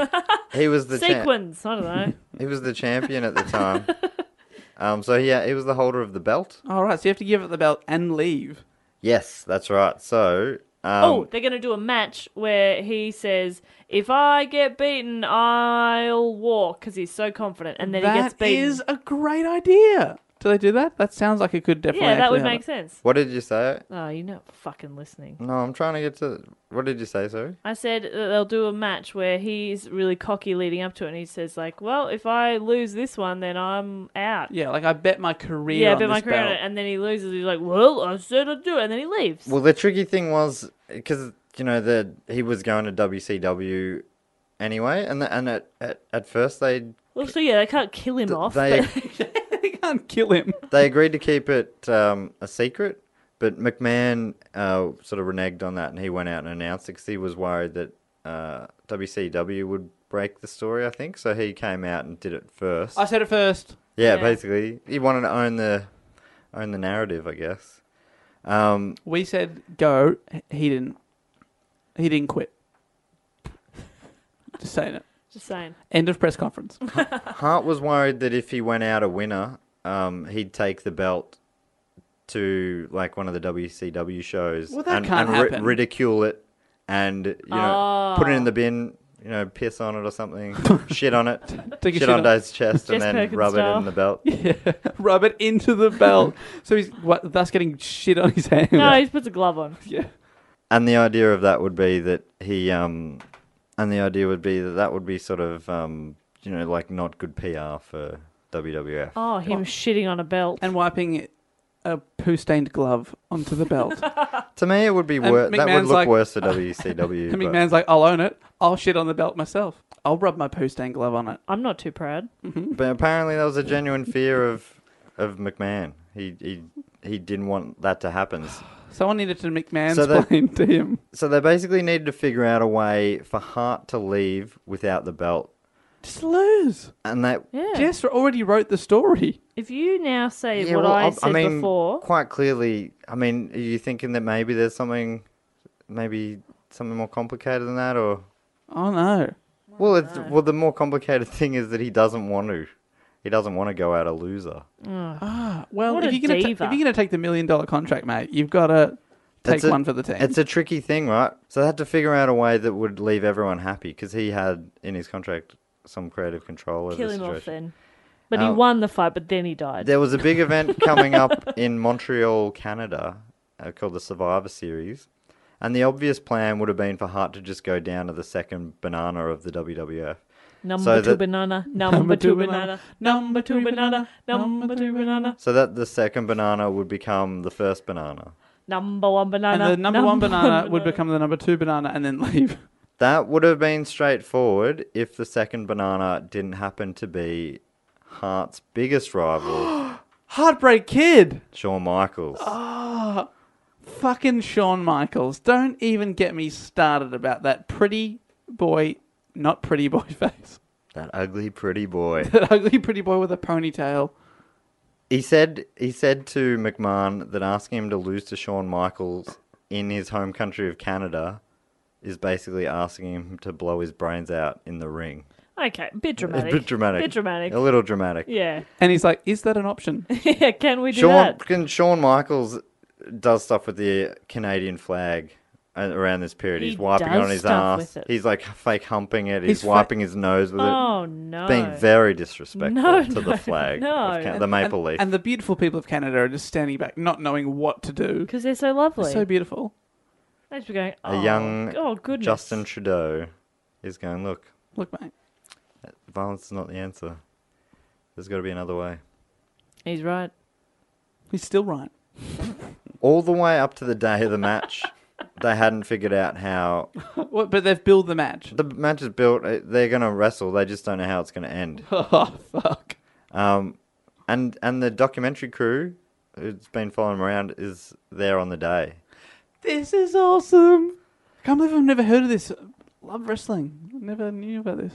he was the cha-
Sequins. I don't know.
Um,
he was the champion at the time. um, so yeah, he was the holder of the belt.
All right, so you have to give it the belt and leave.
Yes, that's right. So um,
oh, they're going to do a match where he says, "If I get beaten, I'll walk," because he's so confident, and then he gets
That
beaten.
is a great idea. Do they do that? That sounds like it could definitely.
yeah, that
actually
would make
happen.
sense.
what did you say?
Oh, you're not fucking listening.
No, I'm trying to get to what did you say? Sorry.
I said that they'll do a match where he's really cocky leading up to it, and he says like, "Well, if I lose this one, then I'm out."
Yeah, like I bet my career.
Yeah,
on
but my
this
career, on it,
belt.
and then he loses. He's like, "Well, I said I'd do," it, and then he leaves.
Well, the tricky thing was because you know that he was going to WCW anyway, and the, and at, at at first they
Well, so yeah, they can't kill him off.
they
but-
they can't kill him.
they agreed to keep it um, a secret, but McMahon uh, sort of reneged on that, and he went out and announced it because he was worried that uh, WCW would break the story. I think so. He came out and did it first.
I said it first.
yeah,
Yeah.
basically, he wanted to own the own the narrative, I guess. Um,
We said go. He didn't. He didn't quit. Just saying it.
just saying.
End of press conference.
Hart was worried that if he went out a winner, um, he'd take the belt to like one of the WCW shows
Well, that
and, and
can't
ri-
happen. Ah.
ridicule it and you know put it in the bin, you know, piss on it or something, shit on it,
Take a
shit,
shit
on
on it.
Dave's chest, and
Jess
then
Perkins
rub it
style.
in the belt.
Rub it into the belt. so he's what, thus getting shit on his hand.
No, he just puts a glove on.
Yeah.
And the idea of that would be that he, um, and the idea would be that that would be sort of, um, you know, like not good PR for WWF.
Oh, him shitting on a belt.
And wiping a poo stained glove onto the belt.
To me, it would be
And
worse. That would
McMahon's
look
like-
worse for WCW.
and
but-
McMahon's like, I'll own it. I'll shit on the belt myself. I'll rub my poo stained glove on it.
I'm not too proud.
But apparently, that was a genuine fear of of McMahon. He he he didn't want that to happen.
Someone needed to McMahon's
So that-
plane to him.
So they basically needed to figure out a way for Hart to leave without the belt,
Just lose.
and that.
Yeah.
Jess already wrote the story.
if you now say
Yeah,
what
well,
I said
mean,
before,
quite clearly. I mean, are you thinking that maybe there's something, maybe something more complicated than that, or?
Oh no.
Well, it's well. The more complicated thing is that he doesn't want to. He doesn't want to go out a loser.
Well,
What
if
a
you're, gonna ta- if
diva.
you're gonna take the million dollar contract, mate, you've got to take
It's a-
one for the team.
It's a tricky thing, right? So they had to figure out a way that would leave everyone happy because he had in his contract some creative control over
kill
the
him off
situation.
then. But he
Now-
won the fight, but then he died.
There was a big event coming up in Montreal, Canada, uh, called the Survivor Series, and the obvious plan would have been for Hart to just go down to the second banana of the WWF.
Number
So
two
that-
banana, number, two, banana,
number
two banana, number two banana,
So that the second banana would become the first banana.
number one
And
banana.
the number one banana would become the number two banana, and then leave.
That would have been straightforward if the second banana didn't happen to be Hart's biggest rival,
Heartbreak Kid,
Shawn Michaels.
fucking Shawn Michaels. Don't even get me started about that pretty boy, not pretty boy face.
That ugly, pretty boy.
That ugly pretty boy with a ponytail.
He said he said to McMahon that asking him to lose to Shawn Michaels in his home country of Canada is basically asking him to blow his brains out in the ring.
Okay, bit
It's
dramatic.
a bit dramatic.
Bit dramatic.
A little dramatic.
Yeah.
And he's like, "Is that an option?"
yeah, can we do
Sean
that?
can, Shawn Michaels does stuff with the Canadian flag a- around this period.
He
he's wiping it
does
on his
stuff
ass.
with it.
He's like fake humping it. He's,
He's fa-
wiping his nose with
Oh
it.
no.
Being very disrespectful
No,
to
no,
the flag,
no.
of Can- the maple
and,
leaf.
And the beautiful people of Canada are just standing back, not knowing what to do.
Because they're so
It's
lovely.
so beautiful.
They just be going,
a
"Oh,
young
oh goodness.
Justin Trudeau is going, look,
Look, mate.
violence is not the answer. There's got to be another way.
He's right.
He's still right.
All the way up to the day of the match, they hadn't figured out how
What, but they've billed the match.
the match is built. uh, They're going to wrestle. They just don't know how it's going to end.
Oh, fuck.
Um, and and the documentary crew who's been following him around is there on the day.
This is awesome. I can't believe I've never heard of this. Love wrestling. Never knew about this.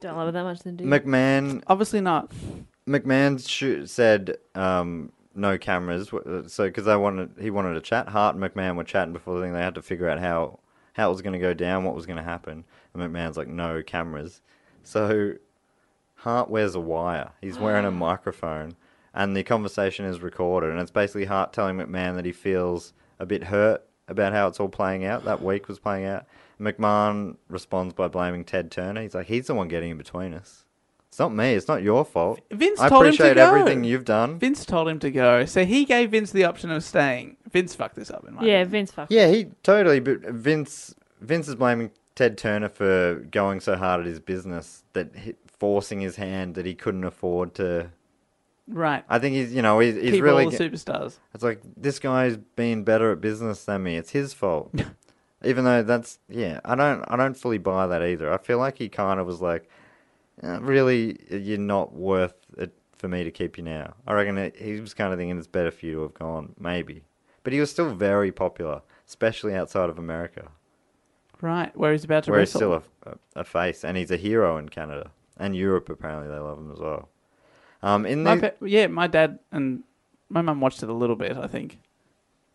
Don't love it that much then do you?
McMahon
Obviously not.
McMahon shoo- said um, no cameras, w- uh, so because they wanted he wanted to chat. Hart and McMahon were chatting before the thing. They had to figure out how how it was going to go down, what was going to happen. And McMahon's like, no cameras. So Hart wears a wire. He's wearing a microphone, and the conversation is recorded. And it's basically Hart telling McMahon that he feels a bit hurt about how it's all playing out. That week was playing out. McMahon responds by blaming Ted Turner. He's like, he's the one getting in between us. It's not me. It's not your fault.
Vince
I
told him to
appreciate
go.
everything you've done.
Vince told him to go, so he gave Vince the option of staying. Vince fucked this up in my
Yeah, Vince fuck.
Yeah, he totally. But Vince, Vince is blaming Ted Turner for going so hard at his business that he, forcing his hand that he couldn't afford to.
Right.
I think he's, you know, he's, he's
Keep
really.
all the superstars.
It's like this guy's been better at business than me. It's his fault. Even though that's yeah, I don't I don't fully buy that either. I feel like he kind of was like, "Uh, really, you're not worth it for me to keep you now. I reckon it, he was kind of thinking it's better for you to have gone, maybe. But he was still very popular, especially outside of America,
Right, where he's about to
where he's
wrestle.
still a, a, a face and he's a hero in Canada and Europe. Apparently, they love him as well. Um, in
My
the,
pa- uh, yeah, my dad and my mum watched it a little bit, I think.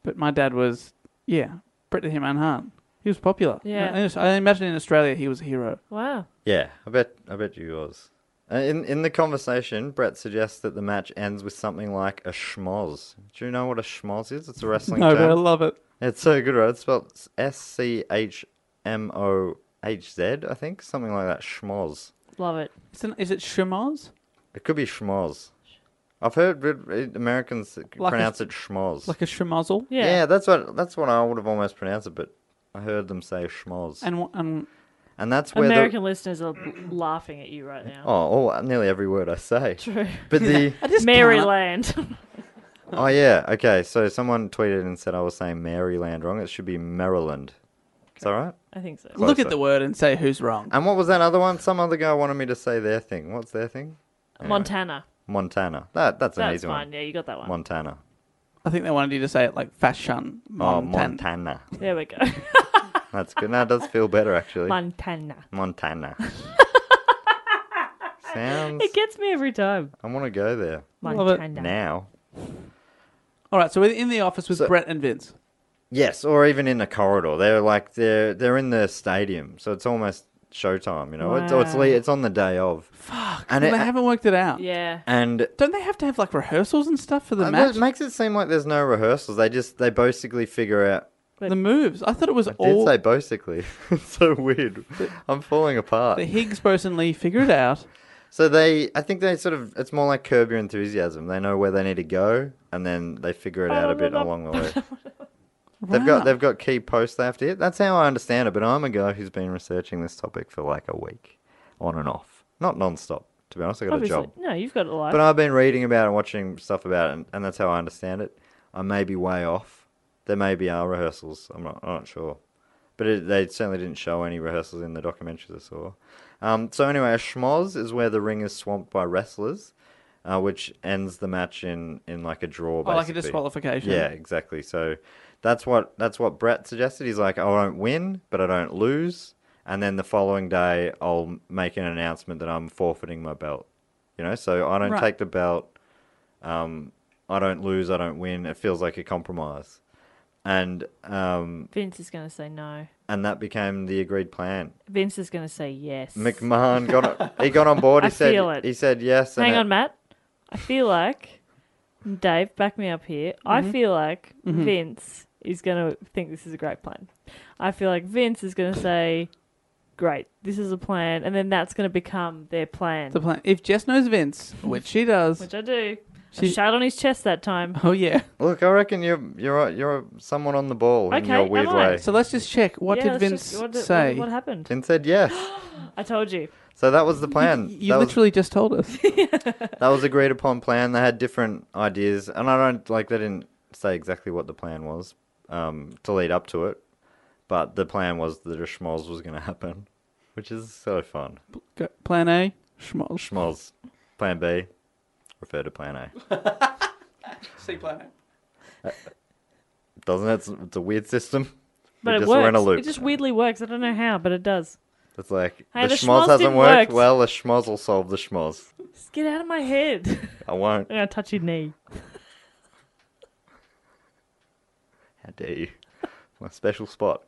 But my dad was, yeah, Bret the Hitman Hart. He was popular.
Yeah.
I, I imagine in Australia he was a hero.
Wow.
Yeah, I bet I bet you was. Uh, In in the conversation, Brett suggests that the match ends with something like a schmoz. Do you know what a schmoz is? It's a wrestling
No, but I
term.
love it.
It's so good, right? It's spelled S C H M O H Z, I think, something like that. Schmoz.
Love it.
It's an, is it Shemaz?
It could be schmoz. I've heard it- it- Americans
Like a-
pronounce it schmoz.
Like a Shemazel?
Yeah.
yeah, that's what that's what I would have almost pronounced it, but I heard them say schmoz, and,
And, wha- and
that's where
American
the
listeners are laughing at you right now.
oh, oh, nearly every word I say. True, but the
I just can't.
Maryland.
Oh yeah. Okay. So someone tweeted and said I was saying Maryland wrong. It should be Maryland. Is that right?
I think so.
Look at
closer.
the word and say who's wrong.
And what was that other one? Some other guy wanted me to say their thing. What's their thing?
Montana.
Montana. That that's an
That's
easy
fine.
one.
Yeah, you got that one.
Montana.
I think they wanted you to say it like fashion.
Oh,
Montan.
Montana.
there we go.
That's good. That does feel better actually.
Montana.
Montana. Sounds.
It gets me every time.
I want to go there
Love it.
Montana.
now.
All right, so we're in the office with
So-
Brett and Vince.
Yes, or even in the corridor. They're like they're they're in the stadium, so it's almost showtime. You know, it's or it's, le- it's on the day of. Fuck. And
Well,
it,
they haven't worked it out.
Yeah.
and
Don't they have to have like rehearsals and stuff for the
Uh, that
match?
makes it seem like there's no rehearsals. They just they basically figure out.
the moves. I thought it was
I did
all
say basically. it's so weird. I'm falling apart.
the Higgs boson Lee figure it out.
So they, I think they sort of. It's more like Curb Your Enthusiasm. They know where they need to go, and then they figure it out a bit along the way. They've got they've got key posts they have to hit. That's how I understand it. But I'm a guy who's been researching this topic for like a week, on and off, not non-stop. To be honest, I got
Obviously.
a job.
No, you've got a life.
But I've been reading about it and watching stuff about it, and, and that's how I understand it. I may be way off. There may be our rehearsals. I'm not, I'm not sure. But it, they certainly didn't show any rehearsals in the documentaries I saw. Um, so, anyway, a schmoz is where the ring is swamped by wrestlers, uh, which ends the match in, in like a draw,
Oh,
basically.
like a disqualification.
Yeah, exactly. So that's what that's what Brett suggested. He's like, I won't win, but I don't lose. And then the following day, I'll make an announcement that I'm forfeiting my belt. You know, so I don't
Right.
take the belt. Um, I don't lose. I don't win. It feels like a compromise. and um,
Vince is going to say no.
and that became the agreed plan.
Vince is going to say yes.
McMahon got on, he got on board. He
I
said
feel it.
he said yes. and
Hang
it-
on, Matt. I feel like Dave, back me up here.
Mm-hmm.
I feel like Vince is going to think this is a great plan. I feel like Vince is going to say, "Great, this is a plan," and then that's going to become their plan,
The plan. If Jess knows Vince, which she does.
which I do. I
She-
shat on his chest that time.
oh yeah.
Look, I reckon you're you're you're someone on the ball in
Okay,
your weird
am I?
way.
So let's just check. What
Yeah,
did
let's
Vince
just- what did- what-
say?
What, happened?
And said yes.
I told you.
So that was the plan.
you
that,
literally just told us.
was, that was agreed upon plan. They had different ideas, and I don't like they didn't say exactly what the plan was um, to lead up to it, but the plan was that a schmoz was going to happen, which is so fun.
Go- plan A, schmoz.
Schmoz, plan B, refer to plan A.
C plan A.
Doesn't it? It's, it's a weird system.
But
we
it
just
works.
were in a loop.
It just weirdly works. I don't know how, but it does.
It's like
Hey,
the
the
schmoz
schmoz
hasn't
didn't
worked.
work.
Well, the schmoz will solve the schmoz.
Just get out of my head. I'm
I won't.
gonna touch your knee.
How dare you? My special spot.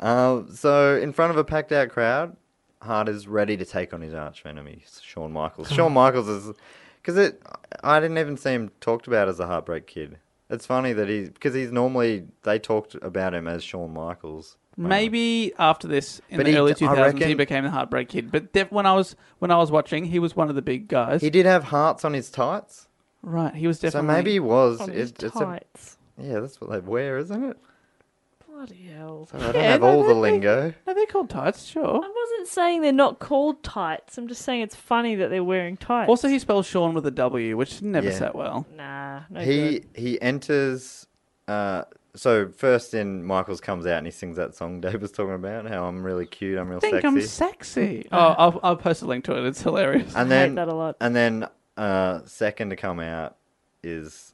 Um, so, in front of a packed out crowd, Hart is ready to take on his arch enemy, Shawn Michaels. Shawn Michaels is. Because it, I didn't even see him talked about as a heartbreak kid. It's funny that he, because he's normally they talked about him as Shawn Michaels.
Maybe after this, in
But
the
he-
early
I
2000s, he
reckon-
became the heartbreak kid. But def- when I was when I was watching, he was one of the big guys.
He did have hearts on his tights,
right, he was
so
definitely.
maybe he was.
On his
It, it's a,
tights.
yeah, that's what they wear, isn't it?
Bloody hell.
So I don't
Yeah,
have
no,
all the
that'd be-
lingo.
No, they're called tights, sure.
I wasn't saying they're not called tights. I'm just saying it's funny that they're wearing tights.
Also, he spells Sean with a W, which never
Yeah.
sat well.
nah, no
he
good.
he enters uh so first in Michaels comes out and he sings that song Dave was talking about, how I'm really cute, I'm real
think
sexy. Uh,
I'm sexy. Oh, I'll, I'll post a link to it. It's hilarious.
and
I hate
then
that a lot.
and then uh second to come out is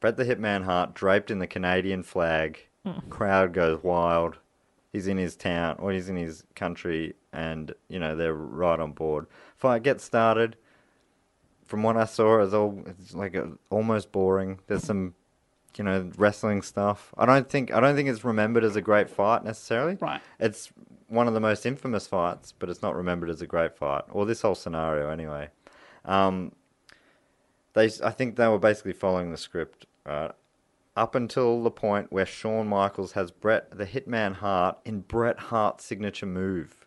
Bret the Hitman Hart draped in the Canadian flag.
Hmm.
Crowd goes wild. He's in his town or he's in his country and you know, they're right on board. Fight gets started. From what I saw, it's all it's like a, almost boring. There's some you know wrestling stuff. I don't think I don't think it's remembered as a great fight necessarily.
Right.
It's one of the most infamous fights, but it's not remembered as a great fight, or this whole scenario anyway. Um, they I think they were basically following the script, right? Up until the point where Shawn Michaels has Bret the Hitman Hart in Bret Hart's signature move,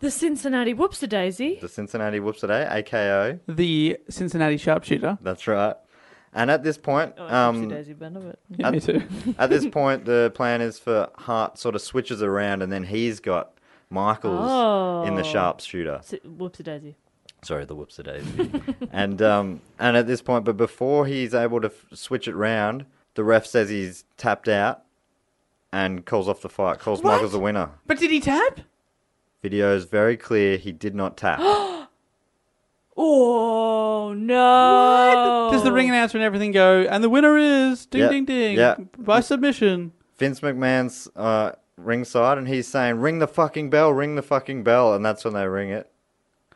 The Cincinnati whoopsie daisy.
the Cincinnati Whoops Today, AKO.
The Cincinnati sharpshooter.
That's right. And at this point,
Oh, whoopsie
um,
daisy bend of it.
Yeah, me too.
At this point, the plan is for Hart sort of switches around, and then he's got Michaels in the
Oh.
sharpshooter.
Si- Whoopsie daisy.
Sorry, the whoops a daisy. and um, and at this point, but before he's able to f- switch it round, the ref says he's tapped out, and calls off the fight. Calls
What?
Michaels the winner.
But did he tap?
Video is very clear. He did not tap.
Oh no!
Uh, Does the ring announcer and everything go? And the winner is ding
Yeah,
ding ding
yeah.
by submission.
Vince McMahon's uh, ringside, and he's saying, "Ring the fucking bell! Ring the fucking bell!" And that's when they ring it.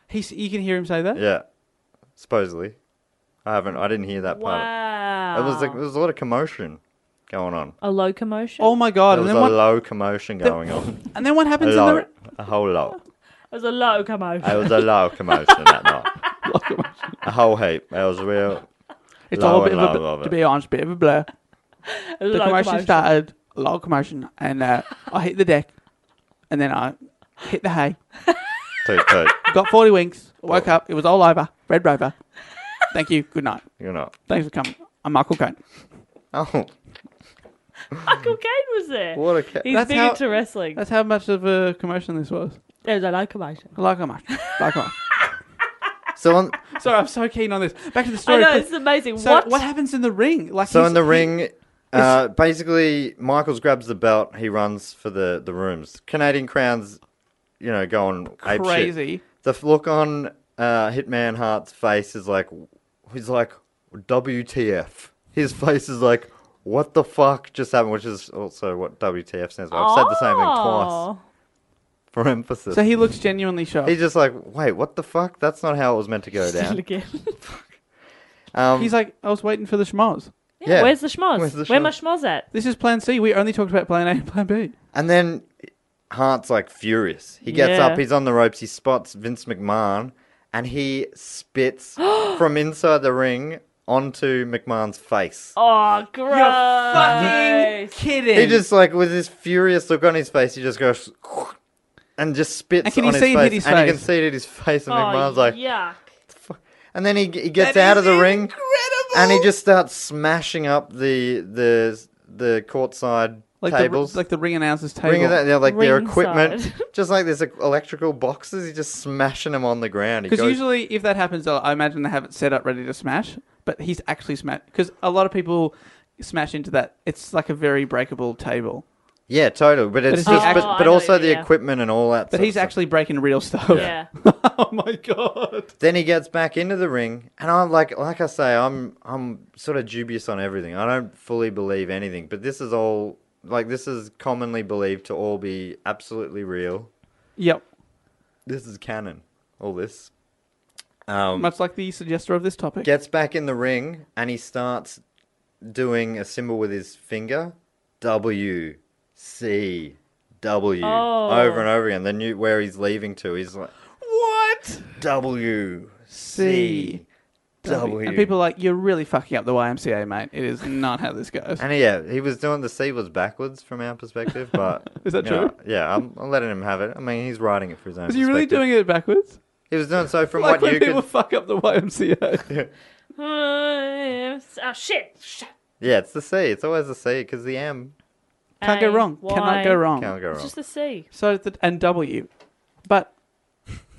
He's, you can hear him say that.
Yeah, supposedly. I haven't. I didn't hear that part.
Wow.
It was
Um,
like, there was a lot of commotion going on.
a locomotion.
Oh my god!
There
And
was
then,
a
what,
low commotion going on.
and then what
A
happens in the
lot, a whole lot.
It was a locomotion.
It was a low commotion that night. A whole heap. It was real.
It's
Low
all a bit
and
of a,
low, love
to
it.
be honest, bit of a blur.
A
The commotion
locomotion.
started, a lot of commotion, and uh, I hit the deck, and then I hit the hay.
Toot toot.
Got 40 winks, woke up, it was all over, Red Rover. Thank you, good night.
You're not.
Thanks for coming. I'm Michael Cohen.
Oh,
Michael Caine was there.
what a cat.
He's
That's
big
how-
into wrestling.
That's how much of a commotion this was.
It was a locomotion.
Like how much. Like how much.
So on.
Sorry, I'm so keen on this. Back to the
I
story.
know
please.
it's amazing.
so
what?
what? happens in the ring? Like
So
he's-
in the
he-
ring, uh, basically, Michaels grabs the belt. He runs for the the rooms. Canadian crowns, you know, going apeshit.
Crazy.
The f- look on uh, Hitman Hart's face is like, he's like, WTF. His face is like, what the fuck just happened, which is also what WTF stands for. I've said the same thing twice
Oh.
for emphasis.
So he looks genuinely shocked.
he's just like, wait, what the fuck? That's not how it was meant to go
Still
down.
again.
Um,
He's like, I was waiting for the schmoz.
Yeah.
Where's the schmoz?
Where's the
Where my
schmoz?
schmoz at?
This is Plan C. We only talked about Plan A and Plan B.
And then Hart's like furious. He gets
Yeah.
up, he's on the ropes, he spots Vince McMahon, and he spits from inside the ring onto McMahon's face.
Oh, gross.
kidding.
He just like with this furious look on his face, he just goes and just spits
And can you
on his,
see it
face,
hit his
and you
face?
can see it at his face, and
Oh,
McMahon's like,
yuck.
and then he, he gets out of the ring, and he just starts smashing up the the the courtside
like
tables.
The, like the ring announcer's table.
Ring of that, they're like their equipment,
Ringside.
just like there's electrical boxes. He's just smashing them on the ground. He
Because
goes,
usually, if that happens, uh, I I imagine they have it set up ready to smash. But he's actually smashed because a lot of people smash into that. It's like a very breakable table.
yeah, totally. But it's
is he
just,
act-
Oh, I
but, but
know,
also
yeah,
the
yeah.
equipment and all that.
But
sort of
he's
stuff.
actually breaking real stuff.
Yeah.
oh my god.
Then he gets back into the ring, and I'm like, like I say, I'm I'm sort of dubious on everything. I don't fully believe anything, but this is all like this is commonly believed to all be absolutely real.
Yep.
This is canon. All this. Um,
Much like the suggester of this topic.
gets back in the ring and he starts doing a symbol with his finger W C W
Oh.
over and over again. Then you where he's leaving to, he's like
What?
W
C
C W.
And people are like, you're really fucking up the YMCA, mate. It is not how this goes.
And yeah, he was doing the C was backwards from our perspective, but
Is that
you know,
true?
yeah, I'm, I'm letting him have it. I mean, he's writing it for his own.
Is he really doing it backwards?
He was doing so from
Like
what
when
you
people
could.
fuck up the YMCA.
oh, shit. Shit.
Yeah, it's the C. It's always the C because the M
Can't go
A,
wrong.
Y.
Cannot go wrong.
can't go
It's
wrong.
just the C.
So the, and W, but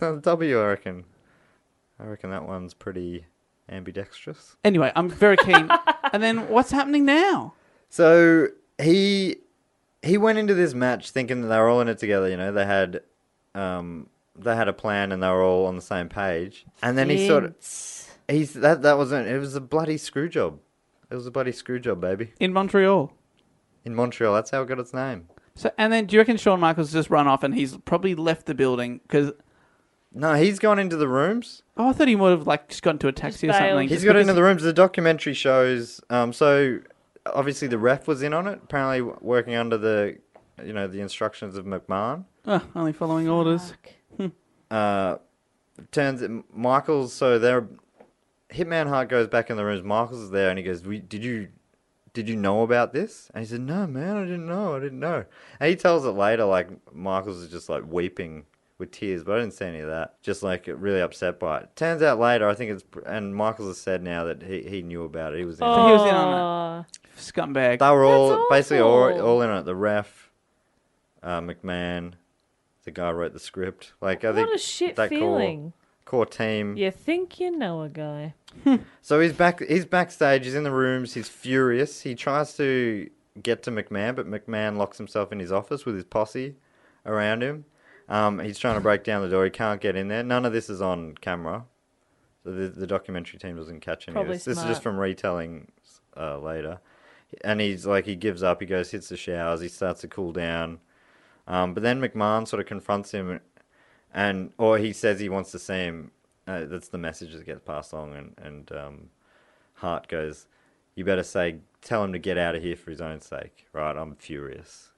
W, I reckon. I reckon that one's pretty ambidextrous.
anyway, I'm very keen. and then what's happening now?
So he he went into this match thinking that they were all in it together. You know, they had um, they had a plan and they were all on the same page. And then he sort of he's that that wasn't it was a bloody screw job. It was a bloody screw job, baby.
In Montreal.
In Montreal, that's how it got its name.
So and then do you reckon Shawn Michaels just run off and he's probably left the building because
No, he's gone into the rooms.
oh I thought he would have like just got into a taxi or
bailed.
something.
He's
just
got
because-
into the rooms. The documentary shows. Um, so obviously the ref was in on it. Apparently working under the, you know, the instructions of McMahon.
Oh, only following orders.
Uh, turns Michael's. So they're Hitman Hart goes back in the rooms. Michael's is there, and he goes, we, "Did you, did you know about this?" And he said, "No, man, I didn't know. I didn't know." And he tells it later. Like Michael's is just like weeping with tears, but I didn't see any of that. Just like really upset by it. Turns out later, I think it's and Michaels has said now that he, he knew about it. He was
Oh,
in.
He
it.
was in on it. Scumbag.
They were all basically all,
awful.
all in on it. The ref, uh, McMahon, the guy who wrote the script. Like I
What
think
a shit
that core-
feeling.
core team.
You think you know a guy.
So he's back. He's backstage. He's in the rooms. He's furious. He tries to get to McMahon, but McMahon locks himself in his office with his posse around him. Um, he's trying to break down the door. He can't get in there. None of this is on camera. So the, the documentary team doesn't catch any
Probably
of this. This is
smart.
just from retelling uh, later. And he's like, he gives up. He goes, hits the showers. He starts to cool down. Um, but then McMahon sort of confronts him, and or he says he wants to see him. Uh, that's the message that gets passed along, and and um, Hart goes, "You better say, tell him to get out of here for his own sake, right? I'm furious.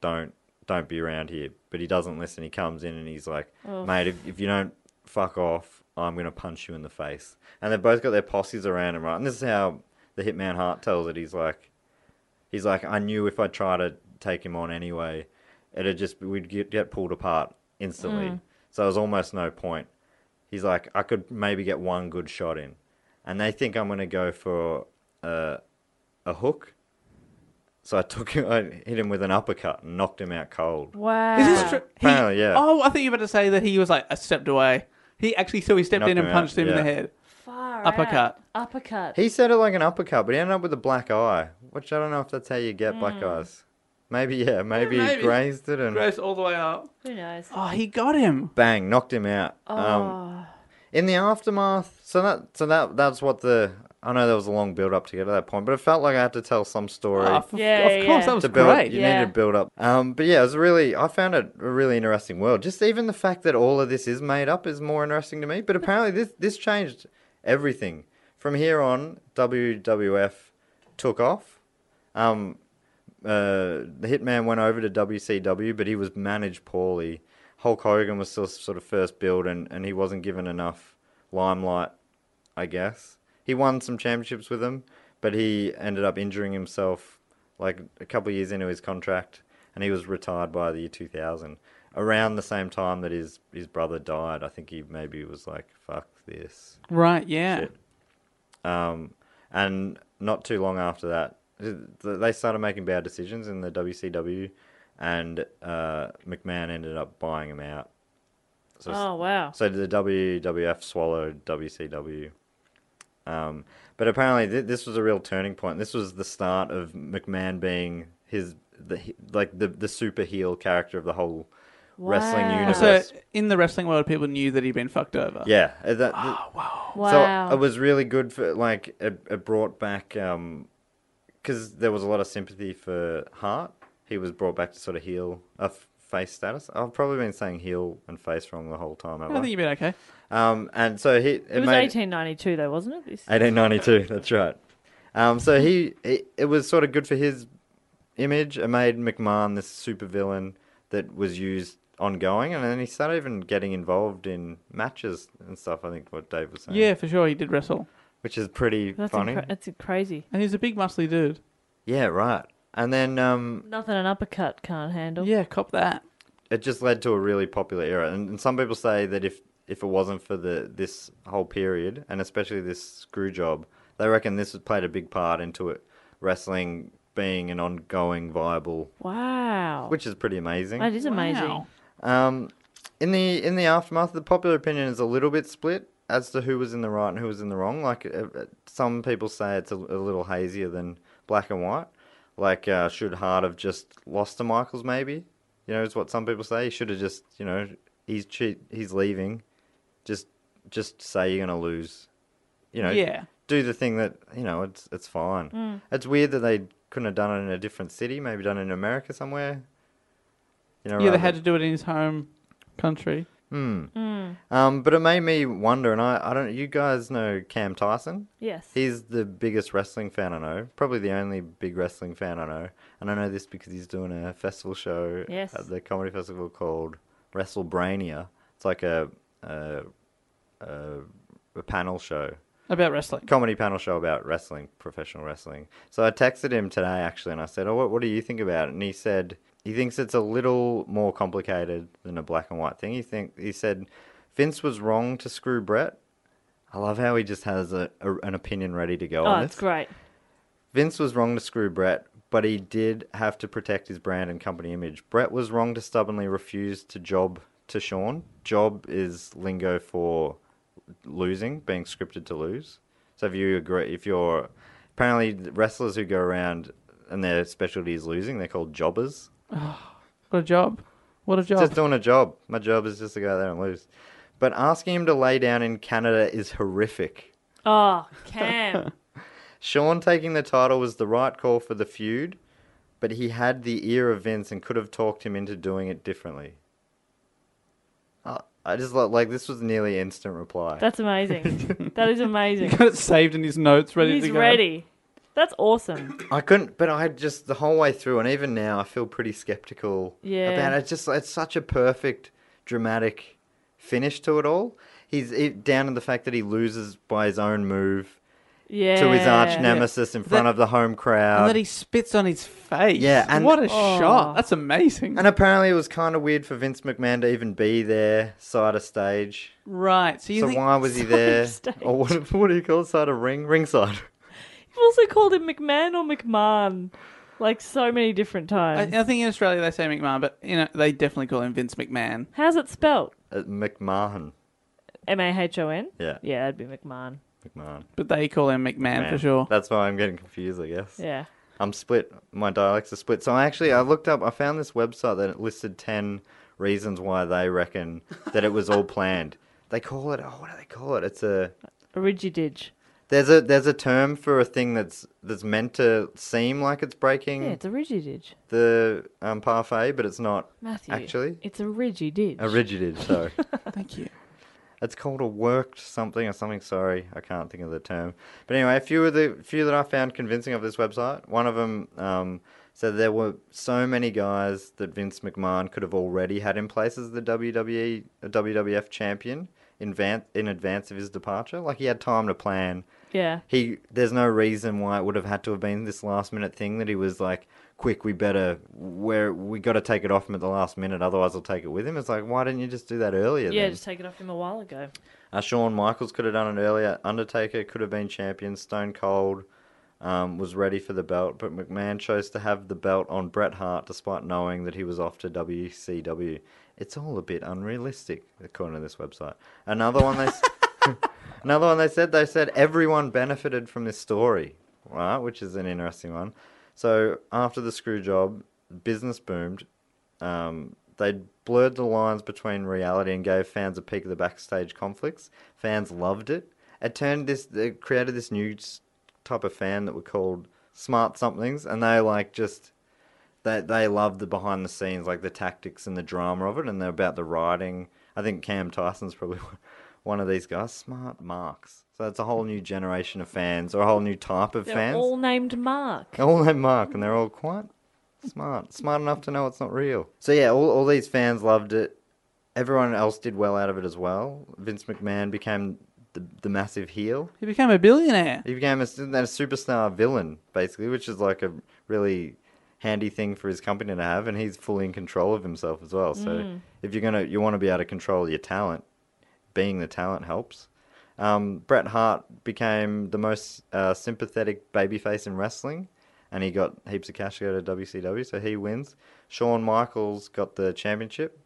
Don't don't be around here." But he doesn't listen. He comes in and he's like, "Mate, if, if you don't fuck off, I'm gonna punch you in the face." And they've both got their posses around him, right? And this is how the Hitman Hart tells it. He's like, He's like, I knew if I tried to take him on anyway, it'd just we'd get, get pulled apart instantly. So there was almost no point. He's like, I could maybe get one good shot in, and they think I'm gonna go for a, a hook. So I took him, I hit him with an uppercut and knocked him out cold.
Wow.
Is this true? He-
Apparently, yeah.
Oh, I thought you were about to say that he was like a stepped away. He actually, so he stepped
Knocked
in and
him out,
punched him in the
yeah.
head.
Far
Uppercut.
out. Uppercut.
He said it like an uppercut, but he ended up with a black eye, which I don't know if that's how you get black eyes. Maybe Mm. yeah, maybe, he
maybe.
grazed it and
Grace all the way up.
Who knows?
Oh, he got him.
bang, knocked him out. Um, in the aftermath, so that so that that's what the I know there was a long build up to get to that point, but it felt like I had to tell some story
Oh, f-
Yeah,
of course,
yeah.
that was
to build.
great.
You
Yeah.
needed to build up. Um, but yeah, it was really I found it a really interesting world. Just even the fact that all of this is made up is more interesting to me. But apparently this this changed everything from here on. WWF took off. Um, uh, the Hitman went over to WCW, but he was managed poorly. Hulk Hogan was still sort of first build, and, and he wasn't given enough limelight, I guess. He won some championships with him, but he ended up injuring himself like a couple of years into his contract, and he was retired by the year 2000. Around the same time that his, his brother died, I think he maybe was like, fuck this.
Right, yeah.
Um, and not too long after that, th- they started making bad decisions in the WCW, and uh, McMahon ended up buying them out. So,
Oh wow.
so the WWF swallowed WCW. Um, but apparently, th- this was a real turning point. This was the start of McMahon being his the he- like the the super heel character of the whole wrestling
Wow.
universe.
So in the wrestling world, people knew that he'd been fucked over.
yeah, uh, that,
Wow.
so it was really good for like it, it brought back because there was a lot of sympathy for Hart. He was brought back to sort of heel a f- face status. I've probably been saying heel and face wrong the whole time.
I
Haven't
think you've been okay.
I? Um, and so he it,
it Oh, was
made
1892 though, wasn't it? This
1892. That's right. Um, so he it, it was sort of good for his image. It made McMahon this super villain that was used ongoing, and then he started even getting involved in matches and stuff. I think what Dave was saying.
Yeah, for sure, he did wrestle.
which is pretty
that's
funny.
incre- that's crazy.
And he's a big, muscly dude.
Yeah, right. And then um,
Nothing an uppercut can't handle.
Yeah, cop that.
it just led to a really popular era. And, and some people say that if if it wasn't for the this whole period, and especially this screw job, they reckon this has played a big part into it wrestling being an ongoing viable,
Wow.
which is pretty amazing.
that is amazing.
Wow.
Um, in the in the aftermath, the popular opinion is a little bit split as to who was in the right and who was in the wrong. Like uh, uh, some people say it's a, a little hazier than black and white. Like uh, should Hart have just lost to Michaels? Maybe you know is what some people say. He should have just you know he's cheat he's leaving. Just just say you're gonna lose. You know
Yeah. Mm.
do the thing that you know it's it's fine. It's weird that they couldn't have done it in a different city. Maybe done it in America somewhere. You know,
Yeah, they
rather-
had to do it in his home country.
Um, but it made me wonder, and I, I don't. You guys know Cam Tyson?
Yes.
He's the biggest wrestling fan I know. Probably the only big wrestling fan I know, and I know this because he's doing a festival show
Yes.
at the comedy festival called WrestleBrania. It's like a a, a, a panel show
About wrestling.
comedy panel show about wrestling, professional wrestling. So I texted him today actually, and I said, "Oh, what, what do you think about it?" And he said he thinks it's a little more complicated than a black and white thing. He think he said Vince was wrong to screw Brett. I love how he just has a, a, an opinion ready to go
oh,
on
that's
this.
great.
Vince was wrong to screw Brett, but he did have to protect his brand and company image. Brett was wrong to stubbornly refuse to job to Sean. Job is lingo for losing, being scripted to lose. So if you agree, if you're apparently wrestlers who go around and their specialty is losing, they're called jobbers.
What a job. What a job.
Just doing a job. My job is just to go out there and lose. But asking him to lay down in Canada is horrific.
Oh, Cam.
Sean taking the title was the right call for the feud, but he had the ear of Vince and could have talked him into doing it differently. Uh, I just like, like this was nearly instant reply.
that's amazing. that is amazing.
got it saved in his notes, ready
He's
to go.
ready. That's awesome.
I couldn't, but I just the whole way through, and even now, I feel pretty skeptical
Yeah.
about it. It's just it's such a perfect dramatic finish to it all. He's it, down to the fact that he loses by his own move
Yeah.
to his arch nemesis in front
That-
of the home crowd.
And then he spits on his face.
Uh, Yeah, and-
what a
Oh.
shot. That's amazing.
And apparently, it was kind of weird for Vince McMahon to even be there side of stage.
right. So, you
so
think-
why was he
side
there?
of stage.
Or what, what do you call it? Side of ring, ringside.
You've also called him McMahon or McMahon, like so many different
I, uh,
times.
I think in Australia they say McMahon, but you know they definitely call him Vince McMahon.
How's it spelt?
Uh, McMahon.
M A H O N.
Yeah.
Yeah, that'd be McMahon.
McMahon.
But they call him McMahon for
Man,
sure.
That's why I'm getting confused. I guess.
Yeah.
I'm split. My dialects are split. So I actually I looked up. I found this website that listed ten reasons why they reckon that it was all planned. They call it. Oh, what do they call it? It's a
Origididge.
there's a there's a term for a thing that's that's meant to seem like it's breaking
Yeah, it's a rigididge.
the um, parfait, but it's not
Matthew.
actually.
It's a rigididge.
A rigidage, sorry.
Thank you.
It's called a worked something or something. Sorry, I can't think of the term. But anyway, a few of the few that I found convincing of this website. One of them um, said there were so many guys that Vince McMahon could have already had in place as the E, WWE WWF champion in advance, in advance of his departure. Like he had time to plan
Yeah.
he there's no reason why it would have had to have been this last minute thing that he was like quick we better where we got to take it off him at the last minute otherwise i'll take it with him it's like why didn't you just do that earlier
Yeah,
then?
just take it off him a while ago.
uh, Shawn Michaels could have done it earlier. Undertaker could have been champion. Stone Cold um, was ready for the belt, but McMahon chose to have the belt on Bret Hart despite knowing that he was off to WCW. It's all a bit unrealistic, according to this website. Another one they s- another one they said they said everyone benefited from this story, right? Which is an interesting one. So after the screw job, business boomed um, they blurred the lines between reality and gave fans a peek of the backstage conflicts. Fans loved it. It turned this, it created this new s- type of fan that were called smart somethings, and they like just they they loved the behind the scenes, like the tactics and the drama of it, and they're about the writing. I think Cam Tyson's probably one of these guys, smart marks. So it's a whole new generation of fans, or a whole new type of
They're
fans.
all named Mark.
All that mark, and they're all quite smart, smart enough to know it's not real. So yeah, all, all these fans loved it. Everyone else did well out of it as well. Vince McMahon became the, the massive heel.
He became a billionaire.
He became a, s- a superstar villain, basically, which is like a really handy thing for his company to have, and he's fully in control of himself as well. So if you're gonna, you want to be able to control your talent. Being the talent helps. Um, Bret Hart became the most uh, sympathetic babyface in wrestling, and he got heaps of cash to go to WCW, so he wins. Shawn Michaels got the championship.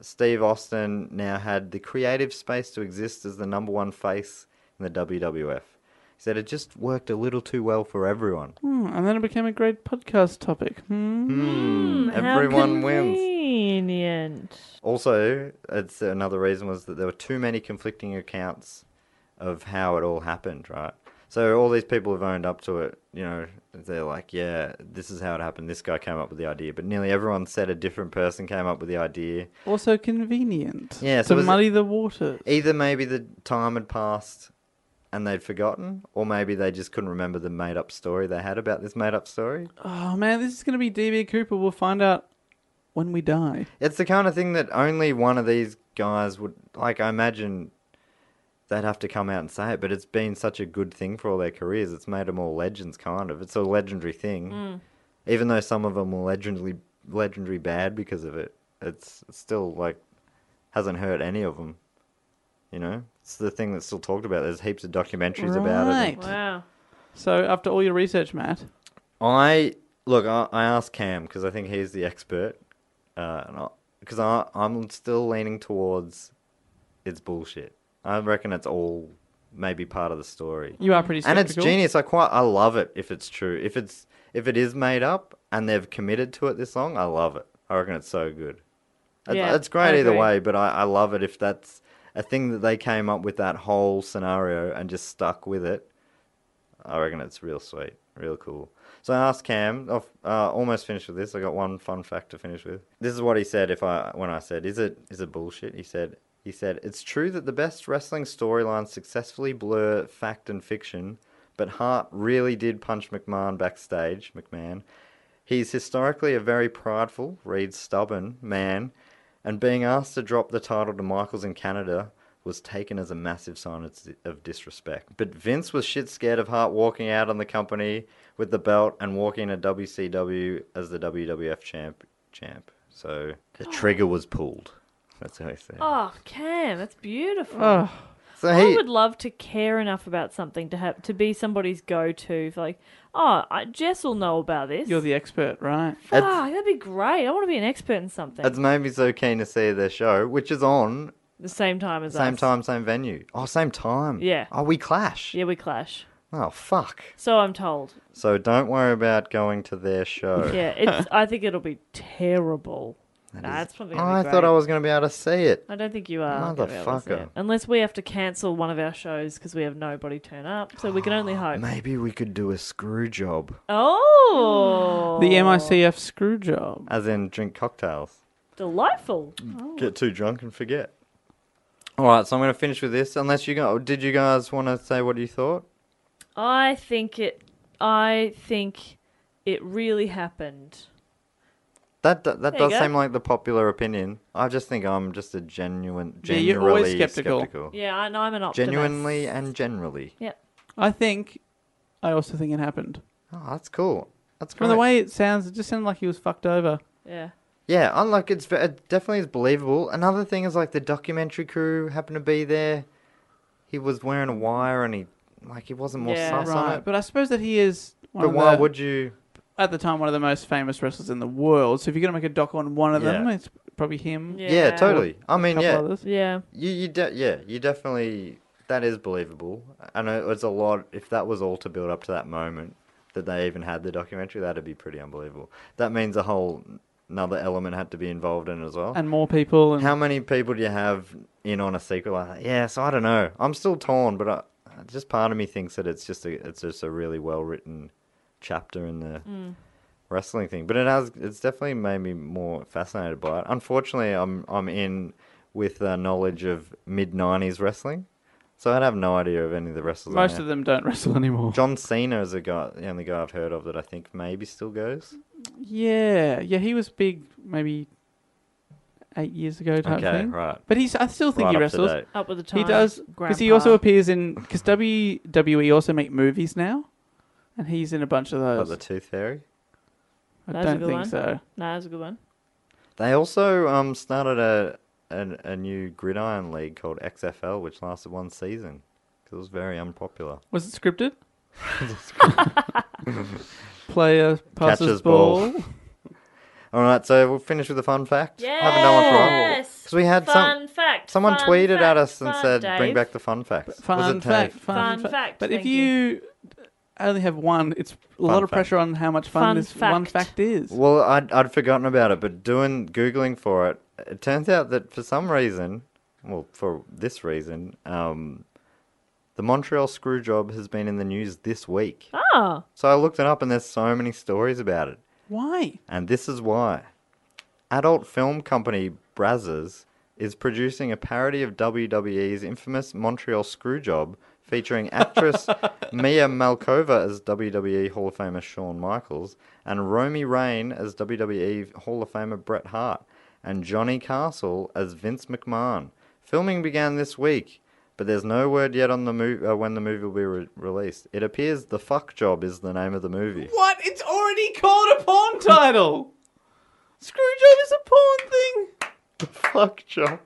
Steve Austin now had the creative space to exist as the number one face in the WWF. He said it just worked a little too well for everyone.
Hmm, and then it became a great podcast topic. Hmm.
everyone
How
wins.
convenient.
Also, it's another reason was that there were too many conflicting accounts of how it all happened, right? So all these people have owned up to it. You know, they're like, yeah, this is how it happened. This guy came up with the idea, but nearly everyone said a different person came up with the idea.
Also convenient.
Yeah, so
to
was it-
muddy the waters.
Either maybe the time had passed and they'd forgotten, or maybe they just couldn't remember the made-up story they had about this made-up story.
Oh man, this is going to be DB Cooper. We'll find out when we die.
It's the kind of thing that only one of these guys would like. I imagine they'd have to come out and say it, but it's been such a good thing for all their careers. It's made them all legends, kind of. It's a legendary thing, even though some of them were legendary, legendary bad because of it. It's it's still like hasn't hurt any of them. You know, it's the thing that's still talked about. There's heaps of documentaries about it. and-
Right.
Wow.
So after all your research, Matt,
I look. I, I asked Cam because I think he's the expert, because I I'm still leaning towards it's bullshit. I reckon it's all maybe part of the story,
you are pretty
and it's
skeptical.
genius. I quite I love it if it's true. If it's if it is made up and they've committed to it this long, I love it. I reckon it's so good. It-
Yeah,
it's great
I
either
agree.
way, but I, I love it if that's a thing that they came up with that whole scenario and just stuck with it. I reckon it's real sweet, real cool. So I asked Cam. I've uh, almost finished with this. I got one fun fact to finish with. This is what he said. If I when I said, "Is it is it bullshit?" He said, "He said it's true that the best wrestling storylines successfully blur fact and fiction, but Hart really did punch McMahon backstage. McMahon. He's historically a very prideful, read stubborn man, and being asked to drop the title to Michaels in Canada was taken as a massive sign of, of disrespect. But Vince was shit scared of Hart walking out on the company with the belt and walking to WCW as the WWF champ. champ. So the trigger was pulled. That's how he said.
Oh, Cam, that's beautiful.
Oh.
so
I
he,
would love to care enough about something to have to be somebody's go-to. For like, oh, I, Jess will know about this.
You're the expert, right?
Fuck, that'd be great. I want to be an expert in something.
it's made me so keen to see their show, which is on
the same time as
same
us.
time, same venue. Oh, same time.
Yeah.
Oh, we clash.
Yeah, we clash.
Oh, fuck.
So I'm told.
So don't worry about going to their show.
Yeah, it's. I think it'll be terrible. nah, it's probably. Gonna
I
be
thought
great.
I was going to be able to see it.
I don't think you are. gonna be able to see
Motherfucker.
it. Unless we have to cancel one of our shows because we have nobody turn up, so we can
Oh,
only hope.
Maybe we could do a screw job,
Oh,
The MICF screw job.
as in drink cocktails,
delightful.
get too drunk and forget. All right, so I'm going to finish with this. Unless you go, did you guys want to say what you thought?
I think it. I think it really happened.
That that, that
There you
does
go.
seem like the popular opinion. I just think I'm just a genuine,
Yeah,
generally
you're always skeptical.
Yeah, I know I'm an optimist.
Genuinely and generally.
Yep.
I think. I also think it happened.
Oh, that's cool. That's
From
great.
the way it sounds, it just sounded like he was fucked over.
Yeah.
yeah, I like it's ve- it definitely is believable. Another thing is like the documentary crew happened to be there. He was wearing a wire and he like he wasn't more
Yeah.
sus on
Right,
it.
but I suppose that he is. One
But
of
why
the,
would you?
at the time one of the most famous wrestlers in the world? So if you're going to make a doc on one of them,
Yeah.
it's probably him.
Yeah.
Yeah, totally. I mean,
couple
yeah,
others.
Yeah.
you you de- yeah, you definitely that is believable. I know it's a lot. If that was all to build up to that moment that they even had the documentary, that'd be pretty unbelievable. That means a whole another element had to be involved in it as well.
And more people. And
How many people do you have in on a sequel like that? Yeah, so I don't know. I'm still torn, but I, just part of me thinks that it's just a it's just a really well written chapter in the
Mm.
wrestling thing. But it has it's definitely made me more fascinated by it. Unfortunately, I'm I'm in with uh, knowledge of mid '90s wrestling, so I'd have no idea of any of the wrestlers.
most of them don't wrestle anymore.
John Cena is a guy, the only guy I've heard of that I think maybe still goes.
Yeah, yeah, he was big maybe eight years ago type
Okay,
thing.
right.
But he's I still think
Right
he
up to
wrestles.
date.
Up with the time.
He does because he
Grandpa.
also appears in because WWE E also make movies now, and he's in a bunch of
Like
those.
the Tooth Fairy.
I
That's a
don't
good
think
one.
so.
Nah, that's a good one.
They also um, started a, a a new gridiron league called XFL, which lasted one season because it was very unpopular.
Was it scripted? Player passes
Catches
ball.
ball. All right, so we'll finish with a fun fact.
Yes.
I haven't done one for a while because we had
fun
some
fact.
someone
fun
tweeted
fact,
at us and
fun,
said, "Bring
Dave."
back the fun facts."
Fun
was it
fact.
Dave?
Fun,
Fun fact,
But if
thank
you, only have one, it's a lot of
fact.
pressure on how much fun,
Fun
this one
fact.
fact is.
Well, I'd I'd forgotten about it, but doing googling for it, it turns out that for some reason, well, for this reason, um, the Montreal screw job has been in the news this week.
Oh,
So I looked it up, and there's so many stories about it.
Why?
And this is why. Adult film company Brazzers is producing a parody of WWE's infamous Montreal Screwjob featuring actress Mia Malkova as WWE Hall of Famer Shawn Michaels and Romy Rain as WWE Hall of Famer Bret Hart and Johnny Castle as Vince McMahon. Filming began this week, but there's no word yet on the mo- uh, when the movie will be re- released. It appears The Fuck Job is the name of the movie.
What? It's already called a porn title. Screwjob is a porn thing.
Fuck Job.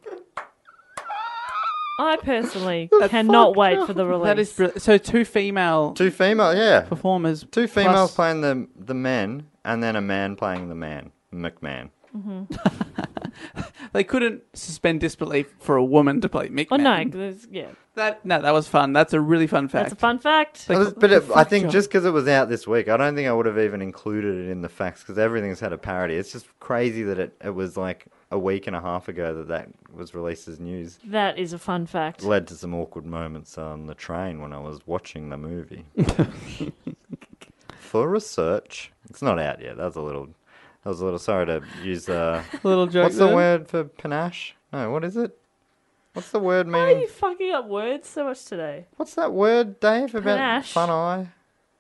I personally cannot wait for the release.
That is brilliant. So two female
Two female, yeah.
performers.
Two
plus-
females playing the the men, and then a man playing the man, McMahon.
They couldn't suspend disbelief for a woman to play Mick.
Oh no,
Madden.
'cause- yeah,
That no, that was fun. That's a really fun fact.
that's a fun fact.
They
I
call-
was- but it, I think
Job.
just because it was out this week, I don't think I would have even included it in the facts because everything's had a parody. It's just crazy that it, it was like a week and a half ago that that was released as news.
That is a fun fact.
Led to some awkward moments on the train when I was watching the movie. For research, it's not out yet. That was a little. That was a little. Sorry to use. Uh,
little joke.
what's the
there.
word for panache? No, what is it? What's the word
Why are
meaning?
you fucking up words so much today?
What's that word, Dave? About
Panache.
fun eye?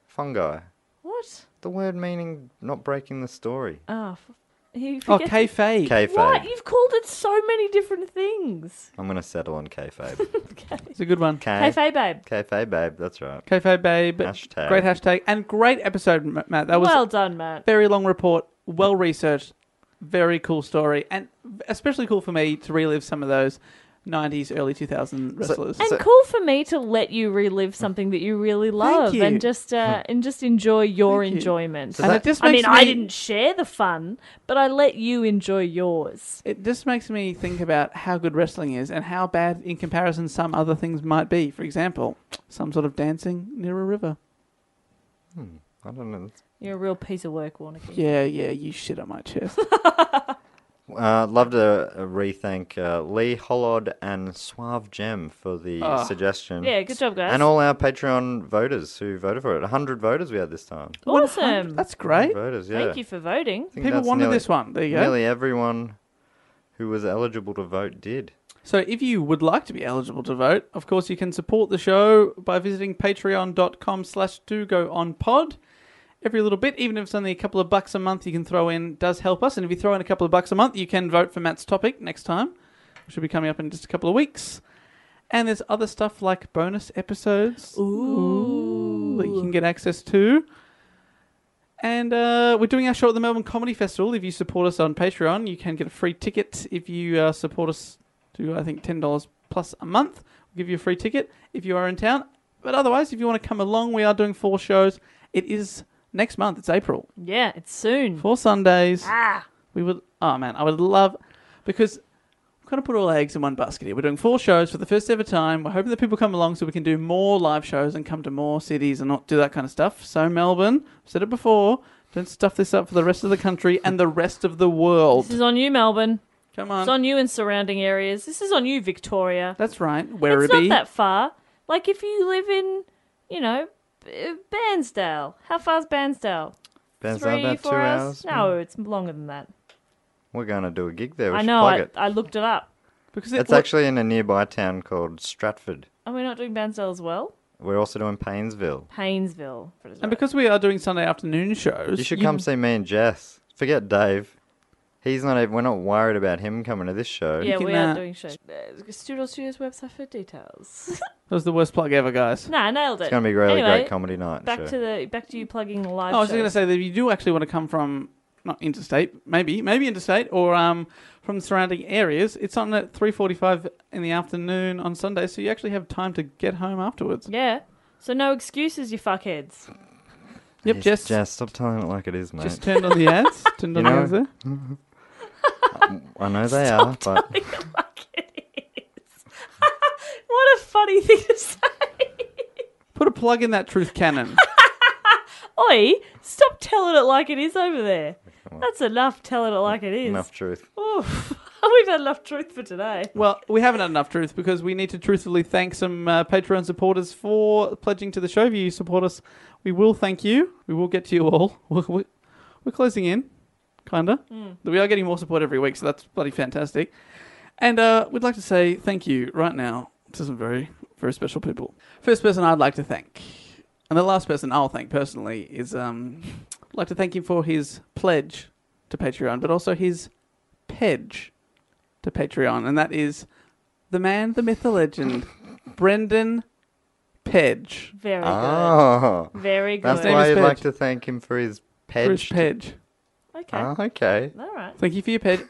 Fungi.
What?
The word meaning not breaking the story.
Oh, f- you
Oh,
forget.
kayfabe.
What?
Kayfabe.
You've called it so many different things.
I'm going to settle on kayfabe.
It's a good one.
K.
Hey, Faye, babe.
Kayfabe, babe. That's right.
Kayfabe babe.
Hashtag.
Great hashtag and great episode, M- Matt. That was
well done, Matt.
very long report, well researched, very cool story, and especially cool for me to relive some of those '90s, early 2000 wrestlers.
And
So-
cool for me to let you relive something that you really love
you.
and just uh, and just enjoy your
Thank you.
enjoyment.
And it just
I mean,
makes
I
me-
didn't share the fun, but I let you enjoy yours.
It just makes me think about how good wrestling is and how bad in comparison some other things might be. For example, some sort of dancing near a river.
I don't know.
You're a real piece of work, Warnicky.
Yeah, yeah, you shit on my chest.
Uh, I'd love to uh, re-thank uh, Lee Hollod and Suave Gem for the
Ah.
suggestion.
Yeah, good job, guys.
And all our Patreon voters who voted for it. 100 voters we had this time.
awesome.
That's great.
Voters, yeah.
Thank you for voting.
I think
People
that's
wanted
nearly-
this one. There you go.
Nearly everyone who was eligible to vote did.
So, if you would like to be eligible to vote, of course, you can support the show by visiting patreon.com slash do go on pod. Every little bit, even if it's only a couple of bucks a month, you can throw in does help us. And if you throw in a couple of bucks a month, you can vote for Matt's topic next time, which will be coming up in just a couple of weeks. And there's other stuff like bonus episodes that you can get access to. And uh, we're doing our show at the Melbourne Comedy Festival. If you support us on Patreon, you can get a free ticket. If you uh, support us to, I think, $10 plus a month, we'll give you a free ticket if you are in town. But otherwise, if you want to come along, we are doing four shows. It is next month, it's April.
Yeah, it's soon.
Four Sundays.
Ah,
We would. Oh man, I would love because we've kind of put all our eggs in one basket here. We're doing four shows for the first ever time. We're hoping that people come along so we can do more live shows and come to more cities and not do that kind of stuff. So Melbourne, I've said it before. Don't stuff this up for the rest of the country and the rest of the
this is
world.
on you, Melbourne.
Come
It's
on.
on you in surrounding areas. This is on you, Victoria.
That's right.
It's not
Werribee.
that far. Like if you live in, you know, B- Bansdale. How far's Bansdale?
Ben's
Three,
about two
four
hours.
hours? No, it's longer than that.
We're going to do a gig there. We
I
should
know.
plug
I,
it.
I looked it up.
Because it,
It's
well,
actually in a nearby town called Stratford.
Are we not doing Bansdale as well?
We're also doing Paynesville.
Paynesville.
and because we are doing Sunday afternoon shows,
You should come see me and Jess. Forget Dave. He's not even. We're not worried about him coming to this show.
yeah,
can,
we are
uh,
doing shows. Uh, Studio Studios website for details.
That was the worst plug ever, guys.
nah, nailed it.
It's going to be a really
anyway,
great comedy night.
Back
sure.
to the back to you plugging the live.
Oh, I was just going to
shows.
say that if you do actually want to come from not interstate, maybe maybe interstate or um, from surrounding areas, it's on at three forty-five in the afternoon on Sunday, so you actually have time to get home afterwards.
Yeah. So no excuses, you fuckheads.
Yep,
Yes,
Jess
Jess, stop telling it like it is, mate.
just turned on the ads. Turned on
You
the
know-
ads there.
I know they are, but
Like it is. what a funny thing to say.
Put a plug in that truth cannon.
Oi, stop telling it like it is over there. That's enough telling it like it is.
enough truth.
Oof. We've had enough truth for today.
well, we haven't had enough truth because we need to truthfully thank some uh, Patreon supporters for pledging to the show. If you support us, we will thank you. We will get to you all. We're, we're- we're closing in, kinda. We are getting more support every week, so that's bloody fantastic. And uh, we'd like to say thank you right now to some very, very special people. First person I'd like to thank, and the last person I'll thank personally, is um, I'd like to thank him for his pledge to Patreon, but also his pedge to Patreon, and that is the man, the myth, the legend, Brendan Pedge.
Very
Oh,
good. Very good.
that's
name
why
is
you'd like
Pedge.
to thank him for his
Bruce
pedge.
Pedge.
okay.
Oh, okay.
All right.
Thank you for your pedge.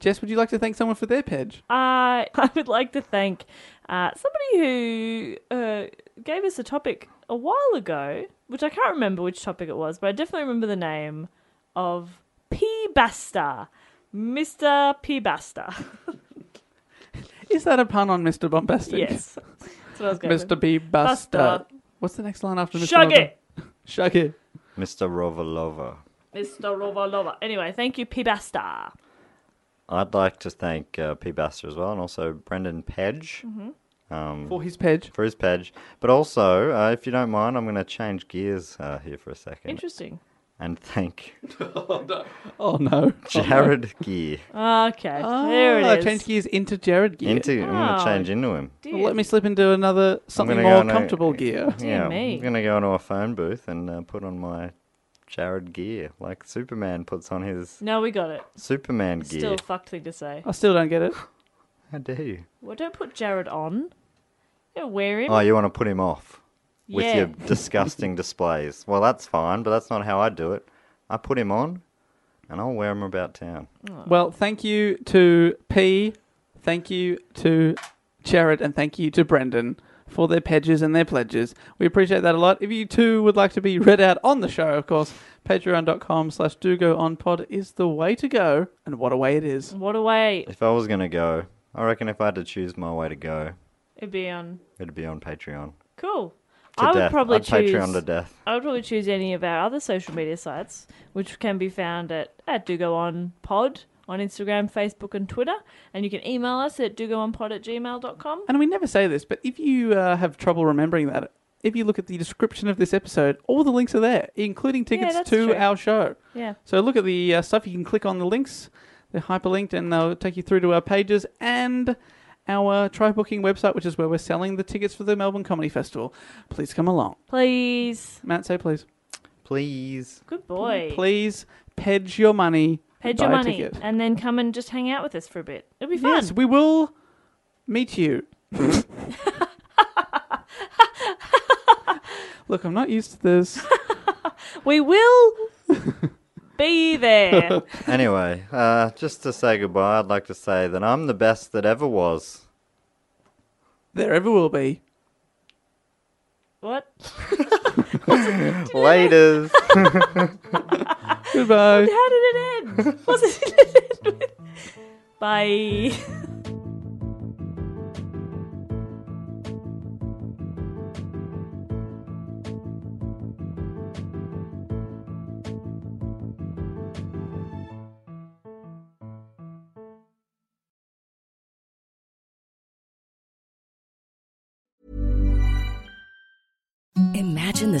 Jess, would you like to thank someone for their pedge?
I Uh, I would like to thank uh, somebody who uh, gave us a topic a while ago, which I can't remember which topic it was, but I definitely remember the name of P Basta, Mister P Basta.
Is that a pun on Mr. Bombastic?
yes, that's what I was going
Mr. B. Buster.
Buster.
What's the next line after Mr.
Shug
Lover?
it,
Shug it.
Mr. Rovalova.
Mister Rovalova. Anyway, thank you, P Basta.
I'd like to thank uh, P. Baster as well, and also Brendan Um, Pedge
Mm-hmm.
For his pedge.
for his pedge. But also, uh, if you don't mind, I'm going to change gears uh, here for a second
Interesting.
and thank
Oh, no.
Jared Gear.
Okay, there
Ah,
it is.
Change gears into Jared gear.
Into, I'm going
Oh.
to change into him.
Dear,
Well, let me slip into another, something
gonna go
more
on a-
comfortable gear.
Yeah,
me.
I'm going to go into a phone booth and uh, put on my Jared Gear, like Superman puts on his
No, we got it.
Superman gear.
Still a fucked thing to say.
I still don't get it.
How dare you?
Well, don't put Jared on. Don't wear him.
Oh, you want to put him off with
yeah.
your disgusting displays. Well, that's fine, but that's not how I do it. I put him on and I'll wear him about town.
Well, thank you to P, thank you to Jared, and thank you to Brendan for their pledges and their pledges. We appreciate that a lot. If you too would like to be read out on the show, of course, patreon.com slash do go on pod is the way to go, and what a way it is.
What a way
If I was going to go, I reckon if I had to choose my way to go,
it'd be on.
it'd be on Patreon.
Cool.
To
I would
death.
probably
I'd
choose.
Patreon to death.
I would probably choose any of our other social media sites, which can be found at at Do Go On Pod on Instagram, Facebook, and Twitter. And you can email us at dogoonpod at gmail.com.
And we never say this, but if you uh, have trouble remembering that, if you look at the description of this episode, all the links are there, including tickets
that's
to
true.
our show.
Yeah.
So look at the uh, stuff. You can click on the links. They're hyperlinked and they'll take you through to our pages and our try booking website, which is where we're selling the tickets for the Melbourne Comedy Festival. Please come along.
Please.
Matt, say please.
Please.
Good boy.
Please pledge your money.
Pledge
buy
your
a
money
ticket.
and then come and just hang out with us for a bit. It'll be fun.
Yes, we will meet you. Look, I'm not used to this.
We will be there.
Anyway, uh, just to say goodbye, I'd like to say that I'm the best that ever was.
There ever will be.
what?
Laters.
Goodbye.
How did it end? What's it end with? Bye.
Imagine the